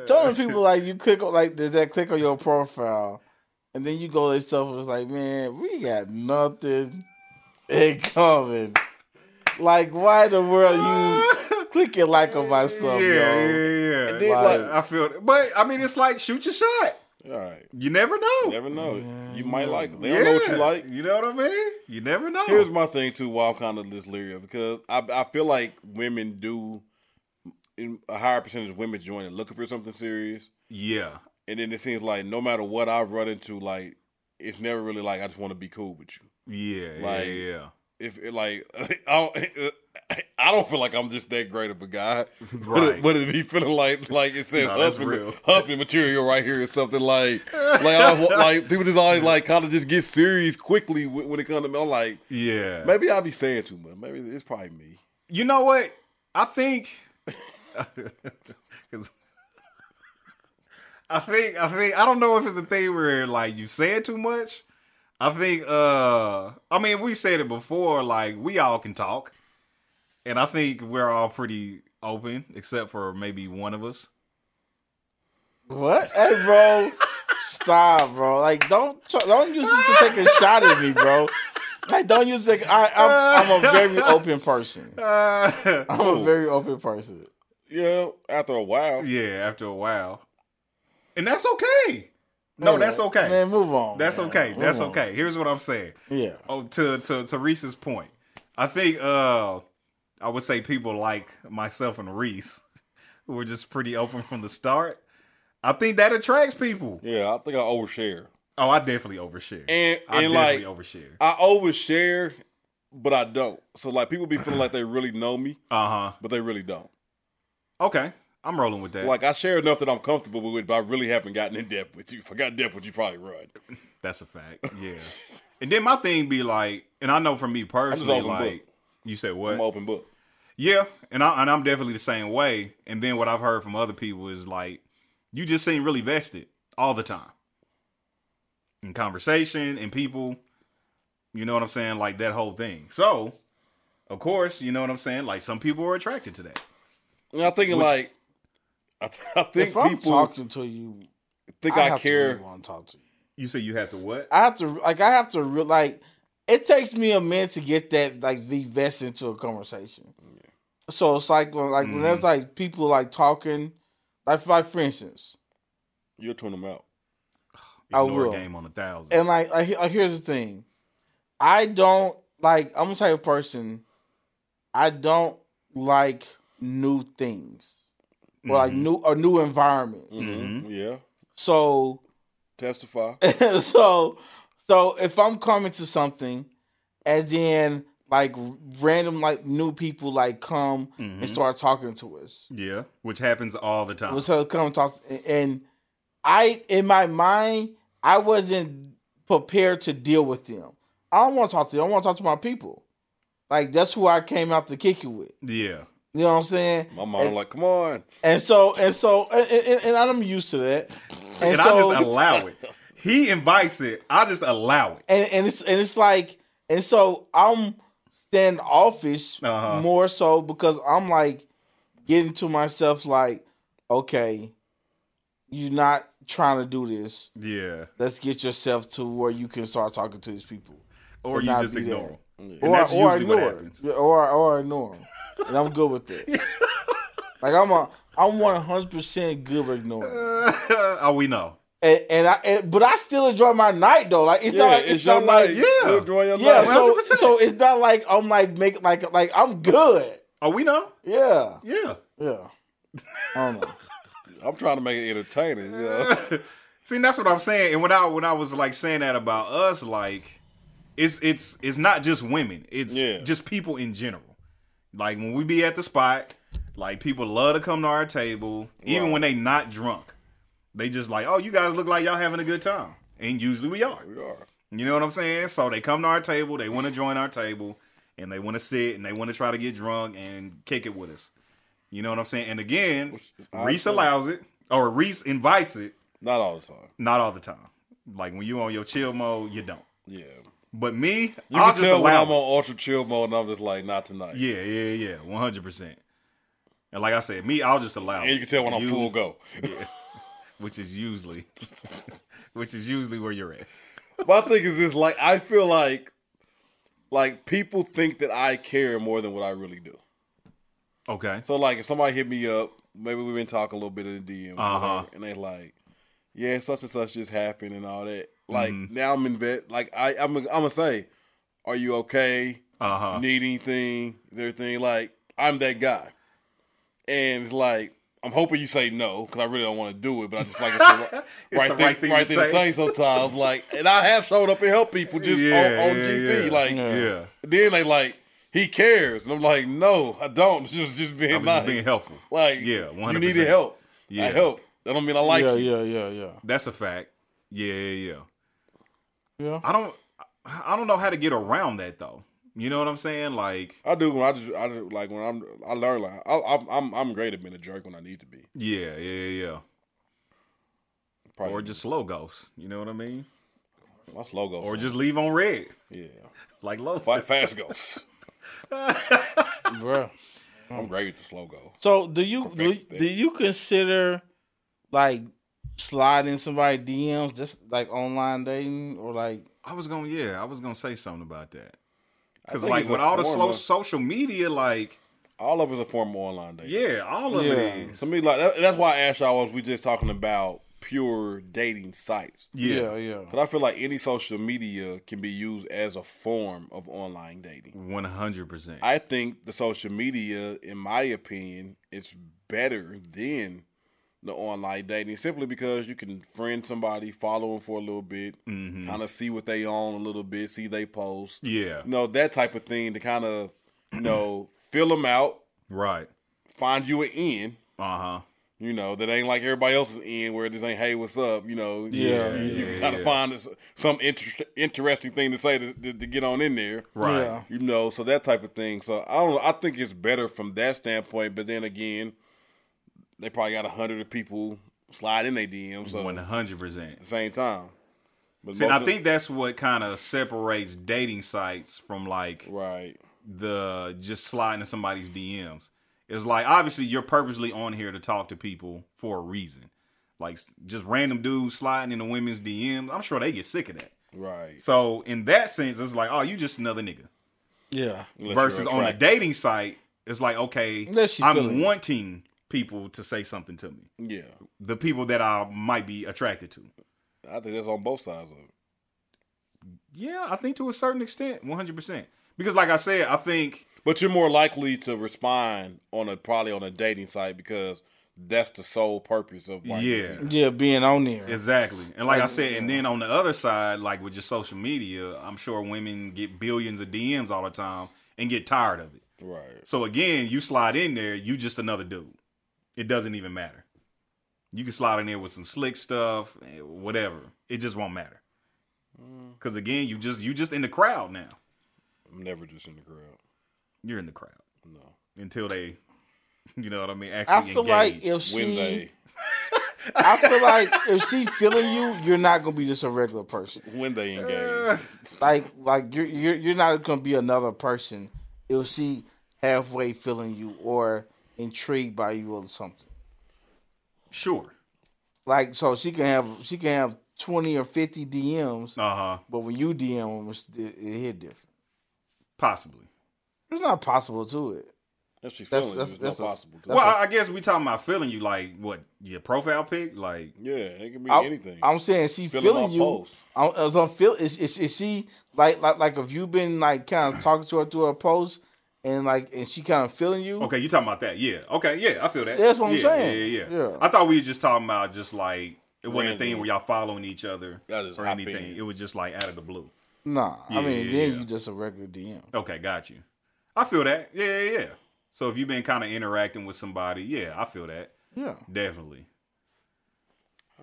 B: some of the people like you click on like that, that click on your profile, and then you go and stuff and it's like, man, we got nothing in common. Like, why in the world you clicking like on my
C: yeah,
B: stuff,
C: yeah,
B: yo?
C: yeah.
A: then,
C: Like,
A: like-
C: I feel, but I mean, it's like shoot your shot.
A: all right.
C: You never know.
A: You never know. You might like it. They don't know what you
C: Yeah.
A: like.
C: You know what I mean? You never know.
A: Here's my thing too. Why I'm kind of this leery of because I I feel like women do in a higher percentage of women joining looking for something serious,
C: yeah,
A: and then it seems like no matter what I've run into, like it's never really like I just want to be cool with you.
C: yeah,
A: Like-
C: yeah, yeah.
A: if like I don't, I don't feel like I'm just that great of a guy. But
C: Right.
A: it, but it be feeling like like it says
C: No, that's real.
A: husband, husband material right here is something like like I don't, want- like people just always like kind of just get serious quickly when, when it comes to me. I'm like
C: Yeah.
A: maybe I'll be saying too much. Maybe it's probably me.
C: You know what? I think. 'Cause- I think I think I don't know if it's a thing where like you said too much. I think uh I mean we said it before like we all can talk. And I think we're all pretty open except for maybe one of us.
B: What? Hey, bro, stop, bro. Like, don't tr- don't use this to take a shot at me, bro. Like, don't use like I, I'm, I'm a very open person.
C: Uh,
B: I'm a very open person.
A: You know, after a while,
C: yeah, after a while. And that's okay. No, that's okay.
B: Man, move on.
C: That's
B: man.
C: okay.
B: Move
C: That's
B: on.
C: okay. Here's what I'm saying.
B: Yeah.
C: Oh, to to to Reese's point, I think uh, I would say people like myself and Reese, who were just pretty open from the start. I think that attracts people.
A: yeah, I think I overshare
C: Oh, I definitely overshare.
A: and
C: I
A: and like
C: definitely overshare.
A: I overshare, but I don't. So like people be feeling like they really know me,
C: Uh
A: but they really don't.
C: huh. Okay, I'm rolling with that.
A: Like I share enough that I'm comfortable with, it, but I really haven't gotten in depth with you. If I got in depth with you, probably run.
C: That's a fact. Yeah. and then my thing be like, and I know for me personally,
A: open
C: like
A: book.
C: you said what?
A: I'm an open book.
C: Yeah, and I and I'm definitely the same way. And then what I've heard from other people is like, you just seem really vested all the time in conversation and people. You know what I'm saying? Like that whole thing. So, of course, you know what I'm saying. Like some people are attracted to that.
A: And I'm thinking like, I, th- I think
B: If I'm
A: people
B: talking to you,
A: think
B: I,
A: I,
B: have to
A: care.
B: really want to talk to you.
C: You say you have to what?
B: I have to like. I have to re- like. It takes me a minute to get that like be vested into a conversation. So it's like when, like when
C: Mm.
B: there's like people like talking, like like for instance,
A: You'll turn them out.
B: I
C: Ignore
B: will.
C: game on a thousand.
B: and like, like, he- like, here's the thing, I don't like. I'm the type of person, I don't like new things or
C: Mm-hmm.
B: like new a new environment.
A: Mm-hmm. Yeah,
B: So
A: testify.
B: so so if I'm coming to something and then like random like new people like come and start talking to us.
C: yeah, which happens all the time.
B: So come talk and I in my mind I wasn't prepared to deal with them. I don't want to talk to them. I want to talk to my people. Like that's who I came out to kick you with.
C: yeah,
B: You know what I'm saying?
A: My mom like, come on.
B: And so and so and, and, and I'm used to that. And,
C: And
B: so
C: I just allow it. He invites it. I just allow it.
B: and and it's and it's like and so I'm standoffish
C: Uh-huh.
B: more so because I'm like getting to myself like, okay, you're not trying to do this.
C: Yeah.
B: Let's get yourself to where you can start talking to these people.
C: Or you
B: not
C: just
B: be there.
C: ignore him. And
B: or,
C: that's
B: or
C: usually
B: ignore
C: what
B: it.
C: happens.
B: Yeah, Or or ignore them, and I'm good with it. like I'm a I'm 100 percent good with ignoring,
C: oh, we know.
B: and, and I and, but I still enjoy my night though. Like it's
A: Yeah,
B: not like,
A: it's, your
B: not
A: night.
B: like
C: yeah.
A: You're enjoying your
B: yeah.
A: night.
B: So,
C: 100%.
B: so it's not like I'm like make like like I'm good.
C: Oh, we know.
B: Yeah,
C: Yeah.
B: yeah. I don't know.
A: I'm trying to make it entertaining. You
C: Uh.
A: know?
C: See, and that's what I'm saying. And when I when I was like saying that about us, like it's it's it's not just women. It's
A: Yeah.
C: just people in general. Like when we be at the spot, like people love to come to our table, even when they not drunk. They just like, oh, you guys look like y'all having a good time, and usually we are.
A: We are.
C: You know what I'm saying? So they come to our table, they want to join our table, and they want to sit and they want to try to get drunk and kick it with us. You know what I'm saying? And again, Reese allows it, or Reese invites it.
A: Not all the time.
C: Not all the time. Like when you on your chill mode, you don't.
A: Yeah.
C: But me,
A: You
C: I'll
A: can
C: just
A: tell when
C: allow.
A: I'm on
C: it.
A: ultra chill mode and I'm just like, not tonight.
C: Yeah, yeah, yeah, one hundred percent. And like I said, me, I'll just allow.
A: And you can tell when I'm
C: You-
A: full go.
C: which is usually, which is usually where you're at.
A: My thing is this: like, I feel like, like people think that I care more than what I really do.
C: Okay.
A: So, like, if somebody hit me up, maybe we've been talking a little bit in the DM, or
C: Uh-huh.
A: whatever, and they like, yeah, such and such just happened and all that. Like,
C: Mm-hmm.
A: now I'm in vet. Like, I, I'm, I'm gonna say, are you okay?
C: Uh huh.
A: Need anything? Is everything like I'm that guy? And it's like I'm hoping you say no because I really don't want to do it, but I just feel like it's the,
C: It's
A: right,
C: the
A: thing,
C: right thing to
A: right thing to
C: say.
A: say sometimes. Like, and I have showed up and helped people just
C: Yeah,
A: on, on
C: yeah,
A: GP.
C: yeah.
A: Like,
C: Yeah.
A: then they like he cares, and I'm like, no, I don't. It's just just being
C: I'm
A: nice.
C: just being helpful.
A: Like,
C: Yeah,
A: you
C: 100%.
A: needed help.
C: Yeah.
A: I help. That don't mean I like
B: yeah,
A: you.
B: yeah, yeah, yeah,
C: That's a fact. Yeah, yeah, yeah.
B: yeah.
C: I don't I don't know how to get around that though. You know what I'm saying? Like,
A: I do when I just I just, like when I'm I learn like I, I'm I'm I'm great at being a jerk when I need to be.
C: yeah, yeah, yeah, yeah.
A: Probably
C: Or just slow ghosts. You know what I mean?
A: my logo.
C: Or just leave on red.
A: yeah.
C: Like low
A: Fight fast goes.
B: Bruh.
A: I'm great with the slow go.
B: So do you do,
A: Perfect.
B: do you consider like sliding somebody DMs just like online dating or like
C: I was gonna yeah, I was gonna say something about that.
A: I
C: Cause
A: think
C: like
A: it's a
C: with all the
A: form
C: slow
A: of-
C: social media, like
A: all of it's a form of online dating.
C: yeah, all of
B: Yeah.
C: it is.
A: To me, like that, that's why I asked y'all was we just talking about pure dating sites.
C: Yeah,
B: yeah.
A: But I feel like any social media can be used as a form of online dating.
C: one hundred percent.
A: I think the social media, in my opinion, is better than the online dating simply because you can friend somebody, follow them for a little bit,
C: Mm-hmm.
A: kind of see what they own a little bit, see they post,
C: Yeah,
A: you know, that type of thing to kind of, you know, fill them out,
C: right.
A: find you an end.
C: Uh huh.
A: You know, that ain't like everybody else's end where it just ain't, hey, what's up? You know,
B: Yeah,
A: you, you
C: yeah,
A: can kind of
C: yeah.
A: find us- some interest, interesting thing to say to, to, to get on in there.
C: Right.
B: Yeah.
A: You know, so that type of thing. So I don't know. I think it's better from that standpoint. But then again, they probably got a hundred of people slide in their DMs so
C: One
A: at
C: hundred percent.
A: the same time. But
C: See, and I
A: most of-
C: think that's what kind of separates dating sites from like
A: right.
C: the just sliding in somebody's DMs. It's like obviously you're purposely on here to talk to people for a reason. Like s- just random dudes sliding into women's DMs. I'm sure they get sick of that.
A: Right.
C: So in that sense, it's like, oh, you just another nigga.
B: Yeah.
A: Unless
C: Versus
A: you're
C: on a
A: attractive.
C: dating site, it's like, okay,
B: Unless you feel
C: I'm
B: it.
C: wanting people to say something to me.
A: Yeah.
C: The people that I might be attracted to.
A: I think that's on both sides of it.
C: Yeah, I think to a certain extent, 100%. Because like I said, I think
A: But you're more likely to respond on a probably on a dating site because that's the sole purpose of like
C: yeah.
B: Yeah, being on there.
C: Exactly. And like I said, and then on the other side, like with just social media, I'm sure women get billions of DMs all the time and get tired of it.
A: right.
C: So again, you slide in there, you just another dude. It doesn't even matter. You can slide in there with some slick stuff, eh, whatever. It just won't matter.
B: Mm.
C: Cause again, you just you just in the crowd now.
A: I'm never just in the crowd.
C: You're in the crowd
A: No.
C: until they You know what I mean?
B: I
C: Actually
B: feel like
C: engaged.
B: if
A: when
B: she,
A: they
B: I feel like if she feeling you, you're not gonna be just a regular person.
A: when they
C: Uh,
A: engage.
B: Like like you're you're you're not gonna be another person if she halfway feeling you or intrigued by you or something.
C: sure.
B: Like so she can have she can have twenty or fifty DMs,
C: Uh huh.
B: but when you DM them, it's- it, it hit different.
C: Possibly.
B: It's not possible to it.
A: If she
B: That's-
A: feeling you,
B: that's-
A: it's
B: that's a-
A: not possible. to.
B: that's-
C: Well, I I guess we talking about feeling you like what your profile pic, like
A: yeah, it can be
B: I,
A: anything.
B: am saying she
A: Feeling
B: feeling,
A: my
B: you.
A: pulse.
B: I'm, as I'm feel, is, is, is she like like like if you've been like kind of talking to her through her post and like and she kind of feeling you?
C: Okay, you talking about that? Yeah. Okay. Yeah, I feel that.
B: That's what I'm
C: Yeah,
B: saying.
C: Yeah, yeah, yeah.
B: Yeah.
C: I thought we were just talking about just like it wasn't a
A: Random.
C: thing where y'all following each other
A: That is
C: or
A: hot
C: anything.
A: pink.
C: It was just like out of the blue.
B: Nah, I
C: Yeah,
B: mean
C: yeah,
B: then
C: yeah.
B: you just a regular DM.
C: Okay, got you. I feel that. Yeah, yeah, yeah. So if you've been kind of interacting with somebody, yeah, I feel that
B: Yeah,
C: definitely.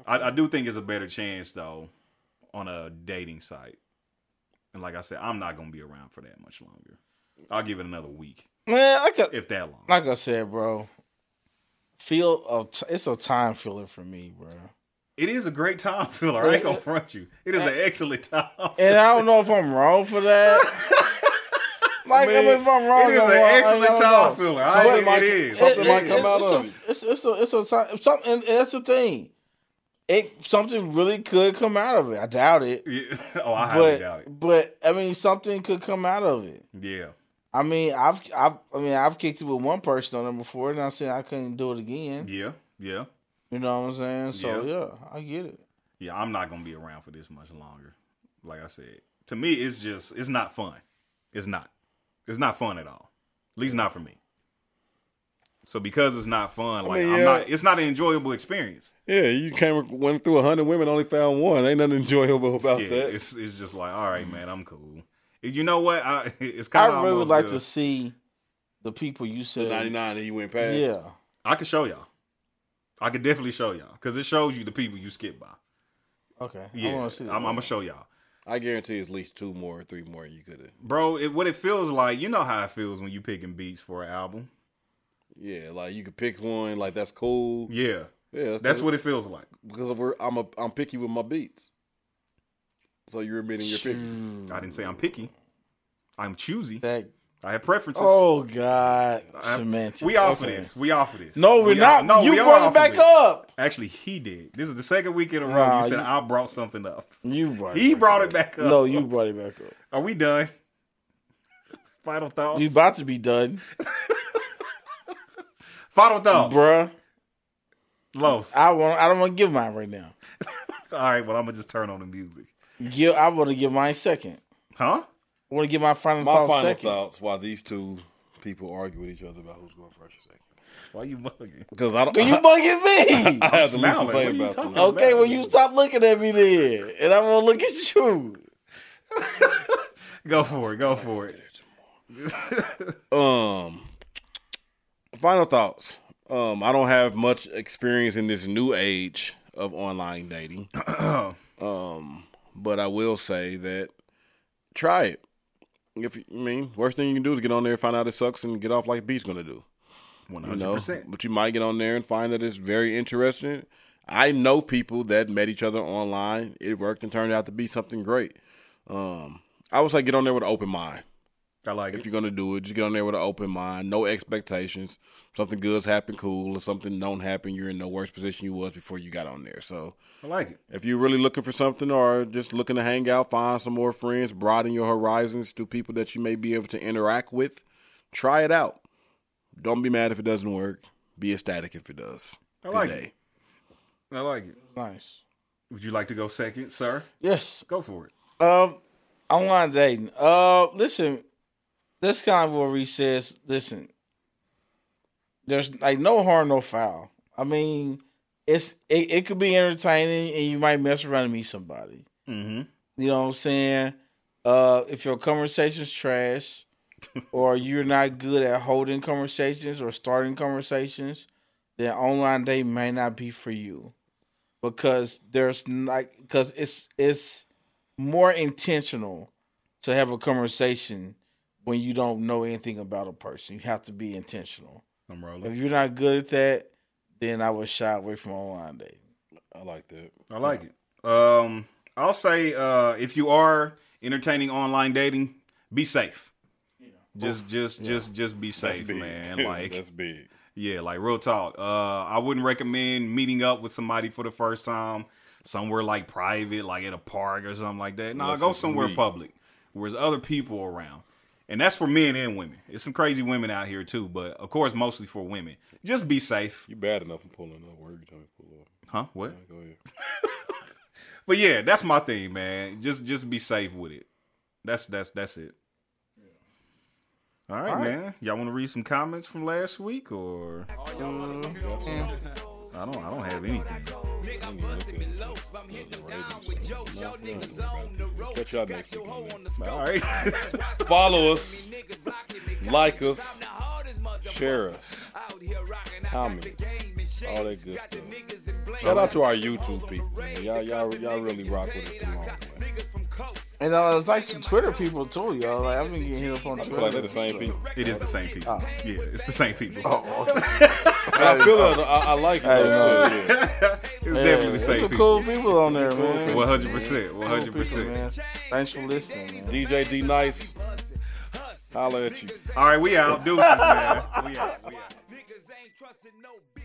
C: I, I do think it's a better chance though on a dating site, and like I said, I'm not gonna be around for that much longer. I'll give it another week,
B: man. Like I,
C: if that long.
B: like I said, bro. Feel of t- it's a time filler for me, bro.
C: It is a great time filler. I ain't gonna front you. It is
B: eh,
C: an excellent time.
B: And I don't know if I'm wrong for that. Like, I mean, if I'm wrong,
C: it is
B: I'm
C: an
B: wrong. I
C: excellent
B: don't
C: time
B: know.
C: filler.
A: Something
C: I,
A: might-
C: it is.
A: something might come
B: it's
A: out
B: a-
A: of it.
B: It's, it's a it's a time. Some, and that's the thing. It something really could come out of it. I doubt it,
C: Yeah. Oh, I highly
B: but
C: doubt it.
B: but I mean something could come out of it.
C: Yeah.
B: I mean I've I've I mean I've kicked it with one person on it before, and I said I couldn't do it again.
C: Yeah. Yeah.
B: You know what I'm saying? So
C: Yeah.
B: yeah, I get it.
C: Yeah. I'm not gonna be around for this much longer. Like I said, to me, it's just it's not fun. It's not. It's not fun at all. At least not for me. So because it's not fun, like I
A: mean,
C: am
A: yeah.
C: not. It's not an enjoyable experience.
A: yeah, you came went through hundred women, only found one. Ain't nothing enjoyable about
C: Yeah.
A: that.
C: It's it's just like all right, man. I'm cool. You know what? I, it's
B: I
C: kind of
B: really would like to see the people you
A: Ninety
B: said.
A: nine, and you went past.
B: Yeah,
C: I could show y'all. I could definitely show y'all because it shows you the people you skip by.
B: okay.
C: Yeah,
B: I
C: I
B: want
C: am
B: to see.
C: I'm gonna show y'all,
A: I guarantee it's at least two more, three more. You could have.
C: bro. It, what it feels like, you know how it feels when you picking beats for an album.
A: Yeah, like you could pick one. Like that's cool.
C: Yeah,
A: Yeah,
C: that's what it feels like.
A: because of where I'm a, I'm picky with my beats. So you're admitting you're picky.
C: I didn't say I'm picky. I'm choosy.
B: that.
C: I have preferences.
B: Oh God,
C: I-
B: semantics.
C: we all for
B: Okay.
C: this. We all for this.
B: No, we're
C: We all-
B: not. you
C: we are
B: brought
C: all
B: it
C: for
B: back
C: this.
B: up.
C: Actually, he did. This is the second week in a row.
B: Nah,
C: you said
B: you-
C: I brought something up.
B: You brought.
C: He
B: back
C: brought
B: up.
C: it back up.
B: No, you brought it back up.
C: Are we done? Final thoughts.
B: You about to be done,
C: Final thoughts,
B: bruh.
C: Los.
B: I want. I don't want to give mine right now.
C: All right. Well, I'm gonna just turn on the music.
B: Give. I want to give mine second.
C: Huh?
B: I want to give my final
A: My
B: thought
A: final
B: second.
A: thoughts: Why these two people argue with each other about who's going first or second?
C: Why you bugging?
A: Because I don't.
B: Are you bugging me?
A: I have the least
C: smiling.
A: to
C: What
A: say
C: are you
A: about
C: talking
A: this.
C: about?
B: okay, well you stop looking at me then, and I'm gonna look at you.
C: Go for it. Go for it.
A: Um, final thoughts. Um, I don't have much experience in this new age of online dating. um, but I will say that try it. If you I mean worst thing you can do is get on there, find out it sucks, and get off like B's gonna do.
C: One
A: You
C: hundred
A: know,
C: percent.
A: but you might get on there and find that it's very interesting. I know people that met each other online. It worked and turned out to be something great. Um, I would say get on there with an open mind
C: I like
A: if
C: it.
A: you're gonna do it, just get on there with an open mind, no expectations. Something good's happen, cool. If something don't happen, you're in no worse position you was before you got on there. So
C: I like it.
A: if you're really looking for something or just looking to hang out, find some more friends, broaden your horizons to people that you may be able to interact with. Try it out. Don't be mad if it doesn't work. Be ecstatic if it does.
C: I like it. I like it.
B: Nice.
C: Would you like to go second, sir?
B: Yes.
C: Go for it.
B: Um, online dating. Uh, listen, this kind of where he says, listen, there's like no harm, no foul. I mean, it's it, it could be entertaining, and you might mess around and meet somebody.
C: Mm-hmm.
B: You know what I'm saying? Uh, if your conversation's trash, or you're not good at holding conversations or starting conversations, then online dating may not be for you, because there's like because it's it's more intentional to have a conversation when you don't know anything about a person. You have to be intentional.
C: I'm
B: If
C: rolling.
B: you're not good at that, then I would shy away from online dating.
A: I like that.
C: I like it. Um, I'll say uh, if you are entertaining online dating, be safe. Just, just, just, just be
A: That's
C: safe,
A: big.
C: man.
A: that's
C: Like,
A: big.
C: yeah, like real talk. Uh, I wouldn't recommend meeting up with somebody for the first time somewhere like private, like at a park or something like that. No,
A: Unless
C: go
A: it's
C: somewhere
A: me.
C: public where there's other people around, and that's for men and women. There's some crazy women out here too, but of course, mostly for women. Just be safe,
A: You bad enough in pulling up. Where you trying to pull up?
C: huh? What?
A: Go ahead.
C: But yeah, that's my thing, man. Just just be safe with it. That's that's that's it. All right, man. Y'all want to read some comments from last week or? Uh, I don't. I don't have anything.
A: Catch y'all next week. on that.
C: All right.
A: Follow us, like us, share us, comment, all that good stuff. Shout out to our YouTube people. man. Y'all, y'all, y'all really rock with us too long. Man.
B: And uh, there's like some Twitter people too, y'all. Like I've been getting hit up on
A: I
B: Twitter.
A: feel like they're the same people.
C: it is the same people. Yeah, it's the same people.
B: Ah. Oh, okay.
A: And I feel it. I, I like it. though. Yeah, yeah.
C: It's definitely the
B: There's
C: same
B: some cool
C: people.
B: people on there, man.
C: One hundred percent. One
B: Cool
C: hundred
B: people, man.
C: percent.
B: Thanks for listening, man.
A: DJ D Nice, holla at you.
C: All right, we out. Deuces, man. We out. We out.
D: Niggas ain't trusting no bitch.